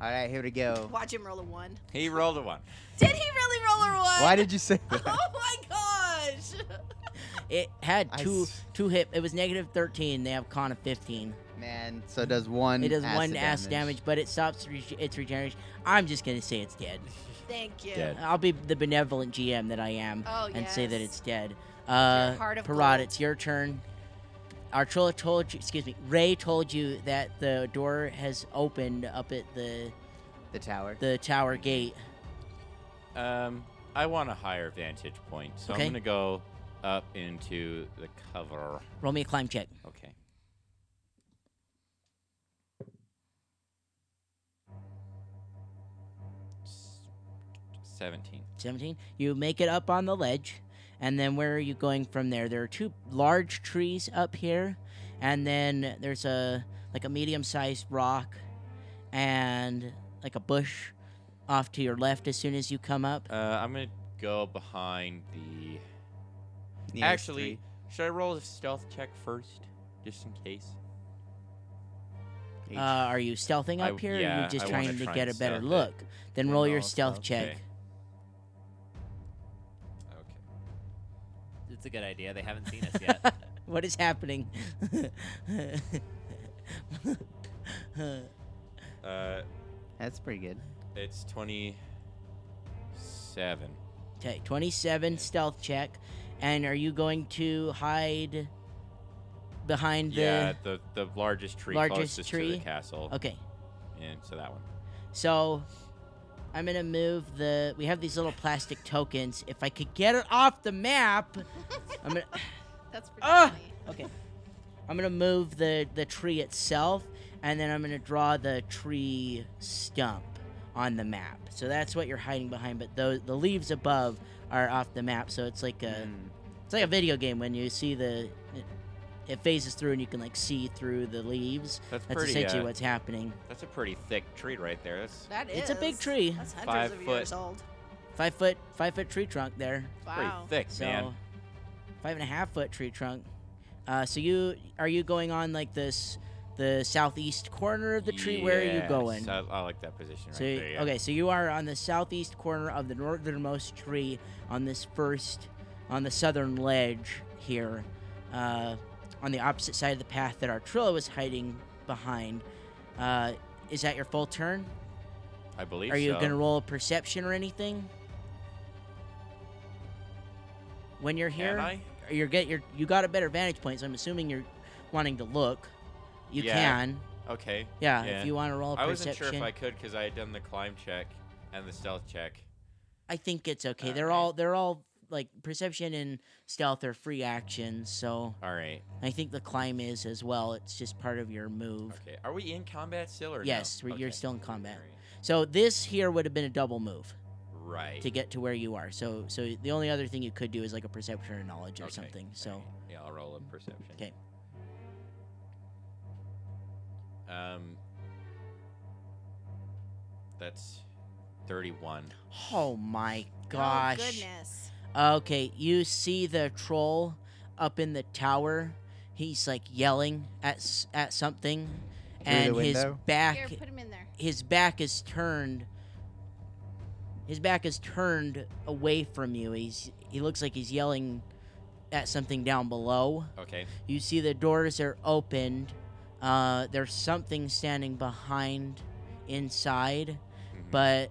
Speaker 5: All right, here we go.
Speaker 4: Watch him roll a one.
Speaker 2: He rolled a one.
Speaker 4: Did he really roll a one? [LAUGHS]
Speaker 5: Why did you [LAUGHS] say that?
Speaker 4: Oh my gosh!
Speaker 1: it had
Speaker 5: I
Speaker 1: two
Speaker 5: s-
Speaker 1: two hit. It was negative thirteen. They have con of fifteen.
Speaker 5: Man, so does one.
Speaker 1: It does
Speaker 5: acid
Speaker 1: one acid damage, but it stops re- its regeneration. I'm just gonna say it's dead.
Speaker 4: Thank you.
Speaker 2: Dead.
Speaker 1: I'll be the benevolent GM that I am
Speaker 4: Oh yes.
Speaker 1: and say that it's dead. Uh,
Speaker 4: heart of
Speaker 1: Parad,
Speaker 4: gold.
Speaker 1: it's your turn. Artrilla told you, excuse me, Ray told you that the door has opened up at the
Speaker 5: The tower.
Speaker 1: the tower gate.
Speaker 2: Um, I want a higher vantage point, so
Speaker 1: Okay.
Speaker 2: I'm gonna go up into the cover.
Speaker 1: Roll me a climb check.
Speaker 2: Okay. S- Seventeen.
Speaker 1: 17. You make it up on the ledge, and then where are you going from there? There are two large trees up here, and then there's a like a medium-sized rock and like a bush off to your left as soon as you come up.
Speaker 2: Uh, I'm gonna go behind the.
Speaker 5: Nearest
Speaker 2: Actually,
Speaker 5: three.
Speaker 2: should I roll a stealth check first, just in case?
Speaker 5: Each.
Speaker 1: Uh, are you stealthing
Speaker 2: I-
Speaker 1: up here? or
Speaker 2: yeah,
Speaker 1: you're just
Speaker 2: I wanna
Speaker 1: trying to
Speaker 2: try
Speaker 1: get
Speaker 2: and
Speaker 1: a better
Speaker 2: stealth it.
Speaker 1: look? Then
Speaker 5: Then
Speaker 1: roll your
Speaker 5: roll
Speaker 1: stealth
Speaker 5: stealth.
Speaker 1: check.
Speaker 2: Okay. Okay.
Speaker 3: It's a good idea. They haven't seen
Speaker 1: [LAUGHS]
Speaker 3: us yet.
Speaker 1: What is happening? [LAUGHS]
Speaker 2: Uh,
Speaker 5: That's pretty good.
Speaker 2: it's twenty-seven.
Speaker 1: okay, 27 stealth check. And are you going to hide behind the.
Speaker 2: yeah, the the largest tree
Speaker 1: largest
Speaker 2: closest to
Speaker 1: tree?
Speaker 2: the castle,
Speaker 1: Okay.
Speaker 2: and so that one.
Speaker 1: So I'm gonna move the. We have these little plastic tokens. If I could get it off the map, I'm gonna.
Speaker 4: That's pretty
Speaker 1: Ah!
Speaker 4: funny.
Speaker 1: Okay. I'm gonna move the the tree itself, and then I'm gonna draw the tree stump on the map. So that's what you're hiding behind. But those the leaves above are off the map. So it's like a
Speaker 5: Mm.
Speaker 1: it's like a video game when you see the It phases through, and you can like see through the leaves.
Speaker 2: That's
Speaker 1: That's
Speaker 2: pretty.
Speaker 1: essentially
Speaker 2: uh,
Speaker 1: what's happening.
Speaker 2: that's a pretty thick tree right there. That's
Speaker 6: That is.
Speaker 1: It's a big tree.
Speaker 6: That's hundreds
Speaker 2: Five
Speaker 6: of
Speaker 2: foot.
Speaker 6: years old.
Speaker 1: Five foot, five foot tree trunk there.
Speaker 6: Wow.
Speaker 2: pretty thick,
Speaker 1: So
Speaker 2: man.
Speaker 1: five and a half foot tree trunk. Uh, so you are you going on like this, the southeast corner of the tree? Where are you
Speaker 2: Yes,
Speaker 1: going?
Speaker 2: I, I like that position right
Speaker 1: So
Speaker 2: there. yeah.
Speaker 1: okay, so you are on the southeast corner of the northernmost tree on this first, on the southern ledge here, uh, on the opposite side of the path that Artrilla was hiding behind. Uh, is that your full turn?
Speaker 2: I believe.
Speaker 1: Are you
Speaker 2: so.
Speaker 1: gonna roll a perception or anything? When you're here,
Speaker 2: Am I?
Speaker 1: you're get your you got a better vantage point, so I'm assuming you're wanting to look. You
Speaker 2: Yeah.
Speaker 1: can,
Speaker 2: Okay.
Speaker 1: yeah,
Speaker 2: Yeah.
Speaker 1: If you want to roll a
Speaker 2: I wasn't
Speaker 1: Oh, perception,
Speaker 2: sure if I could because I had done the climb check and the stealth check.
Speaker 1: I think it's okay. They're
Speaker 2: Okay.
Speaker 1: all they're all like perception and stealth are free actions, so
Speaker 2: All right.
Speaker 1: I think the climb is as well. It's just part of your move.
Speaker 2: Okay. Are we in combat still or no?
Speaker 1: Yes, we- you're
Speaker 2: Okay.
Speaker 1: still in combat.
Speaker 2: All right.
Speaker 1: So this here would have been a double move
Speaker 2: Right.
Speaker 1: to get to where you are. So so the only other thing you could do is like a perception or knowledge or
Speaker 2: Okay,
Speaker 1: something.
Speaker 2: all
Speaker 1: So
Speaker 2: right. yeah, I'll roll a perception.
Speaker 1: 'Kay.
Speaker 2: Um, that's thirty-one.
Speaker 1: oh my
Speaker 6: Oh,
Speaker 1: gosh.
Speaker 6: goodness.
Speaker 1: Okay, you see the troll up in the tower. He's like yelling at s- at something,
Speaker 5: the
Speaker 1: and his
Speaker 5: window?
Speaker 1: back
Speaker 4: Here, put him
Speaker 2: [LAUGHS]
Speaker 4: in there.
Speaker 1: his back is turned. His back is turned away from you. He's he looks like he's yelling at something down below.
Speaker 2: Okay.
Speaker 1: You see the doors are opened. Uh, there's something standing behind, inside
Speaker 2: Mhm.
Speaker 1: but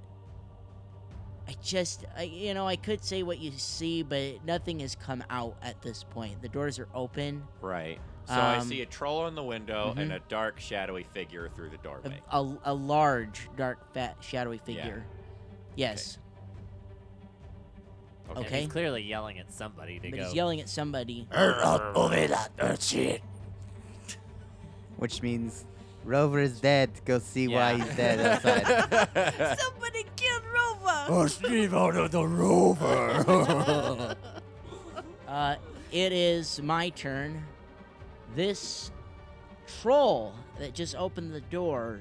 Speaker 1: I just, I, you know, I could say what you see, but nothing has come out at this point. The doors are open.
Speaker 2: right. So I
Speaker 1: um, mm-hmm.
Speaker 2: see a troll in the window and a dark, shadowy figure through the
Speaker 1: A,
Speaker 2: doorway.
Speaker 1: a, a large, dark, fat, shadowy figure. Yes,
Speaker 3: And
Speaker 1: okay.
Speaker 3: He's clearly yelling at somebody to
Speaker 1: but
Speaker 3: go.
Speaker 1: he's yelling at somebody.
Speaker 5: Which means Rover is dead. Go see why
Speaker 3: Yeah.
Speaker 5: he's dead
Speaker 2: [LAUGHS]
Speaker 1: [LAUGHS]
Speaker 5: outside.
Speaker 6: Somebody killed Rover.
Speaker 1: Uh, it is my turn. This troll that just opened the door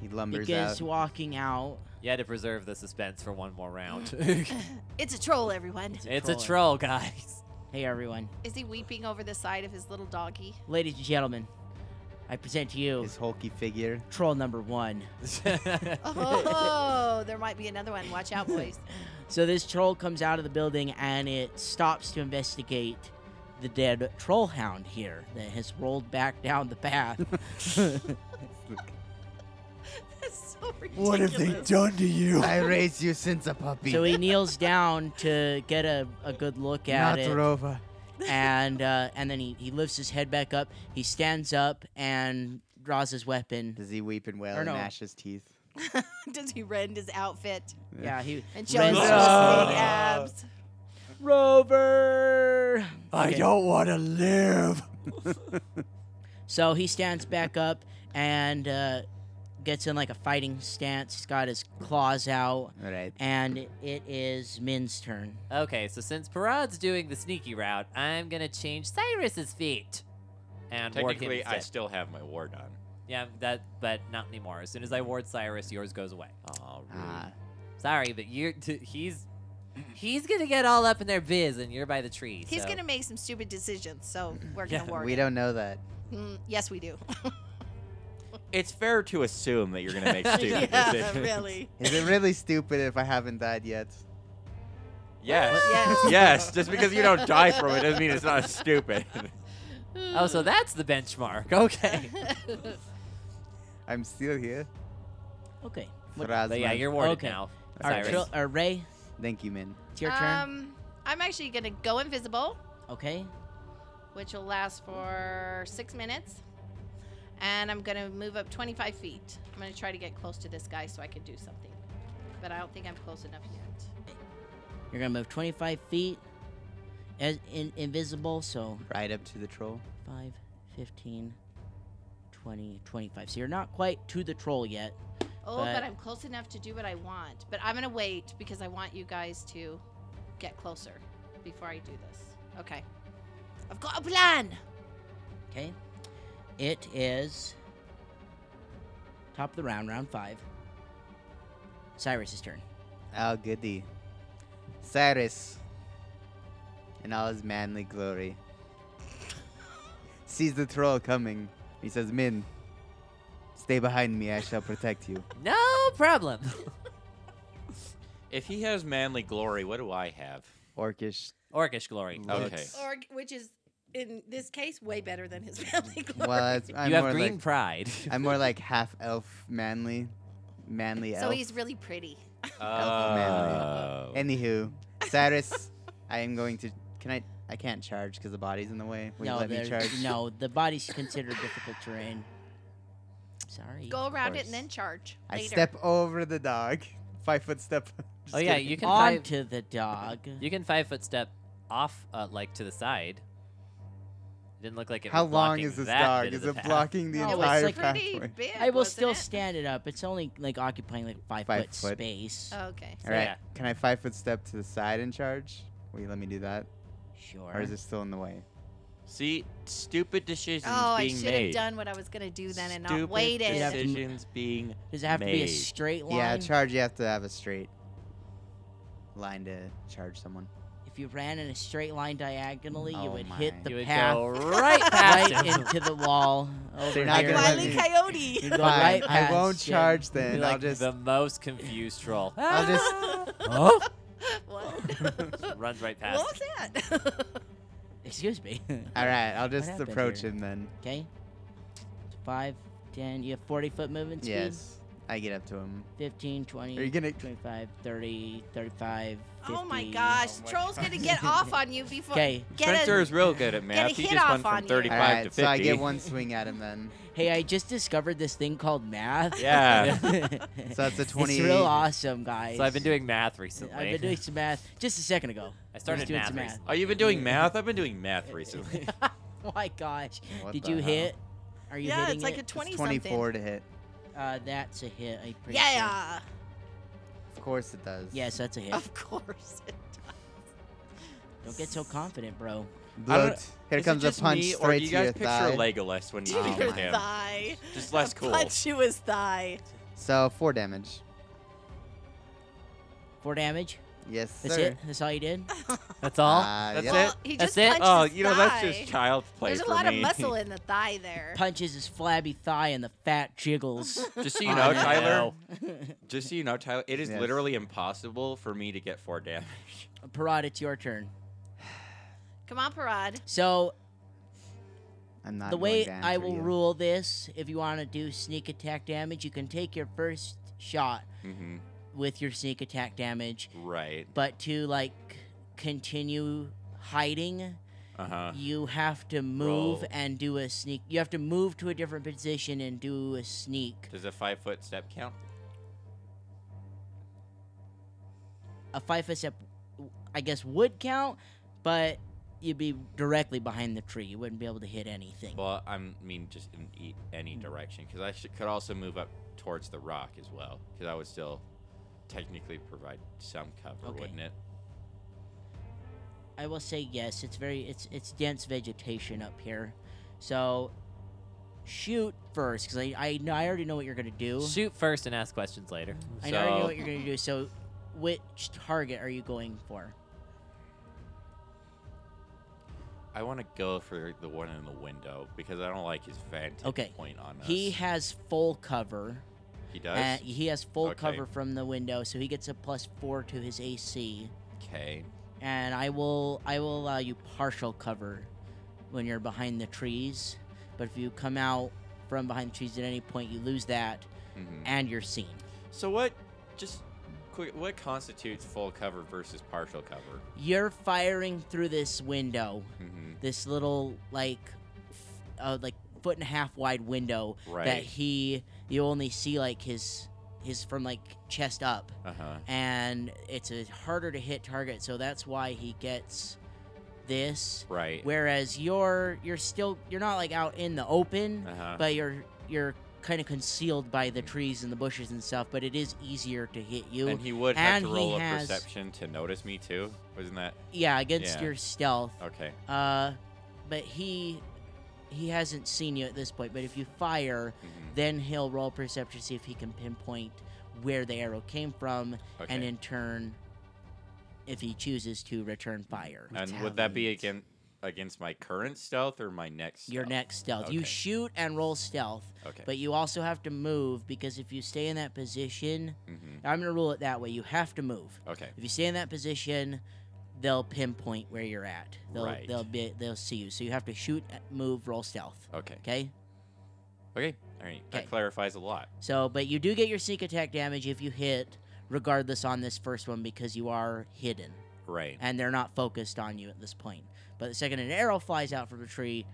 Speaker 5: he lumbers
Speaker 1: begins
Speaker 5: out.
Speaker 1: walking out.
Speaker 3: You had to preserve the suspense for one more
Speaker 5: [LAUGHS]
Speaker 3: round.
Speaker 6: It's a troll, everyone.
Speaker 3: [LAUGHS] it's a troll,
Speaker 5: [LAUGHS]
Speaker 3: guys.
Speaker 1: Hey, everyone.
Speaker 4: Is he weeping over the side of his
Speaker 1: [LAUGHS]
Speaker 4: little doggy?
Speaker 1: Ladies and gentlemen, I present to you
Speaker 5: His hulky
Speaker 1: [LAUGHS]
Speaker 5: figure.
Speaker 1: troll number one.
Speaker 6: Oh.
Speaker 4: Oh, there might be another one. Watch
Speaker 1: [LAUGHS]
Speaker 4: out, boys.
Speaker 1: So this troll comes out of the building and it stops to investigate the dead troll hound here that has rolled back down the path.
Speaker 6: [LAUGHS] That's so ridiculous.
Speaker 5: done to you? I raised you since a puppy.
Speaker 1: so he kneels down to get a, a good look at
Speaker 5: Not
Speaker 1: it.
Speaker 5: Rover.
Speaker 1: And uh, and then he, he lifts his head back up, he stands up and draws his weapon.
Speaker 5: Does he weep and wail
Speaker 1: Or
Speaker 5: and
Speaker 1: no.
Speaker 5: gnash his teeth?
Speaker 6: [LAUGHS] Does he rend his outfit?
Speaker 1: Yeah, he
Speaker 6: And shows his big
Speaker 1: Renzo.
Speaker 2: [LAUGHS]
Speaker 6: abs.
Speaker 1: Rover Okay.
Speaker 5: don't want to live.
Speaker 1: [LAUGHS] So he stands back up and uh, gets in like a fighting stance. He's got his claws out.
Speaker 5: All right.
Speaker 1: And it is Min's turn.
Speaker 3: okay, so since Parad's doing the sneaky route, I'm gonna change Cyrus's feet and ward him
Speaker 2: Technically, I
Speaker 3: instead.
Speaker 2: still have my ward on.
Speaker 3: yeah, that, but not anymore. As soon as I ward Cyrus, yours goes away.
Speaker 2: Oh,
Speaker 5: Ah,
Speaker 3: Sorry, but you're t- he's he's gonna get all up in their biz, and you're by the tree.
Speaker 6: He's
Speaker 3: so-
Speaker 6: gonna make some stupid decisions, so we're gonna
Speaker 3: Yeah.
Speaker 6: work.
Speaker 5: we don't know that.
Speaker 6: Mm, yes, we do.
Speaker 2: It's fair to assume that you're
Speaker 1: [LAUGHS]
Speaker 2: going to make stupid
Speaker 6: [LAUGHS] yeah,
Speaker 2: decisions.
Speaker 6: really.
Speaker 5: Is it really stupid if I haven't died yet?
Speaker 2: Yes.
Speaker 6: Yes.
Speaker 2: yes. Just because you don't die from it doesn't mean it's not stupid.
Speaker 1: [LAUGHS]
Speaker 3: Oh, so that's the benchmark. [LAUGHS]
Speaker 5: [LAUGHS]
Speaker 3: Okay.
Speaker 5: I'm still here.
Speaker 1: Okay.
Speaker 3: but
Speaker 5: Phrasma.
Speaker 3: yeah, you're warded
Speaker 1: Okay.
Speaker 3: now.
Speaker 1: All right,
Speaker 3: Cyrus.
Speaker 1: Trill, uh, Ray,
Speaker 5: Thank you, Min.
Speaker 1: it's
Speaker 4: [LAUGHS]
Speaker 1: your turn.
Speaker 4: Um, I'm actually gonna go invisible,
Speaker 1: Okay.
Speaker 4: which will last for six minutes, and I'm gonna move up 25 feet. I'm gonna try to get close to this guy so I can do something, but I don't think I'm close enough yet.
Speaker 1: You're going to move 25 feet. As in, invisible, so
Speaker 5: Right up to the troll.
Speaker 1: 5, 15, 20, 25. So you're not quite to the troll yet.
Speaker 4: Oh, but,
Speaker 1: But-
Speaker 4: I'm close enough to do what I want. But I'm gonna wait because I want you guys to get closer before I do this. Okay.
Speaker 6: I've got a plan.
Speaker 1: Okay. It is top of the round, round five. Cyrus's turn.
Speaker 5: Oh, goody. Cyrus, in all his manly glory, sees the troll coming. He says, Min, stay behind me. I shall protect you.
Speaker 3: No problem. [LAUGHS]
Speaker 2: If he has manly glory, what do I have?
Speaker 5: Orcish.
Speaker 3: Orcish glory.
Speaker 2: Okay.
Speaker 5: looks-
Speaker 6: Or, which is, in this case, way better than his [LAUGHS] family glory.
Speaker 5: Well, that's,
Speaker 3: [LAUGHS]
Speaker 5: I'm,
Speaker 3: you have
Speaker 5: more
Speaker 3: green
Speaker 5: like,
Speaker 3: pride. [LAUGHS]
Speaker 5: I'm more like half elf manly. Manly elf.
Speaker 6: so he's really pretty.
Speaker 5: manly.
Speaker 2: Oh.
Speaker 5: Anywho,
Speaker 3: [LAUGHS]
Speaker 5: Cyrus, I am going to. Can I? I can't charge because the body's in the way. Will you let me
Speaker 1: there's-
Speaker 5: charge?
Speaker 1: no, the body's considered difficult terrain. Sorry.
Speaker 6: Go around it
Speaker 5: course.
Speaker 6: and then charge.
Speaker 5: I
Speaker 6: later.
Speaker 5: step over the dog. Five foot step. [LAUGHS] Just
Speaker 3: oh yeah,
Speaker 5: kidding.
Speaker 3: you can five.
Speaker 1: Onto the dog.
Speaker 3: You can five foot step off, uh, like to the side. It didn't look like it.
Speaker 5: How
Speaker 3: was
Speaker 5: long
Speaker 3: blocking
Speaker 5: is this
Speaker 3: that
Speaker 5: dog?
Speaker 3: bit of
Speaker 5: Is
Speaker 3: the
Speaker 5: it
Speaker 3: path.
Speaker 5: blocking the
Speaker 1: No, it's
Speaker 5: entire
Speaker 1: like-
Speaker 5: pathway?
Speaker 6: pretty
Speaker 5: [LAUGHS]
Speaker 6: big.
Speaker 1: I will
Speaker 6: wasn't
Speaker 1: still
Speaker 6: it?
Speaker 1: stand it up. It's only like occupying like five,
Speaker 5: Five
Speaker 1: foot,
Speaker 5: foot.
Speaker 1: space.
Speaker 6: Okay.
Speaker 5: All right.
Speaker 3: yeah.
Speaker 5: Can I five foot step to the side and charge? Will you let me do that,
Speaker 1: sure.
Speaker 5: or is it still in the way?
Speaker 2: See, stupid decisions
Speaker 6: Oh, I
Speaker 2: being
Speaker 6: should
Speaker 2: made.
Speaker 6: have done what I was gonna do then and not
Speaker 2: Stupid
Speaker 6: waited.
Speaker 1: Yeah.
Speaker 2: decisions being
Speaker 1: Does it have to be a
Speaker 2: made.
Speaker 1: straight line?
Speaker 5: Yeah, charge. You have to have a straight line to charge someone.
Speaker 1: if you ran in a straight line diagonally, you
Speaker 5: Oh
Speaker 1: would
Speaker 5: my.
Speaker 1: hit the
Speaker 3: [LAUGHS] You would
Speaker 1: path
Speaker 3: go
Speaker 5: [LAUGHS]
Speaker 3: right [LAUGHS] past
Speaker 1: right
Speaker 3: him.
Speaker 1: into the wall. Over
Speaker 5: you're not
Speaker 1: here.
Speaker 5: gonna let
Speaker 6: Wiley
Speaker 5: me-
Speaker 1: You
Speaker 3: [LAUGHS]
Speaker 1: go
Speaker 6: Coyote.
Speaker 5: Fine.
Speaker 1: right
Speaker 5: I won't
Speaker 1: past him.
Speaker 5: charge
Speaker 3: Be
Speaker 5: then.
Speaker 3: like
Speaker 5: I'll just.
Speaker 3: the most confused troll.
Speaker 5: I'll
Speaker 6: [LAUGHS]
Speaker 5: just.
Speaker 3: oh,
Speaker 2: [LAUGHS]
Speaker 5: [LAUGHS]
Speaker 6: what?
Speaker 3: Just runs right past.
Speaker 6: what was that? [LAUGHS]
Speaker 1: Excuse [LAUGHS] me.
Speaker 5: All right. I'll just
Speaker 1: happened
Speaker 5: approach
Speaker 1: here?
Speaker 5: him then.
Speaker 1: Okay. Five, ten. You have 40 foot movement speed?
Speaker 5: Yes. I get up to him.
Speaker 1: 15, 20,
Speaker 5: Are you gonna?
Speaker 1: 25, 30, 35, 50.
Speaker 6: oh my gosh,
Speaker 2: Oh my
Speaker 6: troll's
Speaker 2: God. [LAUGHS]
Speaker 6: gonna get off on you before.
Speaker 1: Okay.
Speaker 6: [LAUGHS] Get a-
Speaker 2: Spencer is real good at math. He
Speaker 6: hit
Speaker 2: just
Speaker 6: off
Speaker 2: went
Speaker 6: on
Speaker 2: from
Speaker 6: you.
Speaker 2: 35
Speaker 5: All
Speaker 2: to
Speaker 5: right.
Speaker 2: 50.
Speaker 5: So I get one swing at him then.
Speaker 1: Hey, I just discovered this thing called math.
Speaker 2: [LAUGHS]
Speaker 5: [LAUGHS]
Speaker 2: Yeah.
Speaker 5: So that's a
Speaker 1: [LAUGHS]
Speaker 5: 20.
Speaker 1: It's real awesome, guys.
Speaker 3: So I've been doing math recently.
Speaker 1: I've been doing some math just a second ago.
Speaker 3: [LAUGHS] I started
Speaker 1: doing
Speaker 3: math,
Speaker 1: some math.
Speaker 3: recently.
Speaker 2: Oh, you've been doing math? I've been doing math
Speaker 5: [LAUGHS]
Speaker 2: recently.
Speaker 1: [LAUGHS] oh my gosh.
Speaker 5: What
Speaker 1: Did
Speaker 5: the
Speaker 1: you
Speaker 5: hell?
Speaker 1: hit? Are you
Speaker 6: yeah,
Speaker 1: hitting
Speaker 6: it's like a
Speaker 1: it?
Speaker 6: twenty
Speaker 5: It's
Speaker 6: something.
Speaker 5: 24 to hit.
Speaker 1: uh, that's a hit. I'm pretty sure.
Speaker 6: Yeah, Oh,
Speaker 5: Of course it does.
Speaker 1: Yes, that's a hit.
Speaker 6: of course. [LAUGHS]
Speaker 2: Oh
Speaker 1: Don't get so confident, bro.
Speaker 5: Bloat. Here
Speaker 2: Is it
Speaker 5: comes a
Speaker 2: just
Speaker 5: punch
Speaker 2: me,
Speaker 5: straight
Speaker 2: or do you guys
Speaker 5: to
Speaker 2: picture
Speaker 5: your thigh.
Speaker 2: Legolas when you
Speaker 6: To
Speaker 5: Oh
Speaker 2: think
Speaker 6: your
Speaker 2: of him?
Speaker 6: thigh.
Speaker 2: Just less
Speaker 6: A
Speaker 2: cool.
Speaker 6: Punch to his thigh.
Speaker 5: So four damage.
Speaker 1: Four damage.
Speaker 5: Yes,
Speaker 1: That's
Speaker 5: sir.
Speaker 1: it. That's all you
Speaker 5: [LAUGHS]
Speaker 1: did.
Speaker 3: That's all.
Speaker 5: Uh,
Speaker 2: That's
Speaker 5: yep.
Speaker 2: it?
Speaker 6: Well, he
Speaker 3: That's
Speaker 6: just
Speaker 3: it?
Speaker 6: punched
Speaker 2: Oh,
Speaker 6: his
Speaker 2: you know, that's
Speaker 6: thigh.
Speaker 2: just child's play
Speaker 6: There's a
Speaker 2: for
Speaker 6: lot
Speaker 2: me. [LAUGHS]
Speaker 6: of muscle in the thigh there.
Speaker 1: Punches his flabby thigh and the fat jiggles. [LAUGHS]
Speaker 2: Just so you
Speaker 1: on
Speaker 2: know,
Speaker 1: it.
Speaker 2: Tyler. Just so you know, Tyler, it is
Speaker 5: Yes.
Speaker 2: literally impossible for me to get four damage.
Speaker 1: Parad, it's your turn.
Speaker 6: Come on, Parad.
Speaker 1: So
Speaker 5: I'm not
Speaker 1: the
Speaker 5: going
Speaker 1: way
Speaker 5: down
Speaker 1: I
Speaker 5: for
Speaker 1: will
Speaker 5: you.
Speaker 1: rule this, if you want to do sneak attack damage, you can take your first shot
Speaker 5: Mm-hmm.
Speaker 2: hmm
Speaker 1: with your sneak attack damage,
Speaker 2: Right.
Speaker 1: but to like continue hiding,
Speaker 2: Uh huh.
Speaker 1: you have to move
Speaker 2: Roll.
Speaker 1: and do a sneak. You have to move to a different position and do a sneak.
Speaker 2: Does a five foot step count?
Speaker 1: A five foot step, I guess, would count, but you'd be directly behind the tree. You wouldn't be able to hit anything.
Speaker 2: Well, I mean, just in e-
Speaker 1: Mm.
Speaker 2: any direction, because I should, could also move up towards the rock as well, because I would still technically provide some cover,
Speaker 1: Okay.
Speaker 2: wouldn't it?
Speaker 1: I will say yes. It's very it's it's dense vegetation up here, so shoot first because I I, know, I already know what you're gonna do.
Speaker 3: Shoot first and ask questions later. [LAUGHS]
Speaker 1: I already know
Speaker 2: So-
Speaker 1: what you're gonna do. So, which target are you going for?
Speaker 2: I want to go for the one in the window because I don't like his vantage
Speaker 1: Okay.
Speaker 2: point on us.
Speaker 1: He has full cover.
Speaker 2: he does.
Speaker 1: Uh, he has full
Speaker 2: Okay.
Speaker 1: cover from the window, so he gets a plus four to his AC.
Speaker 2: okay.
Speaker 1: And I will I will allow you partial cover when you're behind the trees. But if you come out from behind the trees at any point, you lose that,
Speaker 2: hmm
Speaker 1: and you're seen.
Speaker 2: So what? Just quick. What constitutes full cover versus partial cover?
Speaker 1: You're firing through this window,
Speaker 2: Mm-hmm.
Speaker 1: this little like, f- uh, like foot and a half wide window that
Speaker 2: Right.
Speaker 1: he you only see like his his from like chest up,
Speaker 2: Uh huh.
Speaker 1: and it's a harder to hit target. So that's why he gets this.
Speaker 2: Right.
Speaker 1: Whereas you're you're still you're not like out in the open,
Speaker 2: Uh huh.
Speaker 1: but you're you're kind of concealed by the trees and the bushes and stuff. But it is easier to hit you.
Speaker 2: And he would
Speaker 1: and
Speaker 2: have to
Speaker 1: he
Speaker 2: roll a
Speaker 1: has-
Speaker 2: perception to notice me too. Wasn't that
Speaker 1: yeah, against
Speaker 2: yeah.
Speaker 1: your stealth.
Speaker 2: okay?
Speaker 1: Uh, but he he hasn't seen you at this point, but if you fire,
Speaker 2: Mhm.
Speaker 1: then he'll roll perception to see if he can pinpoint where the arrow came from,
Speaker 2: Okay.
Speaker 1: and in turn, if he chooses to return fire.
Speaker 2: And would that be
Speaker 5: retaliate.
Speaker 2: against against my current stealth or my next?
Speaker 1: Your
Speaker 2: stealth?
Speaker 1: next stealth. You
Speaker 2: Okay.
Speaker 1: shoot and roll stealth,
Speaker 2: Okay.
Speaker 1: but you also have to move because if you stay in that position,
Speaker 2: hmm
Speaker 1: I'm gonna rule it that way. You have to move.
Speaker 2: Okay.
Speaker 1: If you stay in that position, they'll pinpoint where you're at. They'll
Speaker 2: Right.
Speaker 1: they'll be they'll see you. So you have to shoot, move, roll stealth.
Speaker 2: Okay.
Speaker 1: Okay.
Speaker 2: Okay. All right.
Speaker 1: Okay.
Speaker 2: That clarifies a lot.
Speaker 1: So, but you do get your sneak attack damage if you hit, regardless on this first one because you are hidden
Speaker 2: Right.
Speaker 1: and they're not focused on you at this point. But the second an arrow flies out from the tree,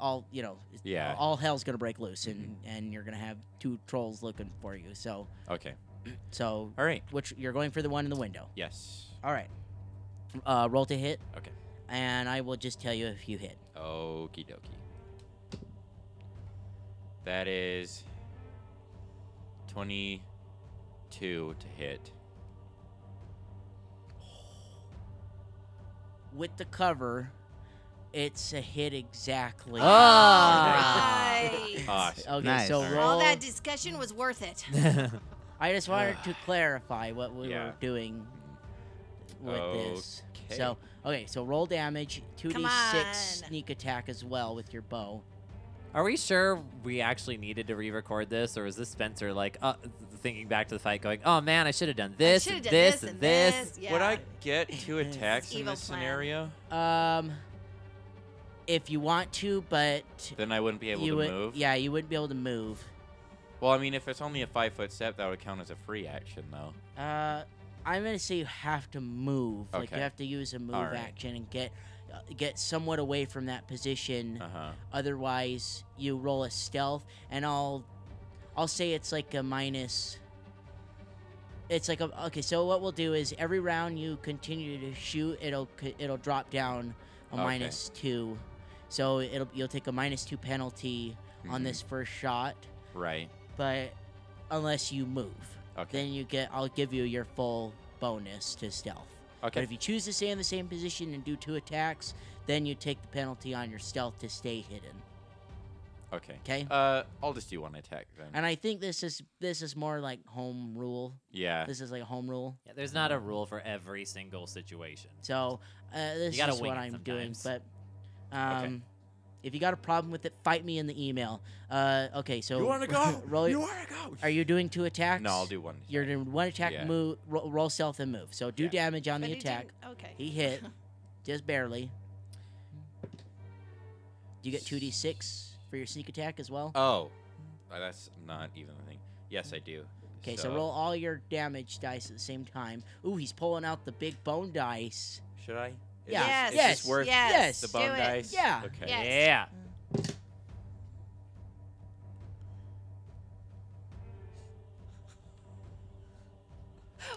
Speaker 1: all you know, it's-
Speaker 2: Yeah. Mm-hmm.
Speaker 1: all hell's gonna break loose and and you're gonna have two trolls looking for you. So
Speaker 2: Okay.
Speaker 1: so
Speaker 2: All right.
Speaker 1: which you're going for the one in the window.
Speaker 2: Yes.
Speaker 1: All right. Uh, roll to hit.
Speaker 2: Okay.
Speaker 1: And I will just tell you if you hit.
Speaker 2: Okie dokie. That is twenty-two to hit.
Speaker 1: With the cover, it's a hit exactly.
Speaker 3: Ah.
Speaker 2: Ah,
Speaker 6: Right.
Speaker 2: s-
Speaker 1: Okay,
Speaker 5: Oh, Nice.
Speaker 1: so
Speaker 5: All
Speaker 1: roll.
Speaker 5: right.
Speaker 6: All that discussion was worth it.
Speaker 1: I just wanted
Speaker 2: [SIGHS]
Speaker 1: to clarify what we
Speaker 2: Yeah.
Speaker 1: were doing with this.
Speaker 2: okay.
Speaker 1: oh, So okay, so roll damage, two d
Speaker 6: Come on.
Speaker 1: six sneak attack as well with your bow.
Speaker 3: Are we sure we actually needed to re-record this, or was this Spencer like uh, thinking back to the fight, going, "Oh man, I should have done this,
Speaker 6: shoulda
Speaker 3: and
Speaker 6: done
Speaker 3: this,
Speaker 6: this
Speaker 3: and
Speaker 6: and
Speaker 3: this."
Speaker 6: this. Yeah.
Speaker 2: would I
Speaker 1: [LAUGHS]
Speaker 2: get two
Speaker 1: It's
Speaker 2: attacks in
Speaker 6: evil
Speaker 2: this
Speaker 6: plan.
Speaker 2: scenario?
Speaker 1: Um, if you want to, but
Speaker 2: Then I wouldn't be able
Speaker 1: you
Speaker 2: to
Speaker 1: would,
Speaker 2: move.
Speaker 1: yeah, you wouldn't be able to move.
Speaker 2: Well, I mean, if it's only a five-foot step, that would count as a free action, though.
Speaker 1: [LAUGHS] Uh, I'm gonna say you have to move. Like you
Speaker 2: Okay.
Speaker 1: have to use a move
Speaker 2: Alright.
Speaker 1: action and get uh, get somewhat away from that position.
Speaker 2: Uh huh.
Speaker 1: Otherwise, you roll a stealth, and I'll I'll say it's like a minus. It's like a okay. So what we'll do is every round you continue to shoot, it'll c- it'll drop down a
Speaker 2: Okay.
Speaker 1: minus two. So it'll you'll take a minus two penalty on
Speaker 2: Mm-hmm.
Speaker 1: this first shot,
Speaker 2: Right.
Speaker 1: but unless you move
Speaker 2: Okay.
Speaker 1: then you get I'll give you your full bonus to stealth. But
Speaker 2: okay.
Speaker 1: if you choose to stay in the same position and do two attacks, then you take the penalty on your stealth to stay hidden.
Speaker 2: Okay.
Speaker 1: Okay?
Speaker 2: Uh, I'll just do one attack then.
Speaker 1: and I think this is this is more like home rule.
Speaker 2: yeah.
Speaker 1: This is like home rule.
Speaker 3: Yeah, there's not a rule for every single situation.
Speaker 1: So uh, this
Speaker 3: gotta
Speaker 1: is
Speaker 3: wing
Speaker 1: what
Speaker 3: it
Speaker 1: I'm doing. But
Speaker 3: sometimes.
Speaker 1: um, if you got a problem with it, fight me in the email. Uh, okay, so
Speaker 2: wanna
Speaker 1: [LAUGHS] roll.
Speaker 2: wanna go?
Speaker 1: are you doing two attacks?
Speaker 2: No, I'll do one. attack.
Speaker 1: You're doing one attack,
Speaker 2: Yeah.
Speaker 1: move, roll, roll stealth, and move. So do
Speaker 2: Yeah.
Speaker 1: damage on
Speaker 6: But
Speaker 1: the
Speaker 6: he
Speaker 1: attack.
Speaker 6: didn't- Okay.
Speaker 1: He hit, just barely. You get two d six for your sneak attack as well.
Speaker 2: Oh, uh, that's not even a thing. Yes, I do.
Speaker 1: okay, so. roll all your damage dice at the same time. Ooh, he's pulling out the big bone dice.
Speaker 2: Should I? Is
Speaker 1: Yeah.
Speaker 2: this-
Speaker 6: Yes.
Speaker 2: Is
Speaker 1: Yes.
Speaker 2: this worth
Speaker 6: Yes.
Speaker 2: the
Speaker 6: do
Speaker 2: bone
Speaker 6: it.
Speaker 2: dice?
Speaker 1: Yeah.
Speaker 2: Okay.
Speaker 6: Yes.
Speaker 3: Yeah.
Speaker 6: [LAUGHS]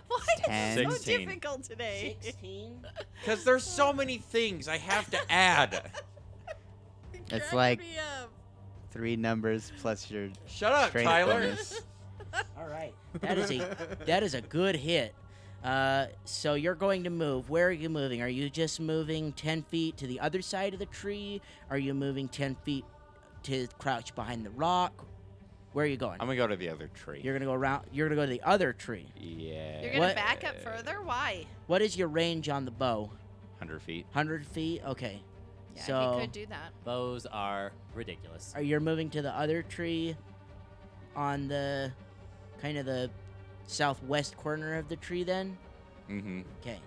Speaker 6: Why is it so
Speaker 2: Sixteen.
Speaker 6: difficult today?
Speaker 1: Sixteen.
Speaker 2: Because there's so many things I have to add.
Speaker 6: It
Speaker 5: It's
Speaker 6: cracked
Speaker 5: like-
Speaker 6: me up.
Speaker 5: Three numbers plus your
Speaker 2: Shut up,
Speaker 5: Strength
Speaker 2: Tyler.
Speaker 5: bonus.
Speaker 1: all right, that is a that is a good hit. Uh, so you're going to move. Where are you moving? Are you just moving ten feet to the other side of the tree? Are you moving ten feet to crouch behind the rock? Where are you going?
Speaker 2: I'm gonna go to the other tree.
Speaker 1: You're gonna go around. You're gonna go to the other tree.
Speaker 2: yeah.
Speaker 4: You're gonna
Speaker 1: What-
Speaker 4: back up further? Why?
Speaker 1: What is your range on the bow?
Speaker 2: Hundred feet.
Speaker 1: 100 feet? Okay.
Speaker 4: Yeah,
Speaker 1: so
Speaker 4: he could do that.
Speaker 3: Bows are ridiculous.
Speaker 1: are you moving to the other tree on the kind of the southwest corner of the tree then?
Speaker 2: Mm-hmm.
Speaker 1: Okay.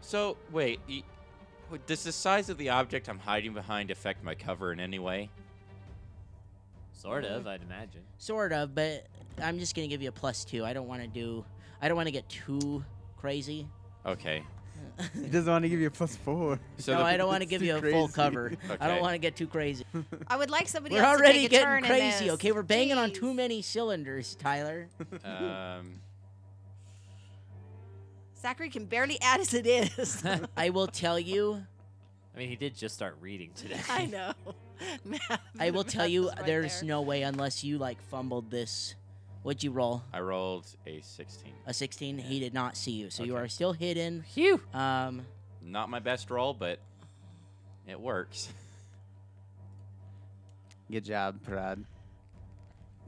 Speaker 2: So wait, y- wait, does the size of the object I'm hiding behind affect my cover in any way?
Speaker 3: Sort of, I'd imagine.
Speaker 1: Sort of, but I'm just going to give you a plus 2. I don't want to do I don't want to get too crazy.
Speaker 2: Okay.
Speaker 5: He doesn't want to give you a plus four.
Speaker 2: So
Speaker 1: no,
Speaker 2: the,
Speaker 1: I don't want to
Speaker 5: It's
Speaker 1: give
Speaker 5: too
Speaker 1: you a full
Speaker 5: crazy.
Speaker 1: cover. I
Speaker 2: Okay.
Speaker 1: don't want to get too crazy.
Speaker 6: I would like somebody
Speaker 1: We're
Speaker 6: else
Speaker 1: already
Speaker 6: to take a turn
Speaker 1: getting
Speaker 6: in
Speaker 1: crazy,
Speaker 6: this.
Speaker 1: okay? We're banging on too
Speaker 6: Jeez.
Speaker 1: many cylinders, Tyler.
Speaker 3: Uh,
Speaker 2: um,
Speaker 6: Zachary can barely add as
Speaker 1: [LAUGHS]
Speaker 6: it is.
Speaker 3: I
Speaker 1: I will tell you
Speaker 3: mean, he did just start reading
Speaker 4: [LAUGHS]
Speaker 3: today.
Speaker 6: I know. [LAUGHS] Math-
Speaker 1: I will
Speaker 6: [LAUGHS] math
Speaker 1: tell you,
Speaker 6: is right
Speaker 1: there's
Speaker 6: there.
Speaker 1: no way unless you like fumbled this. What'd you roll?
Speaker 2: I rolled a 16.
Speaker 1: A 16. He did not see you, so you
Speaker 2: Okay.
Speaker 1: are still hidden.
Speaker 3: Phew.
Speaker 1: Um,
Speaker 2: Not my best roll, but it works.
Speaker 5: Good job, Parad.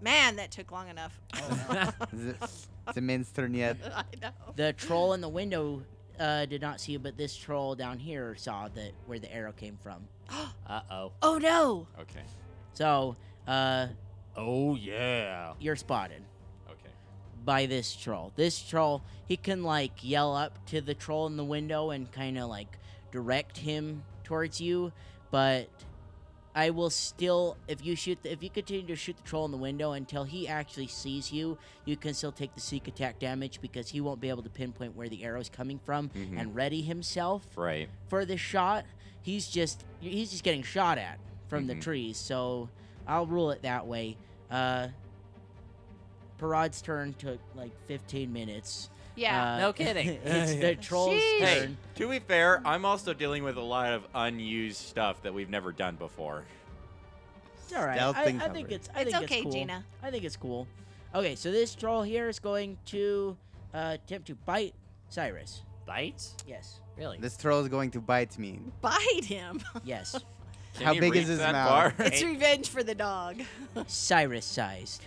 Speaker 4: Man, that took
Speaker 1: [LAUGHS]
Speaker 4: long enough.
Speaker 1: Oh,
Speaker 5: Is it, is it Min's turn yet?
Speaker 4: [LAUGHS] I know.
Speaker 1: The troll in the window uh, did not see you, but this troll down here saw that where the arrow came from.
Speaker 3: Uh oh.
Speaker 4: Oh no!
Speaker 2: [LAUGHS] Okay.
Speaker 1: So uh,
Speaker 3: Oh yeah.
Speaker 1: you're spotted
Speaker 2: Okay.
Speaker 1: by this troll. This troll, he can like yell up to the troll in the window and kind of like direct him towards you, but I will still if you shoot the, if you continue to shoot the troll in the window until he actually sees you, you can still take the seek attack damage because he won't be able to pinpoint where the arrow's coming from
Speaker 2: Mhm.
Speaker 1: and ready himself.
Speaker 2: Right.
Speaker 1: for the shot, he's just he's just getting shot at from
Speaker 5: Mm-hmm.
Speaker 2: Mhm.
Speaker 1: the trees. So I'll rule it that way. Uh Parad's turn took like 15 minutes.
Speaker 4: Yeah.
Speaker 1: Uh,
Speaker 3: No kidding.
Speaker 1: [LAUGHS] it's
Speaker 5: [LAUGHS]
Speaker 1: the troll's
Speaker 4: Sheesh.
Speaker 2: Hey.
Speaker 1: turn.
Speaker 2: To be fair, I'm also dealing with a lot of unused stuff that we've never done before.
Speaker 1: It's all right.
Speaker 5: Stealth
Speaker 1: I,
Speaker 5: thing
Speaker 1: I think
Speaker 5: covered.
Speaker 1: it's I
Speaker 4: it's
Speaker 1: think
Speaker 4: okay,
Speaker 1: it's cool.
Speaker 4: Gina.
Speaker 1: I think it's cool. Okay, so this troll here is going to uh, attempt to bite Cyrus.
Speaker 3: Bite?
Speaker 1: Yes.
Speaker 3: Really?
Speaker 5: This troll is going to bite me.
Speaker 1: [LAUGHS]
Speaker 4: Bite him.
Speaker 5: [LAUGHS]
Speaker 1: Yes.
Speaker 2: Can
Speaker 5: How
Speaker 2: you
Speaker 5: big is
Speaker 2: reach
Speaker 5: his
Speaker 2: that
Speaker 5: mouth? [LAUGHS]
Speaker 2: far?
Speaker 4: It's revenge for the dog.
Speaker 1: Cyrus sized.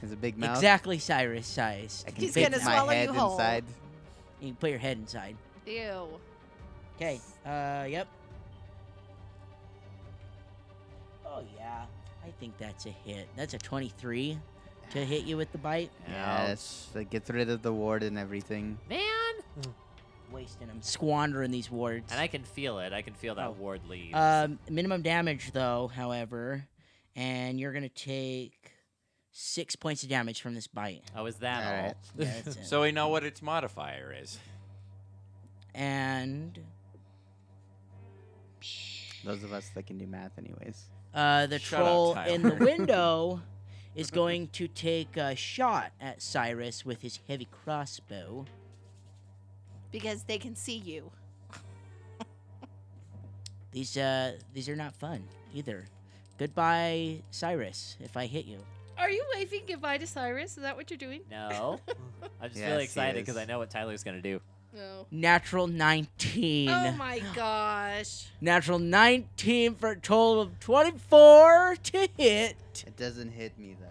Speaker 5: It's a big mouth.
Speaker 1: Exactly Cyrus sized.
Speaker 5: I can
Speaker 4: He's
Speaker 5: fit
Speaker 4: gonna
Speaker 5: my
Speaker 4: swallow
Speaker 5: head
Speaker 4: you whole.
Speaker 5: inside.
Speaker 1: You can put your head inside.
Speaker 4: Ew.
Speaker 1: Okay. Uh, yep. Oh yeah, I think that's a hit. That's a twenty-three to hit you with the bite.
Speaker 5: Yes. That gets rid of the ward and everything.
Speaker 3: Man.
Speaker 1: Wasting them, squandering these wards.
Speaker 3: And I can feel it. I can feel that
Speaker 1: Oh.
Speaker 3: ward leave.
Speaker 1: um, minimum damage though, however, and you're gonna take six points of damage from this bite.
Speaker 3: oh, is that all?
Speaker 5: alright.
Speaker 1: Yeah, that's it.
Speaker 2: So we know what its modifier is.
Speaker 1: and
Speaker 5: Those of us that can do math, anyways.
Speaker 1: uh, the
Speaker 2: Shut up,
Speaker 1: troll in the
Speaker 2: Tyler.
Speaker 1: window is going to take a shot at Cyrus with his heavy crossbow.
Speaker 4: Because they can see you.
Speaker 1: These uh these are not fun either. Goodbye, Cyrus, if I hit you.
Speaker 6: Are you waving goodbye to Cyrus? Is that what you're doing?
Speaker 3: No. I'm just
Speaker 5: Yes,
Speaker 3: really
Speaker 5: he
Speaker 3: excited because
Speaker 5: is.
Speaker 3: I know what Tyler's gonna do.
Speaker 6: No.
Speaker 1: Natural 19.
Speaker 6: Oh
Speaker 1: [GASPS]
Speaker 6: my [GASPS] gosh.
Speaker 1: Natural 19 for a total of 24 to hit.
Speaker 5: It doesn't hit me though.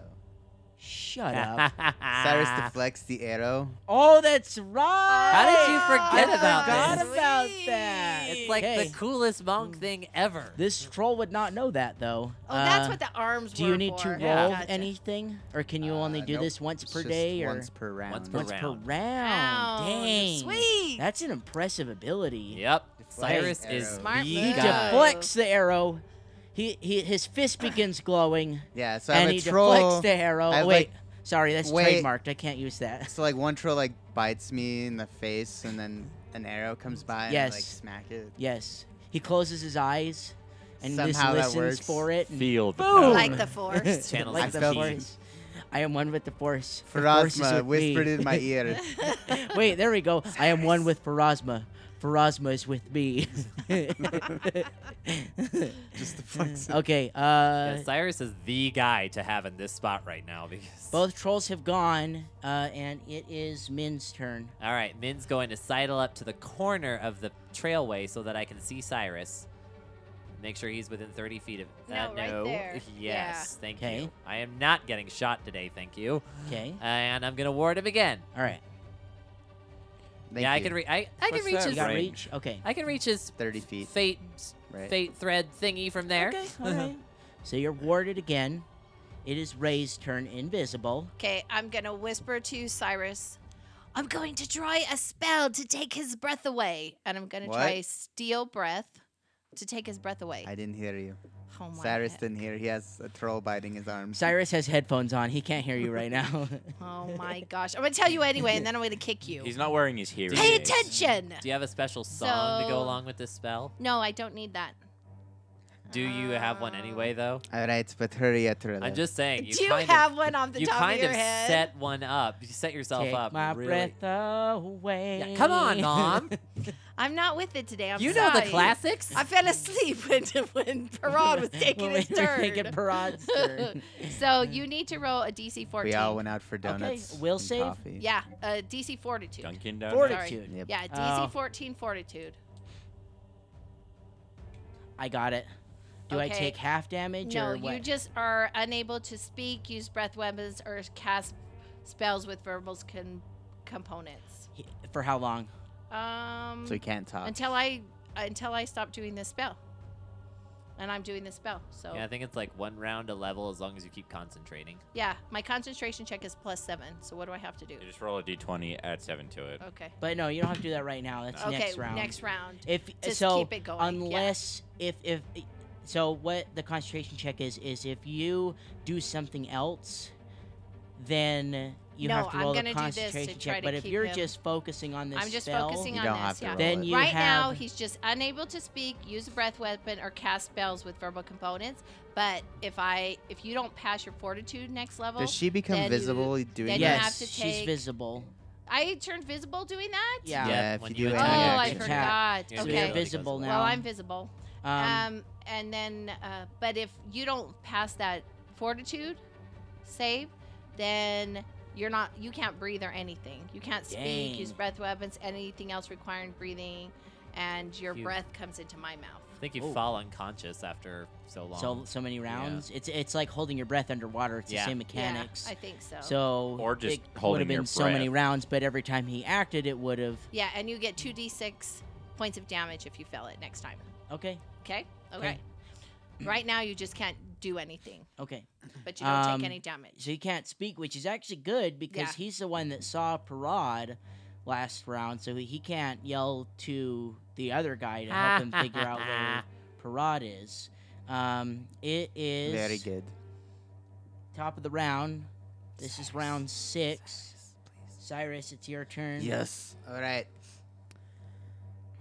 Speaker 3: [LAUGHS]
Speaker 1: Shut up.
Speaker 3: Ah.
Speaker 5: Cyrus deflects the arrow.
Speaker 1: Oh, that's right.
Speaker 3: How did you forget
Speaker 1: I
Speaker 3: about
Speaker 1: forgot
Speaker 3: this?
Speaker 1: about that.
Speaker 3: It's like
Speaker 1: Okay.
Speaker 3: the coolest
Speaker 5: Mm.
Speaker 3: monk thing ever.
Speaker 1: This troll would not know that though.
Speaker 4: Oh, that's
Speaker 1: Uh,
Speaker 4: what the arms
Speaker 1: Do
Speaker 4: were
Speaker 1: you need to
Speaker 4: for.
Speaker 1: roll
Speaker 3: Yeah.
Speaker 4: Gotcha.
Speaker 1: anything, or can you only
Speaker 5: Uh,
Speaker 1: do
Speaker 5: nope.
Speaker 1: this once
Speaker 5: It's
Speaker 1: per
Speaker 5: just
Speaker 1: day, or
Speaker 5: once per round.
Speaker 3: Once per
Speaker 1: once per round?
Speaker 3: round.
Speaker 4: Round.
Speaker 1: Dang,
Speaker 4: Sweet.
Speaker 1: that's an impressive ability.
Speaker 3: Yep.
Speaker 5: Deflect
Speaker 3: Cyrus is
Speaker 5: arrow.
Speaker 4: Smart
Speaker 3: the
Speaker 1: He
Speaker 4: move.
Speaker 3: guy.
Speaker 1: deflects the arrow. He, he his fist begins
Speaker 5: [SIGHS]
Speaker 1: glowing,
Speaker 5: Yeah, so I
Speaker 1: and
Speaker 5: have
Speaker 1: he
Speaker 5: a troll.
Speaker 1: deflects the arrow.
Speaker 5: I have,
Speaker 1: Wait,
Speaker 5: like-
Speaker 1: sorry, that's
Speaker 5: Wait.
Speaker 1: trademarked. I can't use that. [LAUGHS]
Speaker 5: So like one troll like bites me in the face, and then an arrow comes by and I, like
Speaker 1: Yes.
Speaker 5: smack it.
Speaker 1: Yes, he closes his eyes and just
Speaker 5: Somehow that
Speaker 1: listens
Speaker 5: works.
Speaker 1: for it. and- Mm.
Speaker 2: Field.
Speaker 1: Boom.
Speaker 4: Like the force.
Speaker 3: Channels
Speaker 1: [LAUGHS] like
Speaker 5: of
Speaker 1: the
Speaker 5: the key.
Speaker 1: force. I am one with the force. The force is
Speaker 5: Phrasma
Speaker 1: with me.
Speaker 5: whispered
Speaker 1: [LAUGHS]
Speaker 5: in my ear.
Speaker 1: Wait, there we go. I am one with Pharasma. Pharasma is with
Speaker 5: [LAUGHS]
Speaker 1: me. [LAUGHS]
Speaker 5: Just deflects it.
Speaker 1: okay, uh,
Speaker 3: Yeah, Cyrus is the guy to have in this spot right now because. [LAUGHS]
Speaker 1: both trolls have gone, uh, and it is Min's turn.
Speaker 3: All right, Min's going to sidle up to the corner of the trailway so that I can see Cyrus. Make sure he's within 30 feet of. uh,
Speaker 4: No, right there.
Speaker 3: Yes, thank
Speaker 1: Okay.
Speaker 3: you. I am not getting shot today, thank you.
Speaker 1: Okay,
Speaker 3: And I'm gonna ward him again.
Speaker 1: all right.
Speaker 5: Thank
Speaker 3: yeah, I
Speaker 5: you.
Speaker 3: can reach. I, I can
Speaker 2: What's
Speaker 3: reach
Speaker 2: that
Speaker 1: You
Speaker 3: his.
Speaker 1: got
Speaker 2: Right.
Speaker 1: reach? Okay.
Speaker 3: I can reach his
Speaker 5: 30 feet.
Speaker 3: fate
Speaker 5: Right.
Speaker 3: fate thread thingy from there.
Speaker 1: Okay, all
Speaker 4: Uh-huh.
Speaker 1: right. so you're warded again. It is Ray's turn, invisible.
Speaker 3: Mm-hmm.
Speaker 4: Okay, I'm gonna whisper to Cyrus. I'm going to try a spell to take his breath away, and I'm gonna try
Speaker 5: What?
Speaker 4: steel breath to take his breath away.
Speaker 5: I didn't hear you.
Speaker 4: oh my
Speaker 5: Cyrus
Speaker 4: heck.
Speaker 5: didn't hear. He has a troll biting his arm.
Speaker 1: Cyrus has headphones on. He can't hear you right
Speaker 3: [LAUGHS]
Speaker 1: now.
Speaker 5: [LAUGHS]
Speaker 4: Oh my gosh! I'm gonna tell you anyway, and then I'm gonna kick you.
Speaker 2: He's not wearing his hearing
Speaker 4: Pay
Speaker 2: aids.
Speaker 4: attention.
Speaker 3: Do you have a special song to go
Speaker 4: So-
Speaker 3: along with this spell?
Speaker 4: No, I don't need that.
Speaker 3: Do you have one
Speaker 4: Um,
Speaker 1: Uh,
Speaker 3: anyway, though?
Speaker 5: All right, but hurry up, Trilla.
Speaker 3: I'm just saying. You
Speaker 4: Uh, Do you
Speaker 3: kind
Speaker 4: have
Speaker 3: of,
Speaker 4: one off the
Speaker 3: you
Speaker 4: top
Speaker 3: kind
Speaker 4: of your
Speaker 3: of
Speaker 4: head?
Speaker 3: set one up. You set yourself
Speaker 1: Take
Speaker 3: up.
Speaker 1: my
Speaker 3: really.
Speaker 1: breath away.
Speaker 3: Yeah, come
Speaker 1: [LAUGHS]
Speaker 3: on, Mom.
Speaker 4: I'm not with it today. I'm
Speaker 3: you know the
Speaker 4: sorry.
Speaker 3: classics.
Speaker 4: I fell asleep [LAUGHS] when when Parad
Speaker 3: [LAUGHS]
Speaker 4: was taking
Speaker 1: When
Speaker 4: his
Speaker 1: we [LAUGHS] were
Speaker 4: turn.
Speaker 1: Taking Parad's turn.
Speaker 4: [LAUGHS] so you need to roll a DC 14.
Speaker 5: we all went out for
Speaker 1: Okay,
Speaker 5: donuts.
Speaker 1: will
Speaker 5: and
Speaker 1: save?
Speaker 5: Coffee.
Speaker 4: Yeah, uh, DC Fortitude.
Speaker 2: Dunkin' Donuts.
Speaker 4: Forty-
Speaker 1: Fortitude.
Speaker 5: Yep.
Speaker 4: Yeah, DC
Speaker 1: Oh.
Speaker 4: 14 Fortitude.
Speaker 1: I got it. Do I
Speaker 4: Okay.
Speaker 1: take half damage
Speaker 4: No,
Speaker 1: or what?
Speaker 4: you just are unable to speak, use breath weapons, or cast spells with verbal con- components.
Speaker 1: He- For how long?
Speaker 4: Um,
Speaker 5: So he can't talk.
Speaker 4: until I until I stop doing this spell, and I'm doing this spell. So
Speaker 3: Yeah, I
Speaker 4: yeah.
Speaker 3: think it's like one round a level as long as you keep concentrating.
Speaker 4: my concentration check is plus seven. So what do I have to do?
Speaker 2: You just roll a d20, add seven to it.
Speaker 4: Okay.
Speaker 1: But no, you don't have to do that right now. That's
Speaker 4: okay.
Speaker 1: next round.
Speaker 4: round.
Speaker 1: If
Speaker 4: Just
Speaker 1: so,
Speaker 4: keep it going. yeah.
Speaker 1: unless if if so what the concentration check is is if you do something else then you
Speaker 4: No,
Speaker 1: have to
Speaker 4: I'm
Speaker 1: roll
Speaker 4: gonna
Speaker 1: the
Speaker 4: do this to
Speaker 1: concentration
Speaker 4: try
Speaker 1: check
Speaker 4: to
Speaker 1: but if
Speaker 4: keep
Speaker 1: you're
Speaker 4: him-
Speaker 1: just focusing on this
Speaker 4: I'm just
Speaker 1: spell,
Speaker 4: focusing
Speaker 5: You
Speaker 4: on
Speaker 5: don't
Speaker 4: this.
Speaker 5: have to
Speaker 4: yeah.
Speaker 5: roll
Speaker 1: then
Speaker 5: it.
Speaker 1: you
Speaker 4: right now,
Speaker 1: have-
Speaker 4: he's just unable to speak, use a breath weapon, or cast spells with verbal components. But if I, if you don't pass your fortitude next level,
Speaker 5: Does she become
Speaker 4: then you-
Speaker 5: visible doing
Speaker 4: then you
Speaker 5: that?
Speaker 1: yes
Speaker 4: have to
Speaker 1: she's
Speaker 4: take-
Speaker 1: visible
Speaker 4: I turned visible doing that.
Speaker 1: yeah,
Speaker 5: Yeah, if
Speaker 3: when
Speaker 5: you do
Speaker 4: Oh,
Speaker 5: attack
Speaker 4: I
Speaker 5: action.
Speaker 4: forgot.
Speaker 1: Yeah,
Speaker 3: your
Speaker 1: so
Speaker 4: okay.
Speaker 1: you're visible
Speaker 3: goes
Speaker 1: now
Speaker 4: Well, I'm visible.
Speaker 1: um,
Speaker 4: Um, and then, uh, but if you don't pass that fortitude save, then you're not, you can't breathe or anything. You can't speak, use
Speaker 1: Dang.
Speaker 4: breath weapons, anything else requiring breathing, and your
Speaker 3: You-
Speaker 4: breath comes into my mouth.
Speaker 3: I think you
Speaker 1: Oh.
Speaker 3: fall unconscious after so long.
Speaker 1: so so many
Speaker 3: Yeah.
Speaker 1: rounds it's it's like holding your breath underwater it's
Speaker 3: Yeah.
Speaker 1: the same
Speaker 4: Yeah,
Speaker 1: mechanics
Speaker 4: I think so.
Speaker 1: so
Speaker 2: Or just
Speaker 1: it would
Speaker 2: holding
Speaker 1: have been
Speaker 2: your
Speaker 1: so many
Speaker 2: breath.
Speaker 1: rounds but every time he acted it would have
Speaker 4: Yeah, and you get 2d6 points of damage if you fail it next time.
Speaker 1: okay
Speaker 4: Okay? Okay.
Speaker 1: Okay.
Speaker 4: Right now, you just can't do anything,
Speaker 1: okay
Speaker 4: but you don't
Speaker 1: Um,
Speaker 4: take any damage.
Speaker 1: so he can't speak, which is actually good because
Speaker 4: Yeah.
Speaker 1: he's the one that saw Parad last round, so he can't yell to the other guy to help him figure out where Parad is. Um, it is
Speaker 5: Very good.
Speaker 1: top of the round. This is round six. Cyrus, it's your turn.
Speaker 5: Yes. All right.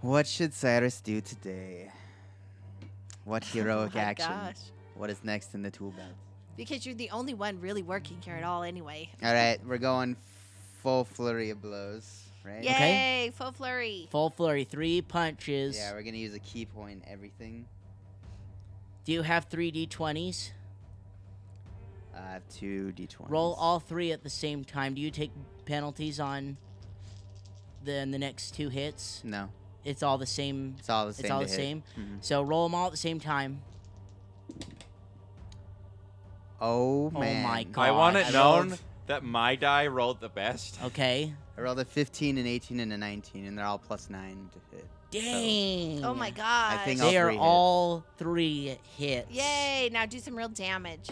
Speaker 5: What should Cyrus do today?
Speaker 4: [LAUGHS]
Speaker 5: What heroic
Speaker 4: Oh my
Speaker 5: action?
Speaker 4: gosh.
Speaker 5: What is next in the tool belt?
Speaker 4: Because you're the only one really working here at all, anyway.
Speaker 5: All right, we're going full flurry of blows, right?
Speaker 4: Yay!
Speaker 1: Yeah. Okay.
Speaker 4: Full flurry.
Speaker 1: Full flurry, three punches.
Speaker 5: Yeah, we're gonna use a key point. Everything.
Speaker 1: Do you have three d20s?
Speaker 5: I have Uh, two d20s.
Speaker 1: Roll all three at the same time. Do you take penalties on then the next two hits?
Speaker 5: No,
Speaker 1: It's all the same
Speaker 5: it's all the same.
Speaker 1: it's all
Speaker 5: to
Speaker 1: the
Speaker 5: hit.
Speaker 1: same.
Speaker 5: Mhm.
Speaker 1: So roll them all at the same time.
Speaker 5: Oh
Speaker 1: Oh
Speaker 5: man.
Speaker 1: my
Speaker 2: I
Speaker 1: God,
Speaker 2: want it
Speaker 1: I
Speaker 2: known
Speaker 1: rolled-
Speaker 2: that my die rolled the best.
Speaker 1: Okay.
Speaker 5: I rolled a 15, an 18, and a 19, and they're all plus nine to hit.
Speaker 1: Dang.
Speaker 4: Oh my god.
Speaker 5: think All
Speaker 1: They are
Speaker 5: three hit.
Speaker 1: all three hits.
Speaker 4: Yay! Now do some real damage.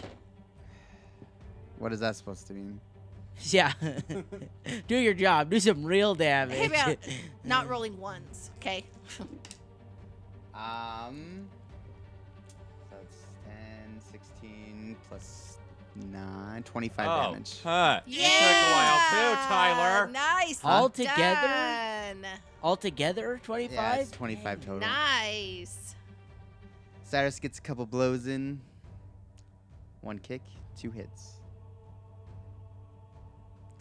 Speaker 5: What is that supposed to mean?
Speaker 1: Yeah. [LAUGHS] Do your job. Do some real damage.
Speaker 4: Hey, man,
Speaker 1: Mm.
Speaker 4: Not rolling ones, okay?
Speaker 5: Um. So it's 10, 16 plus 9, 25
Speaker 2: oh,
Speaker 5: damage.
Speaker 2: huh. You took a while too, Tyler.
Speaker 4: Nice.
Speaker 1: All together?
Speaker 4: done.
Speaker 1: [LAUGHS] Altogether,
Speaker 5: Yeah, it's
Speaker 1: 25?
Speaker 5: 25 total.
Speaker 4: Nice.
Speaker 5: Cyrus gets a couple blows in. One kick, two hits.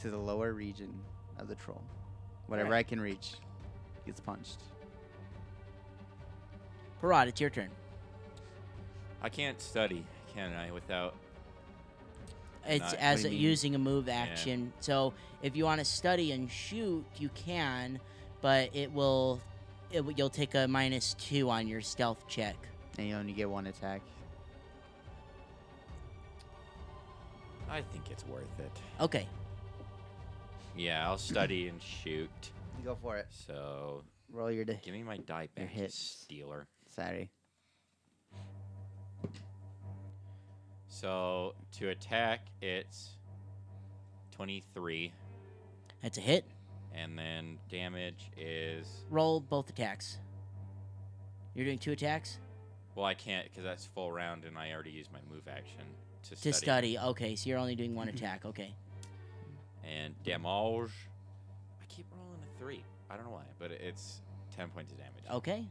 Speaker 5: To the lower region of the troll. Whatever I can reach gets punched.
Speaker 1: Parad, it's your turn.
Speaker 2: I can't study, can I, without.
Speaker 1: It's
Speaker 2: Not
Speaker 1: as a,
Speaker 2: cleaning.
Speaker 1: using a move action. So if you want to study and shoot, you can, but it will. It, will- you'll take a minus two on your stealth check.
Speaker 5: And you only get one attack.
Speaker 2: I think it's worth it.
Speaker 1: Okay.
Speaker 2: Yeah, I'll study and shoot.
Speaker 5: Go for it.
Speaker 2: So,
Speaker 5: Roll your d-
Speaker 2: give me my die
Speaker 5: Your
Speaker 2: back, you
Speaker 5: hits.
Speaker 2: stealer.
Speaker 5: Sorry.
Speaker 2: So, to attack, it's 23.
Speaker 1: That's a hit.
Speaker 2: And then damage is.
Speaker 1: Roll both attacks. You're doing two attacks
Speaker 2: Well, I can't because that's full round and I already used my move action to study.
Speaker 1: to study. Okay, so you're only doing
Speaker 2: [LAUGHS]
Speaker 1: one attack. Okay.
Speaker 2: And damage. I keep rolling a three. I don't know why, but it's 10 points of damage.
Speaker 1: Okay.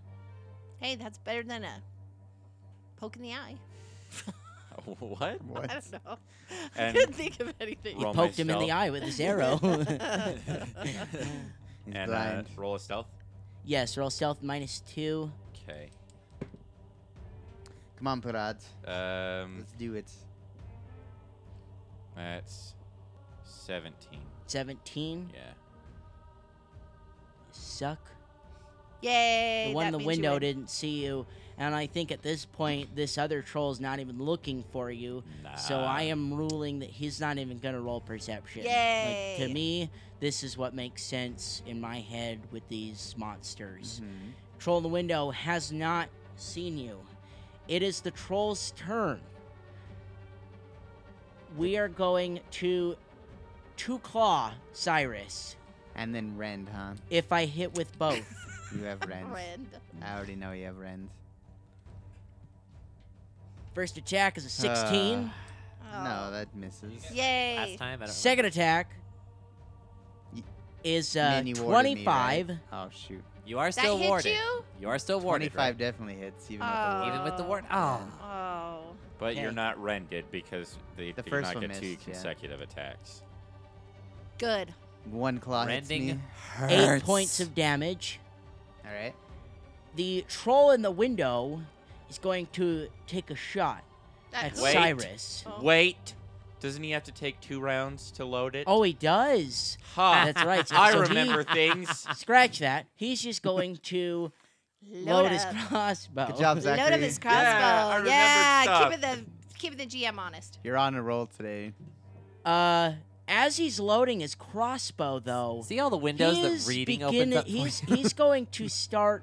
Speaker 4: Hey, that's better than a poke in the eye.
Speaker 2: Oh.
Speaker 5: [LAUGHS]
Speaker 2: [LAUGHS] what?
Speaker 4: I don't know. [LAUGHS] I
Speaker 2: And-
Speaker 4: couldn't think of anything.
Speaker 1: You
Speaker 2: Roll my
Speaker 1: poked him in the
Speaker 2: stealth.
Speaker 1: eye with his arrow.
Speaker 2: [LAUGHS]
Speaker 1: [LAUGHS]
Speaker 5: He's
Speaker 2: and uh,
Speaker 5: blind.
Speaker 2: roll a stealth.
Speaker 1: yes, roll stealth minus two.
Speaker 2: Okay.
Speaker 5: Come on, Parad.
Speaker 2: Um,
Speaker 5: Let's do it.
Speaker 2: that's 17.
Speaker 1: 17.
Speaker 2: Yeah.
Speaker 1: Suck.
Speaker 4: Yay.
Speaker 1: the one in the
Speaker 4: that means you
Speaker 1: window
Speaker 4: win.
Speaker 1: didn't see you And I think at this point, this other troll's not even looking for you.
Speaker 3: Nah.
Speaker 1: So I
Speaker 2: Ah.
Speaker 1: am ruling that he's not even going to roll perception.
Speaker 6: Yay.
Speaker 1: Like, to me, this is what makes sense in my head with these monsters.
Speaker 5: Mhm.
Speaker 1: Troll in the window has not seen you. It is the troll's turn. We are going to two claw Cyrus
Speaker 5: And then Rend, huh?
Speaker 1: if I hit with both.
Speaker 5: [LAUGHS] You have Rend.
Speaker 4: Friend.
Speaker 5: I already know you have Rend.
Speaker 1: First attack is a 16.
Speaker 5: Uh,
Speaker 4: Oh.
Speaker 5: no, that misses.
Speaker 4: Yay.
Speaker 3: Last time, I don't
Speaker 1: Second attack
Speaker 5: Y-
Speaker 1: is uh,
Speaker 5: Man, you warded me,
Speaker 1: 25.
Speaker 5: right? Oh shoot.
Speaker 3: remember. You are
Speaker 4: That
Speaker 3: still
Speaker 4: hit
Speaker 3: warded.
Speaker 4: you?
Speaker 3: are still warded.
Speaker 5: 25
Speaker 3: right?
Speaker 5: definitely hits, even
Speaker 4: Oh.
Speaker 5: with
Speaker 3: Even with the ward. Oh.
Speaker 4: Oh.
Speaker 2: But
Speaker 1: Okay.
Speaker 2: you're not rended because they
Speaker 5: The
Speaker 2: do
Speaker 5: first
Speaker 2: not
Speaker 5: one
Speaker 2: get two
Speaker 5: missed, yeah.
Speaker 2: consecutive attacks.
Speaker 4: Good.
Speaker 5: the one claw hits
Speaker 3: Ah. Rending
Speaker 5: me.
Speaker 1: Eight points of damage.
Speaker 5: All right.
Speaker 1: The troll in the window is going to take a shot at
Speaker 4: That's
Speaker 2: Wait.
Speaker 1: Cyrus.
Speaker 4: Oh.
Speaker 2: Wait, doesn't he have to take two rounds to load it?
Speaker 1: Oh, he does.
Speaker 2: ha!
Speaker 1: That's
Speaker 2: [LAUGHS]
Speaker 1: right. So,
Speaker 2: I
Speaker 1: so he-
Speaker 2: remember [LAUGHS] things.
Speaker 1: scratch that. He's just
Speaker 3: [LAUGHS]
Speaker 1: going to load, his
Speaker 2: [LAUGHS]
Speaker 4: up.
Speaker 1: crossbow.
Speaker 5: Good job,
Speaker 4: Load up
Speaker 5: Zachary.
Speaker 4: his
Speaker 2: Yeah, I
Speaker 4: crossbow.
Speaker 2: remembered
Speaker 4: Yeah,
Speaker 2: stuff.
Speaker 4: keeping the keeping the GM honest.
Speaker 5: You're on a roll today.
Speaker 1: Uh, as he's loading his crossbow, though,
Speaker 3: See all the windows
Speaker 1: he's
Speaker 3: that reading
Speaker 1: begin-
Speaker 3: opens up. for
Speaker 1: He's
Speaker 3: you?
Speaker 1: he's going
Speaker 3: [LAUGHS]
Speaker 1: to start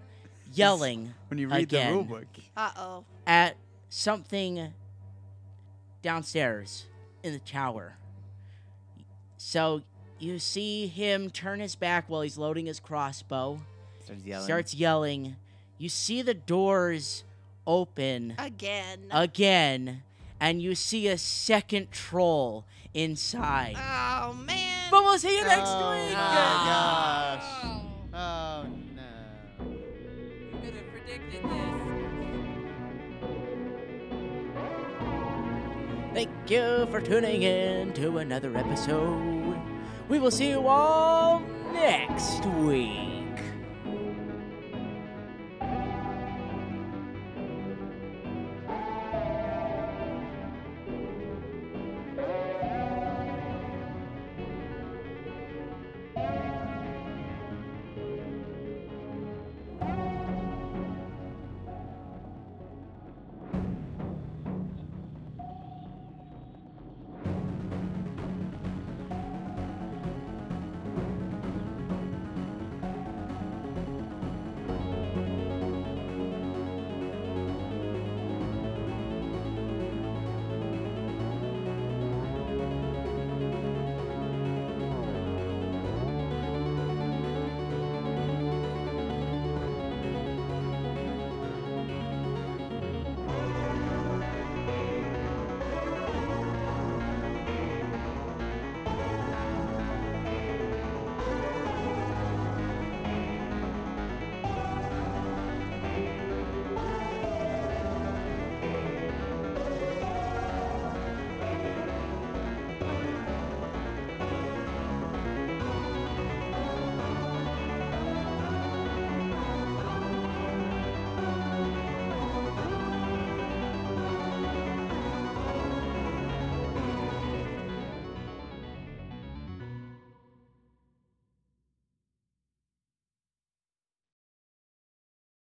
Speaker 1: yelling
Speaker 5: When you read
Speaker 1: Again.
Speaker 5: the rulebook.
Speaker 4: Uh oh.
Speaker 1: at something downstairs in the tower. So you see him turn his back while he's loading his crossbow.
Speaker 5: Starts yelling.
Speaker 1: Starts yelling. You see the doors open.
Speaker 4: Again.
Speaker 1: again, and you see a second troll inside.
Speaker 4: oh man.
Speaker 1: But we'll see you next
Speaker 5: oh,
Speaker 1: week.
Speaker 5: My gosh.
Speaker 4: Oh.
Speaker 5: Oh no.
Speaker 3: You could have predicted this.
Speaker 1: Thank you for tuning in to another episode. We will see you all next week.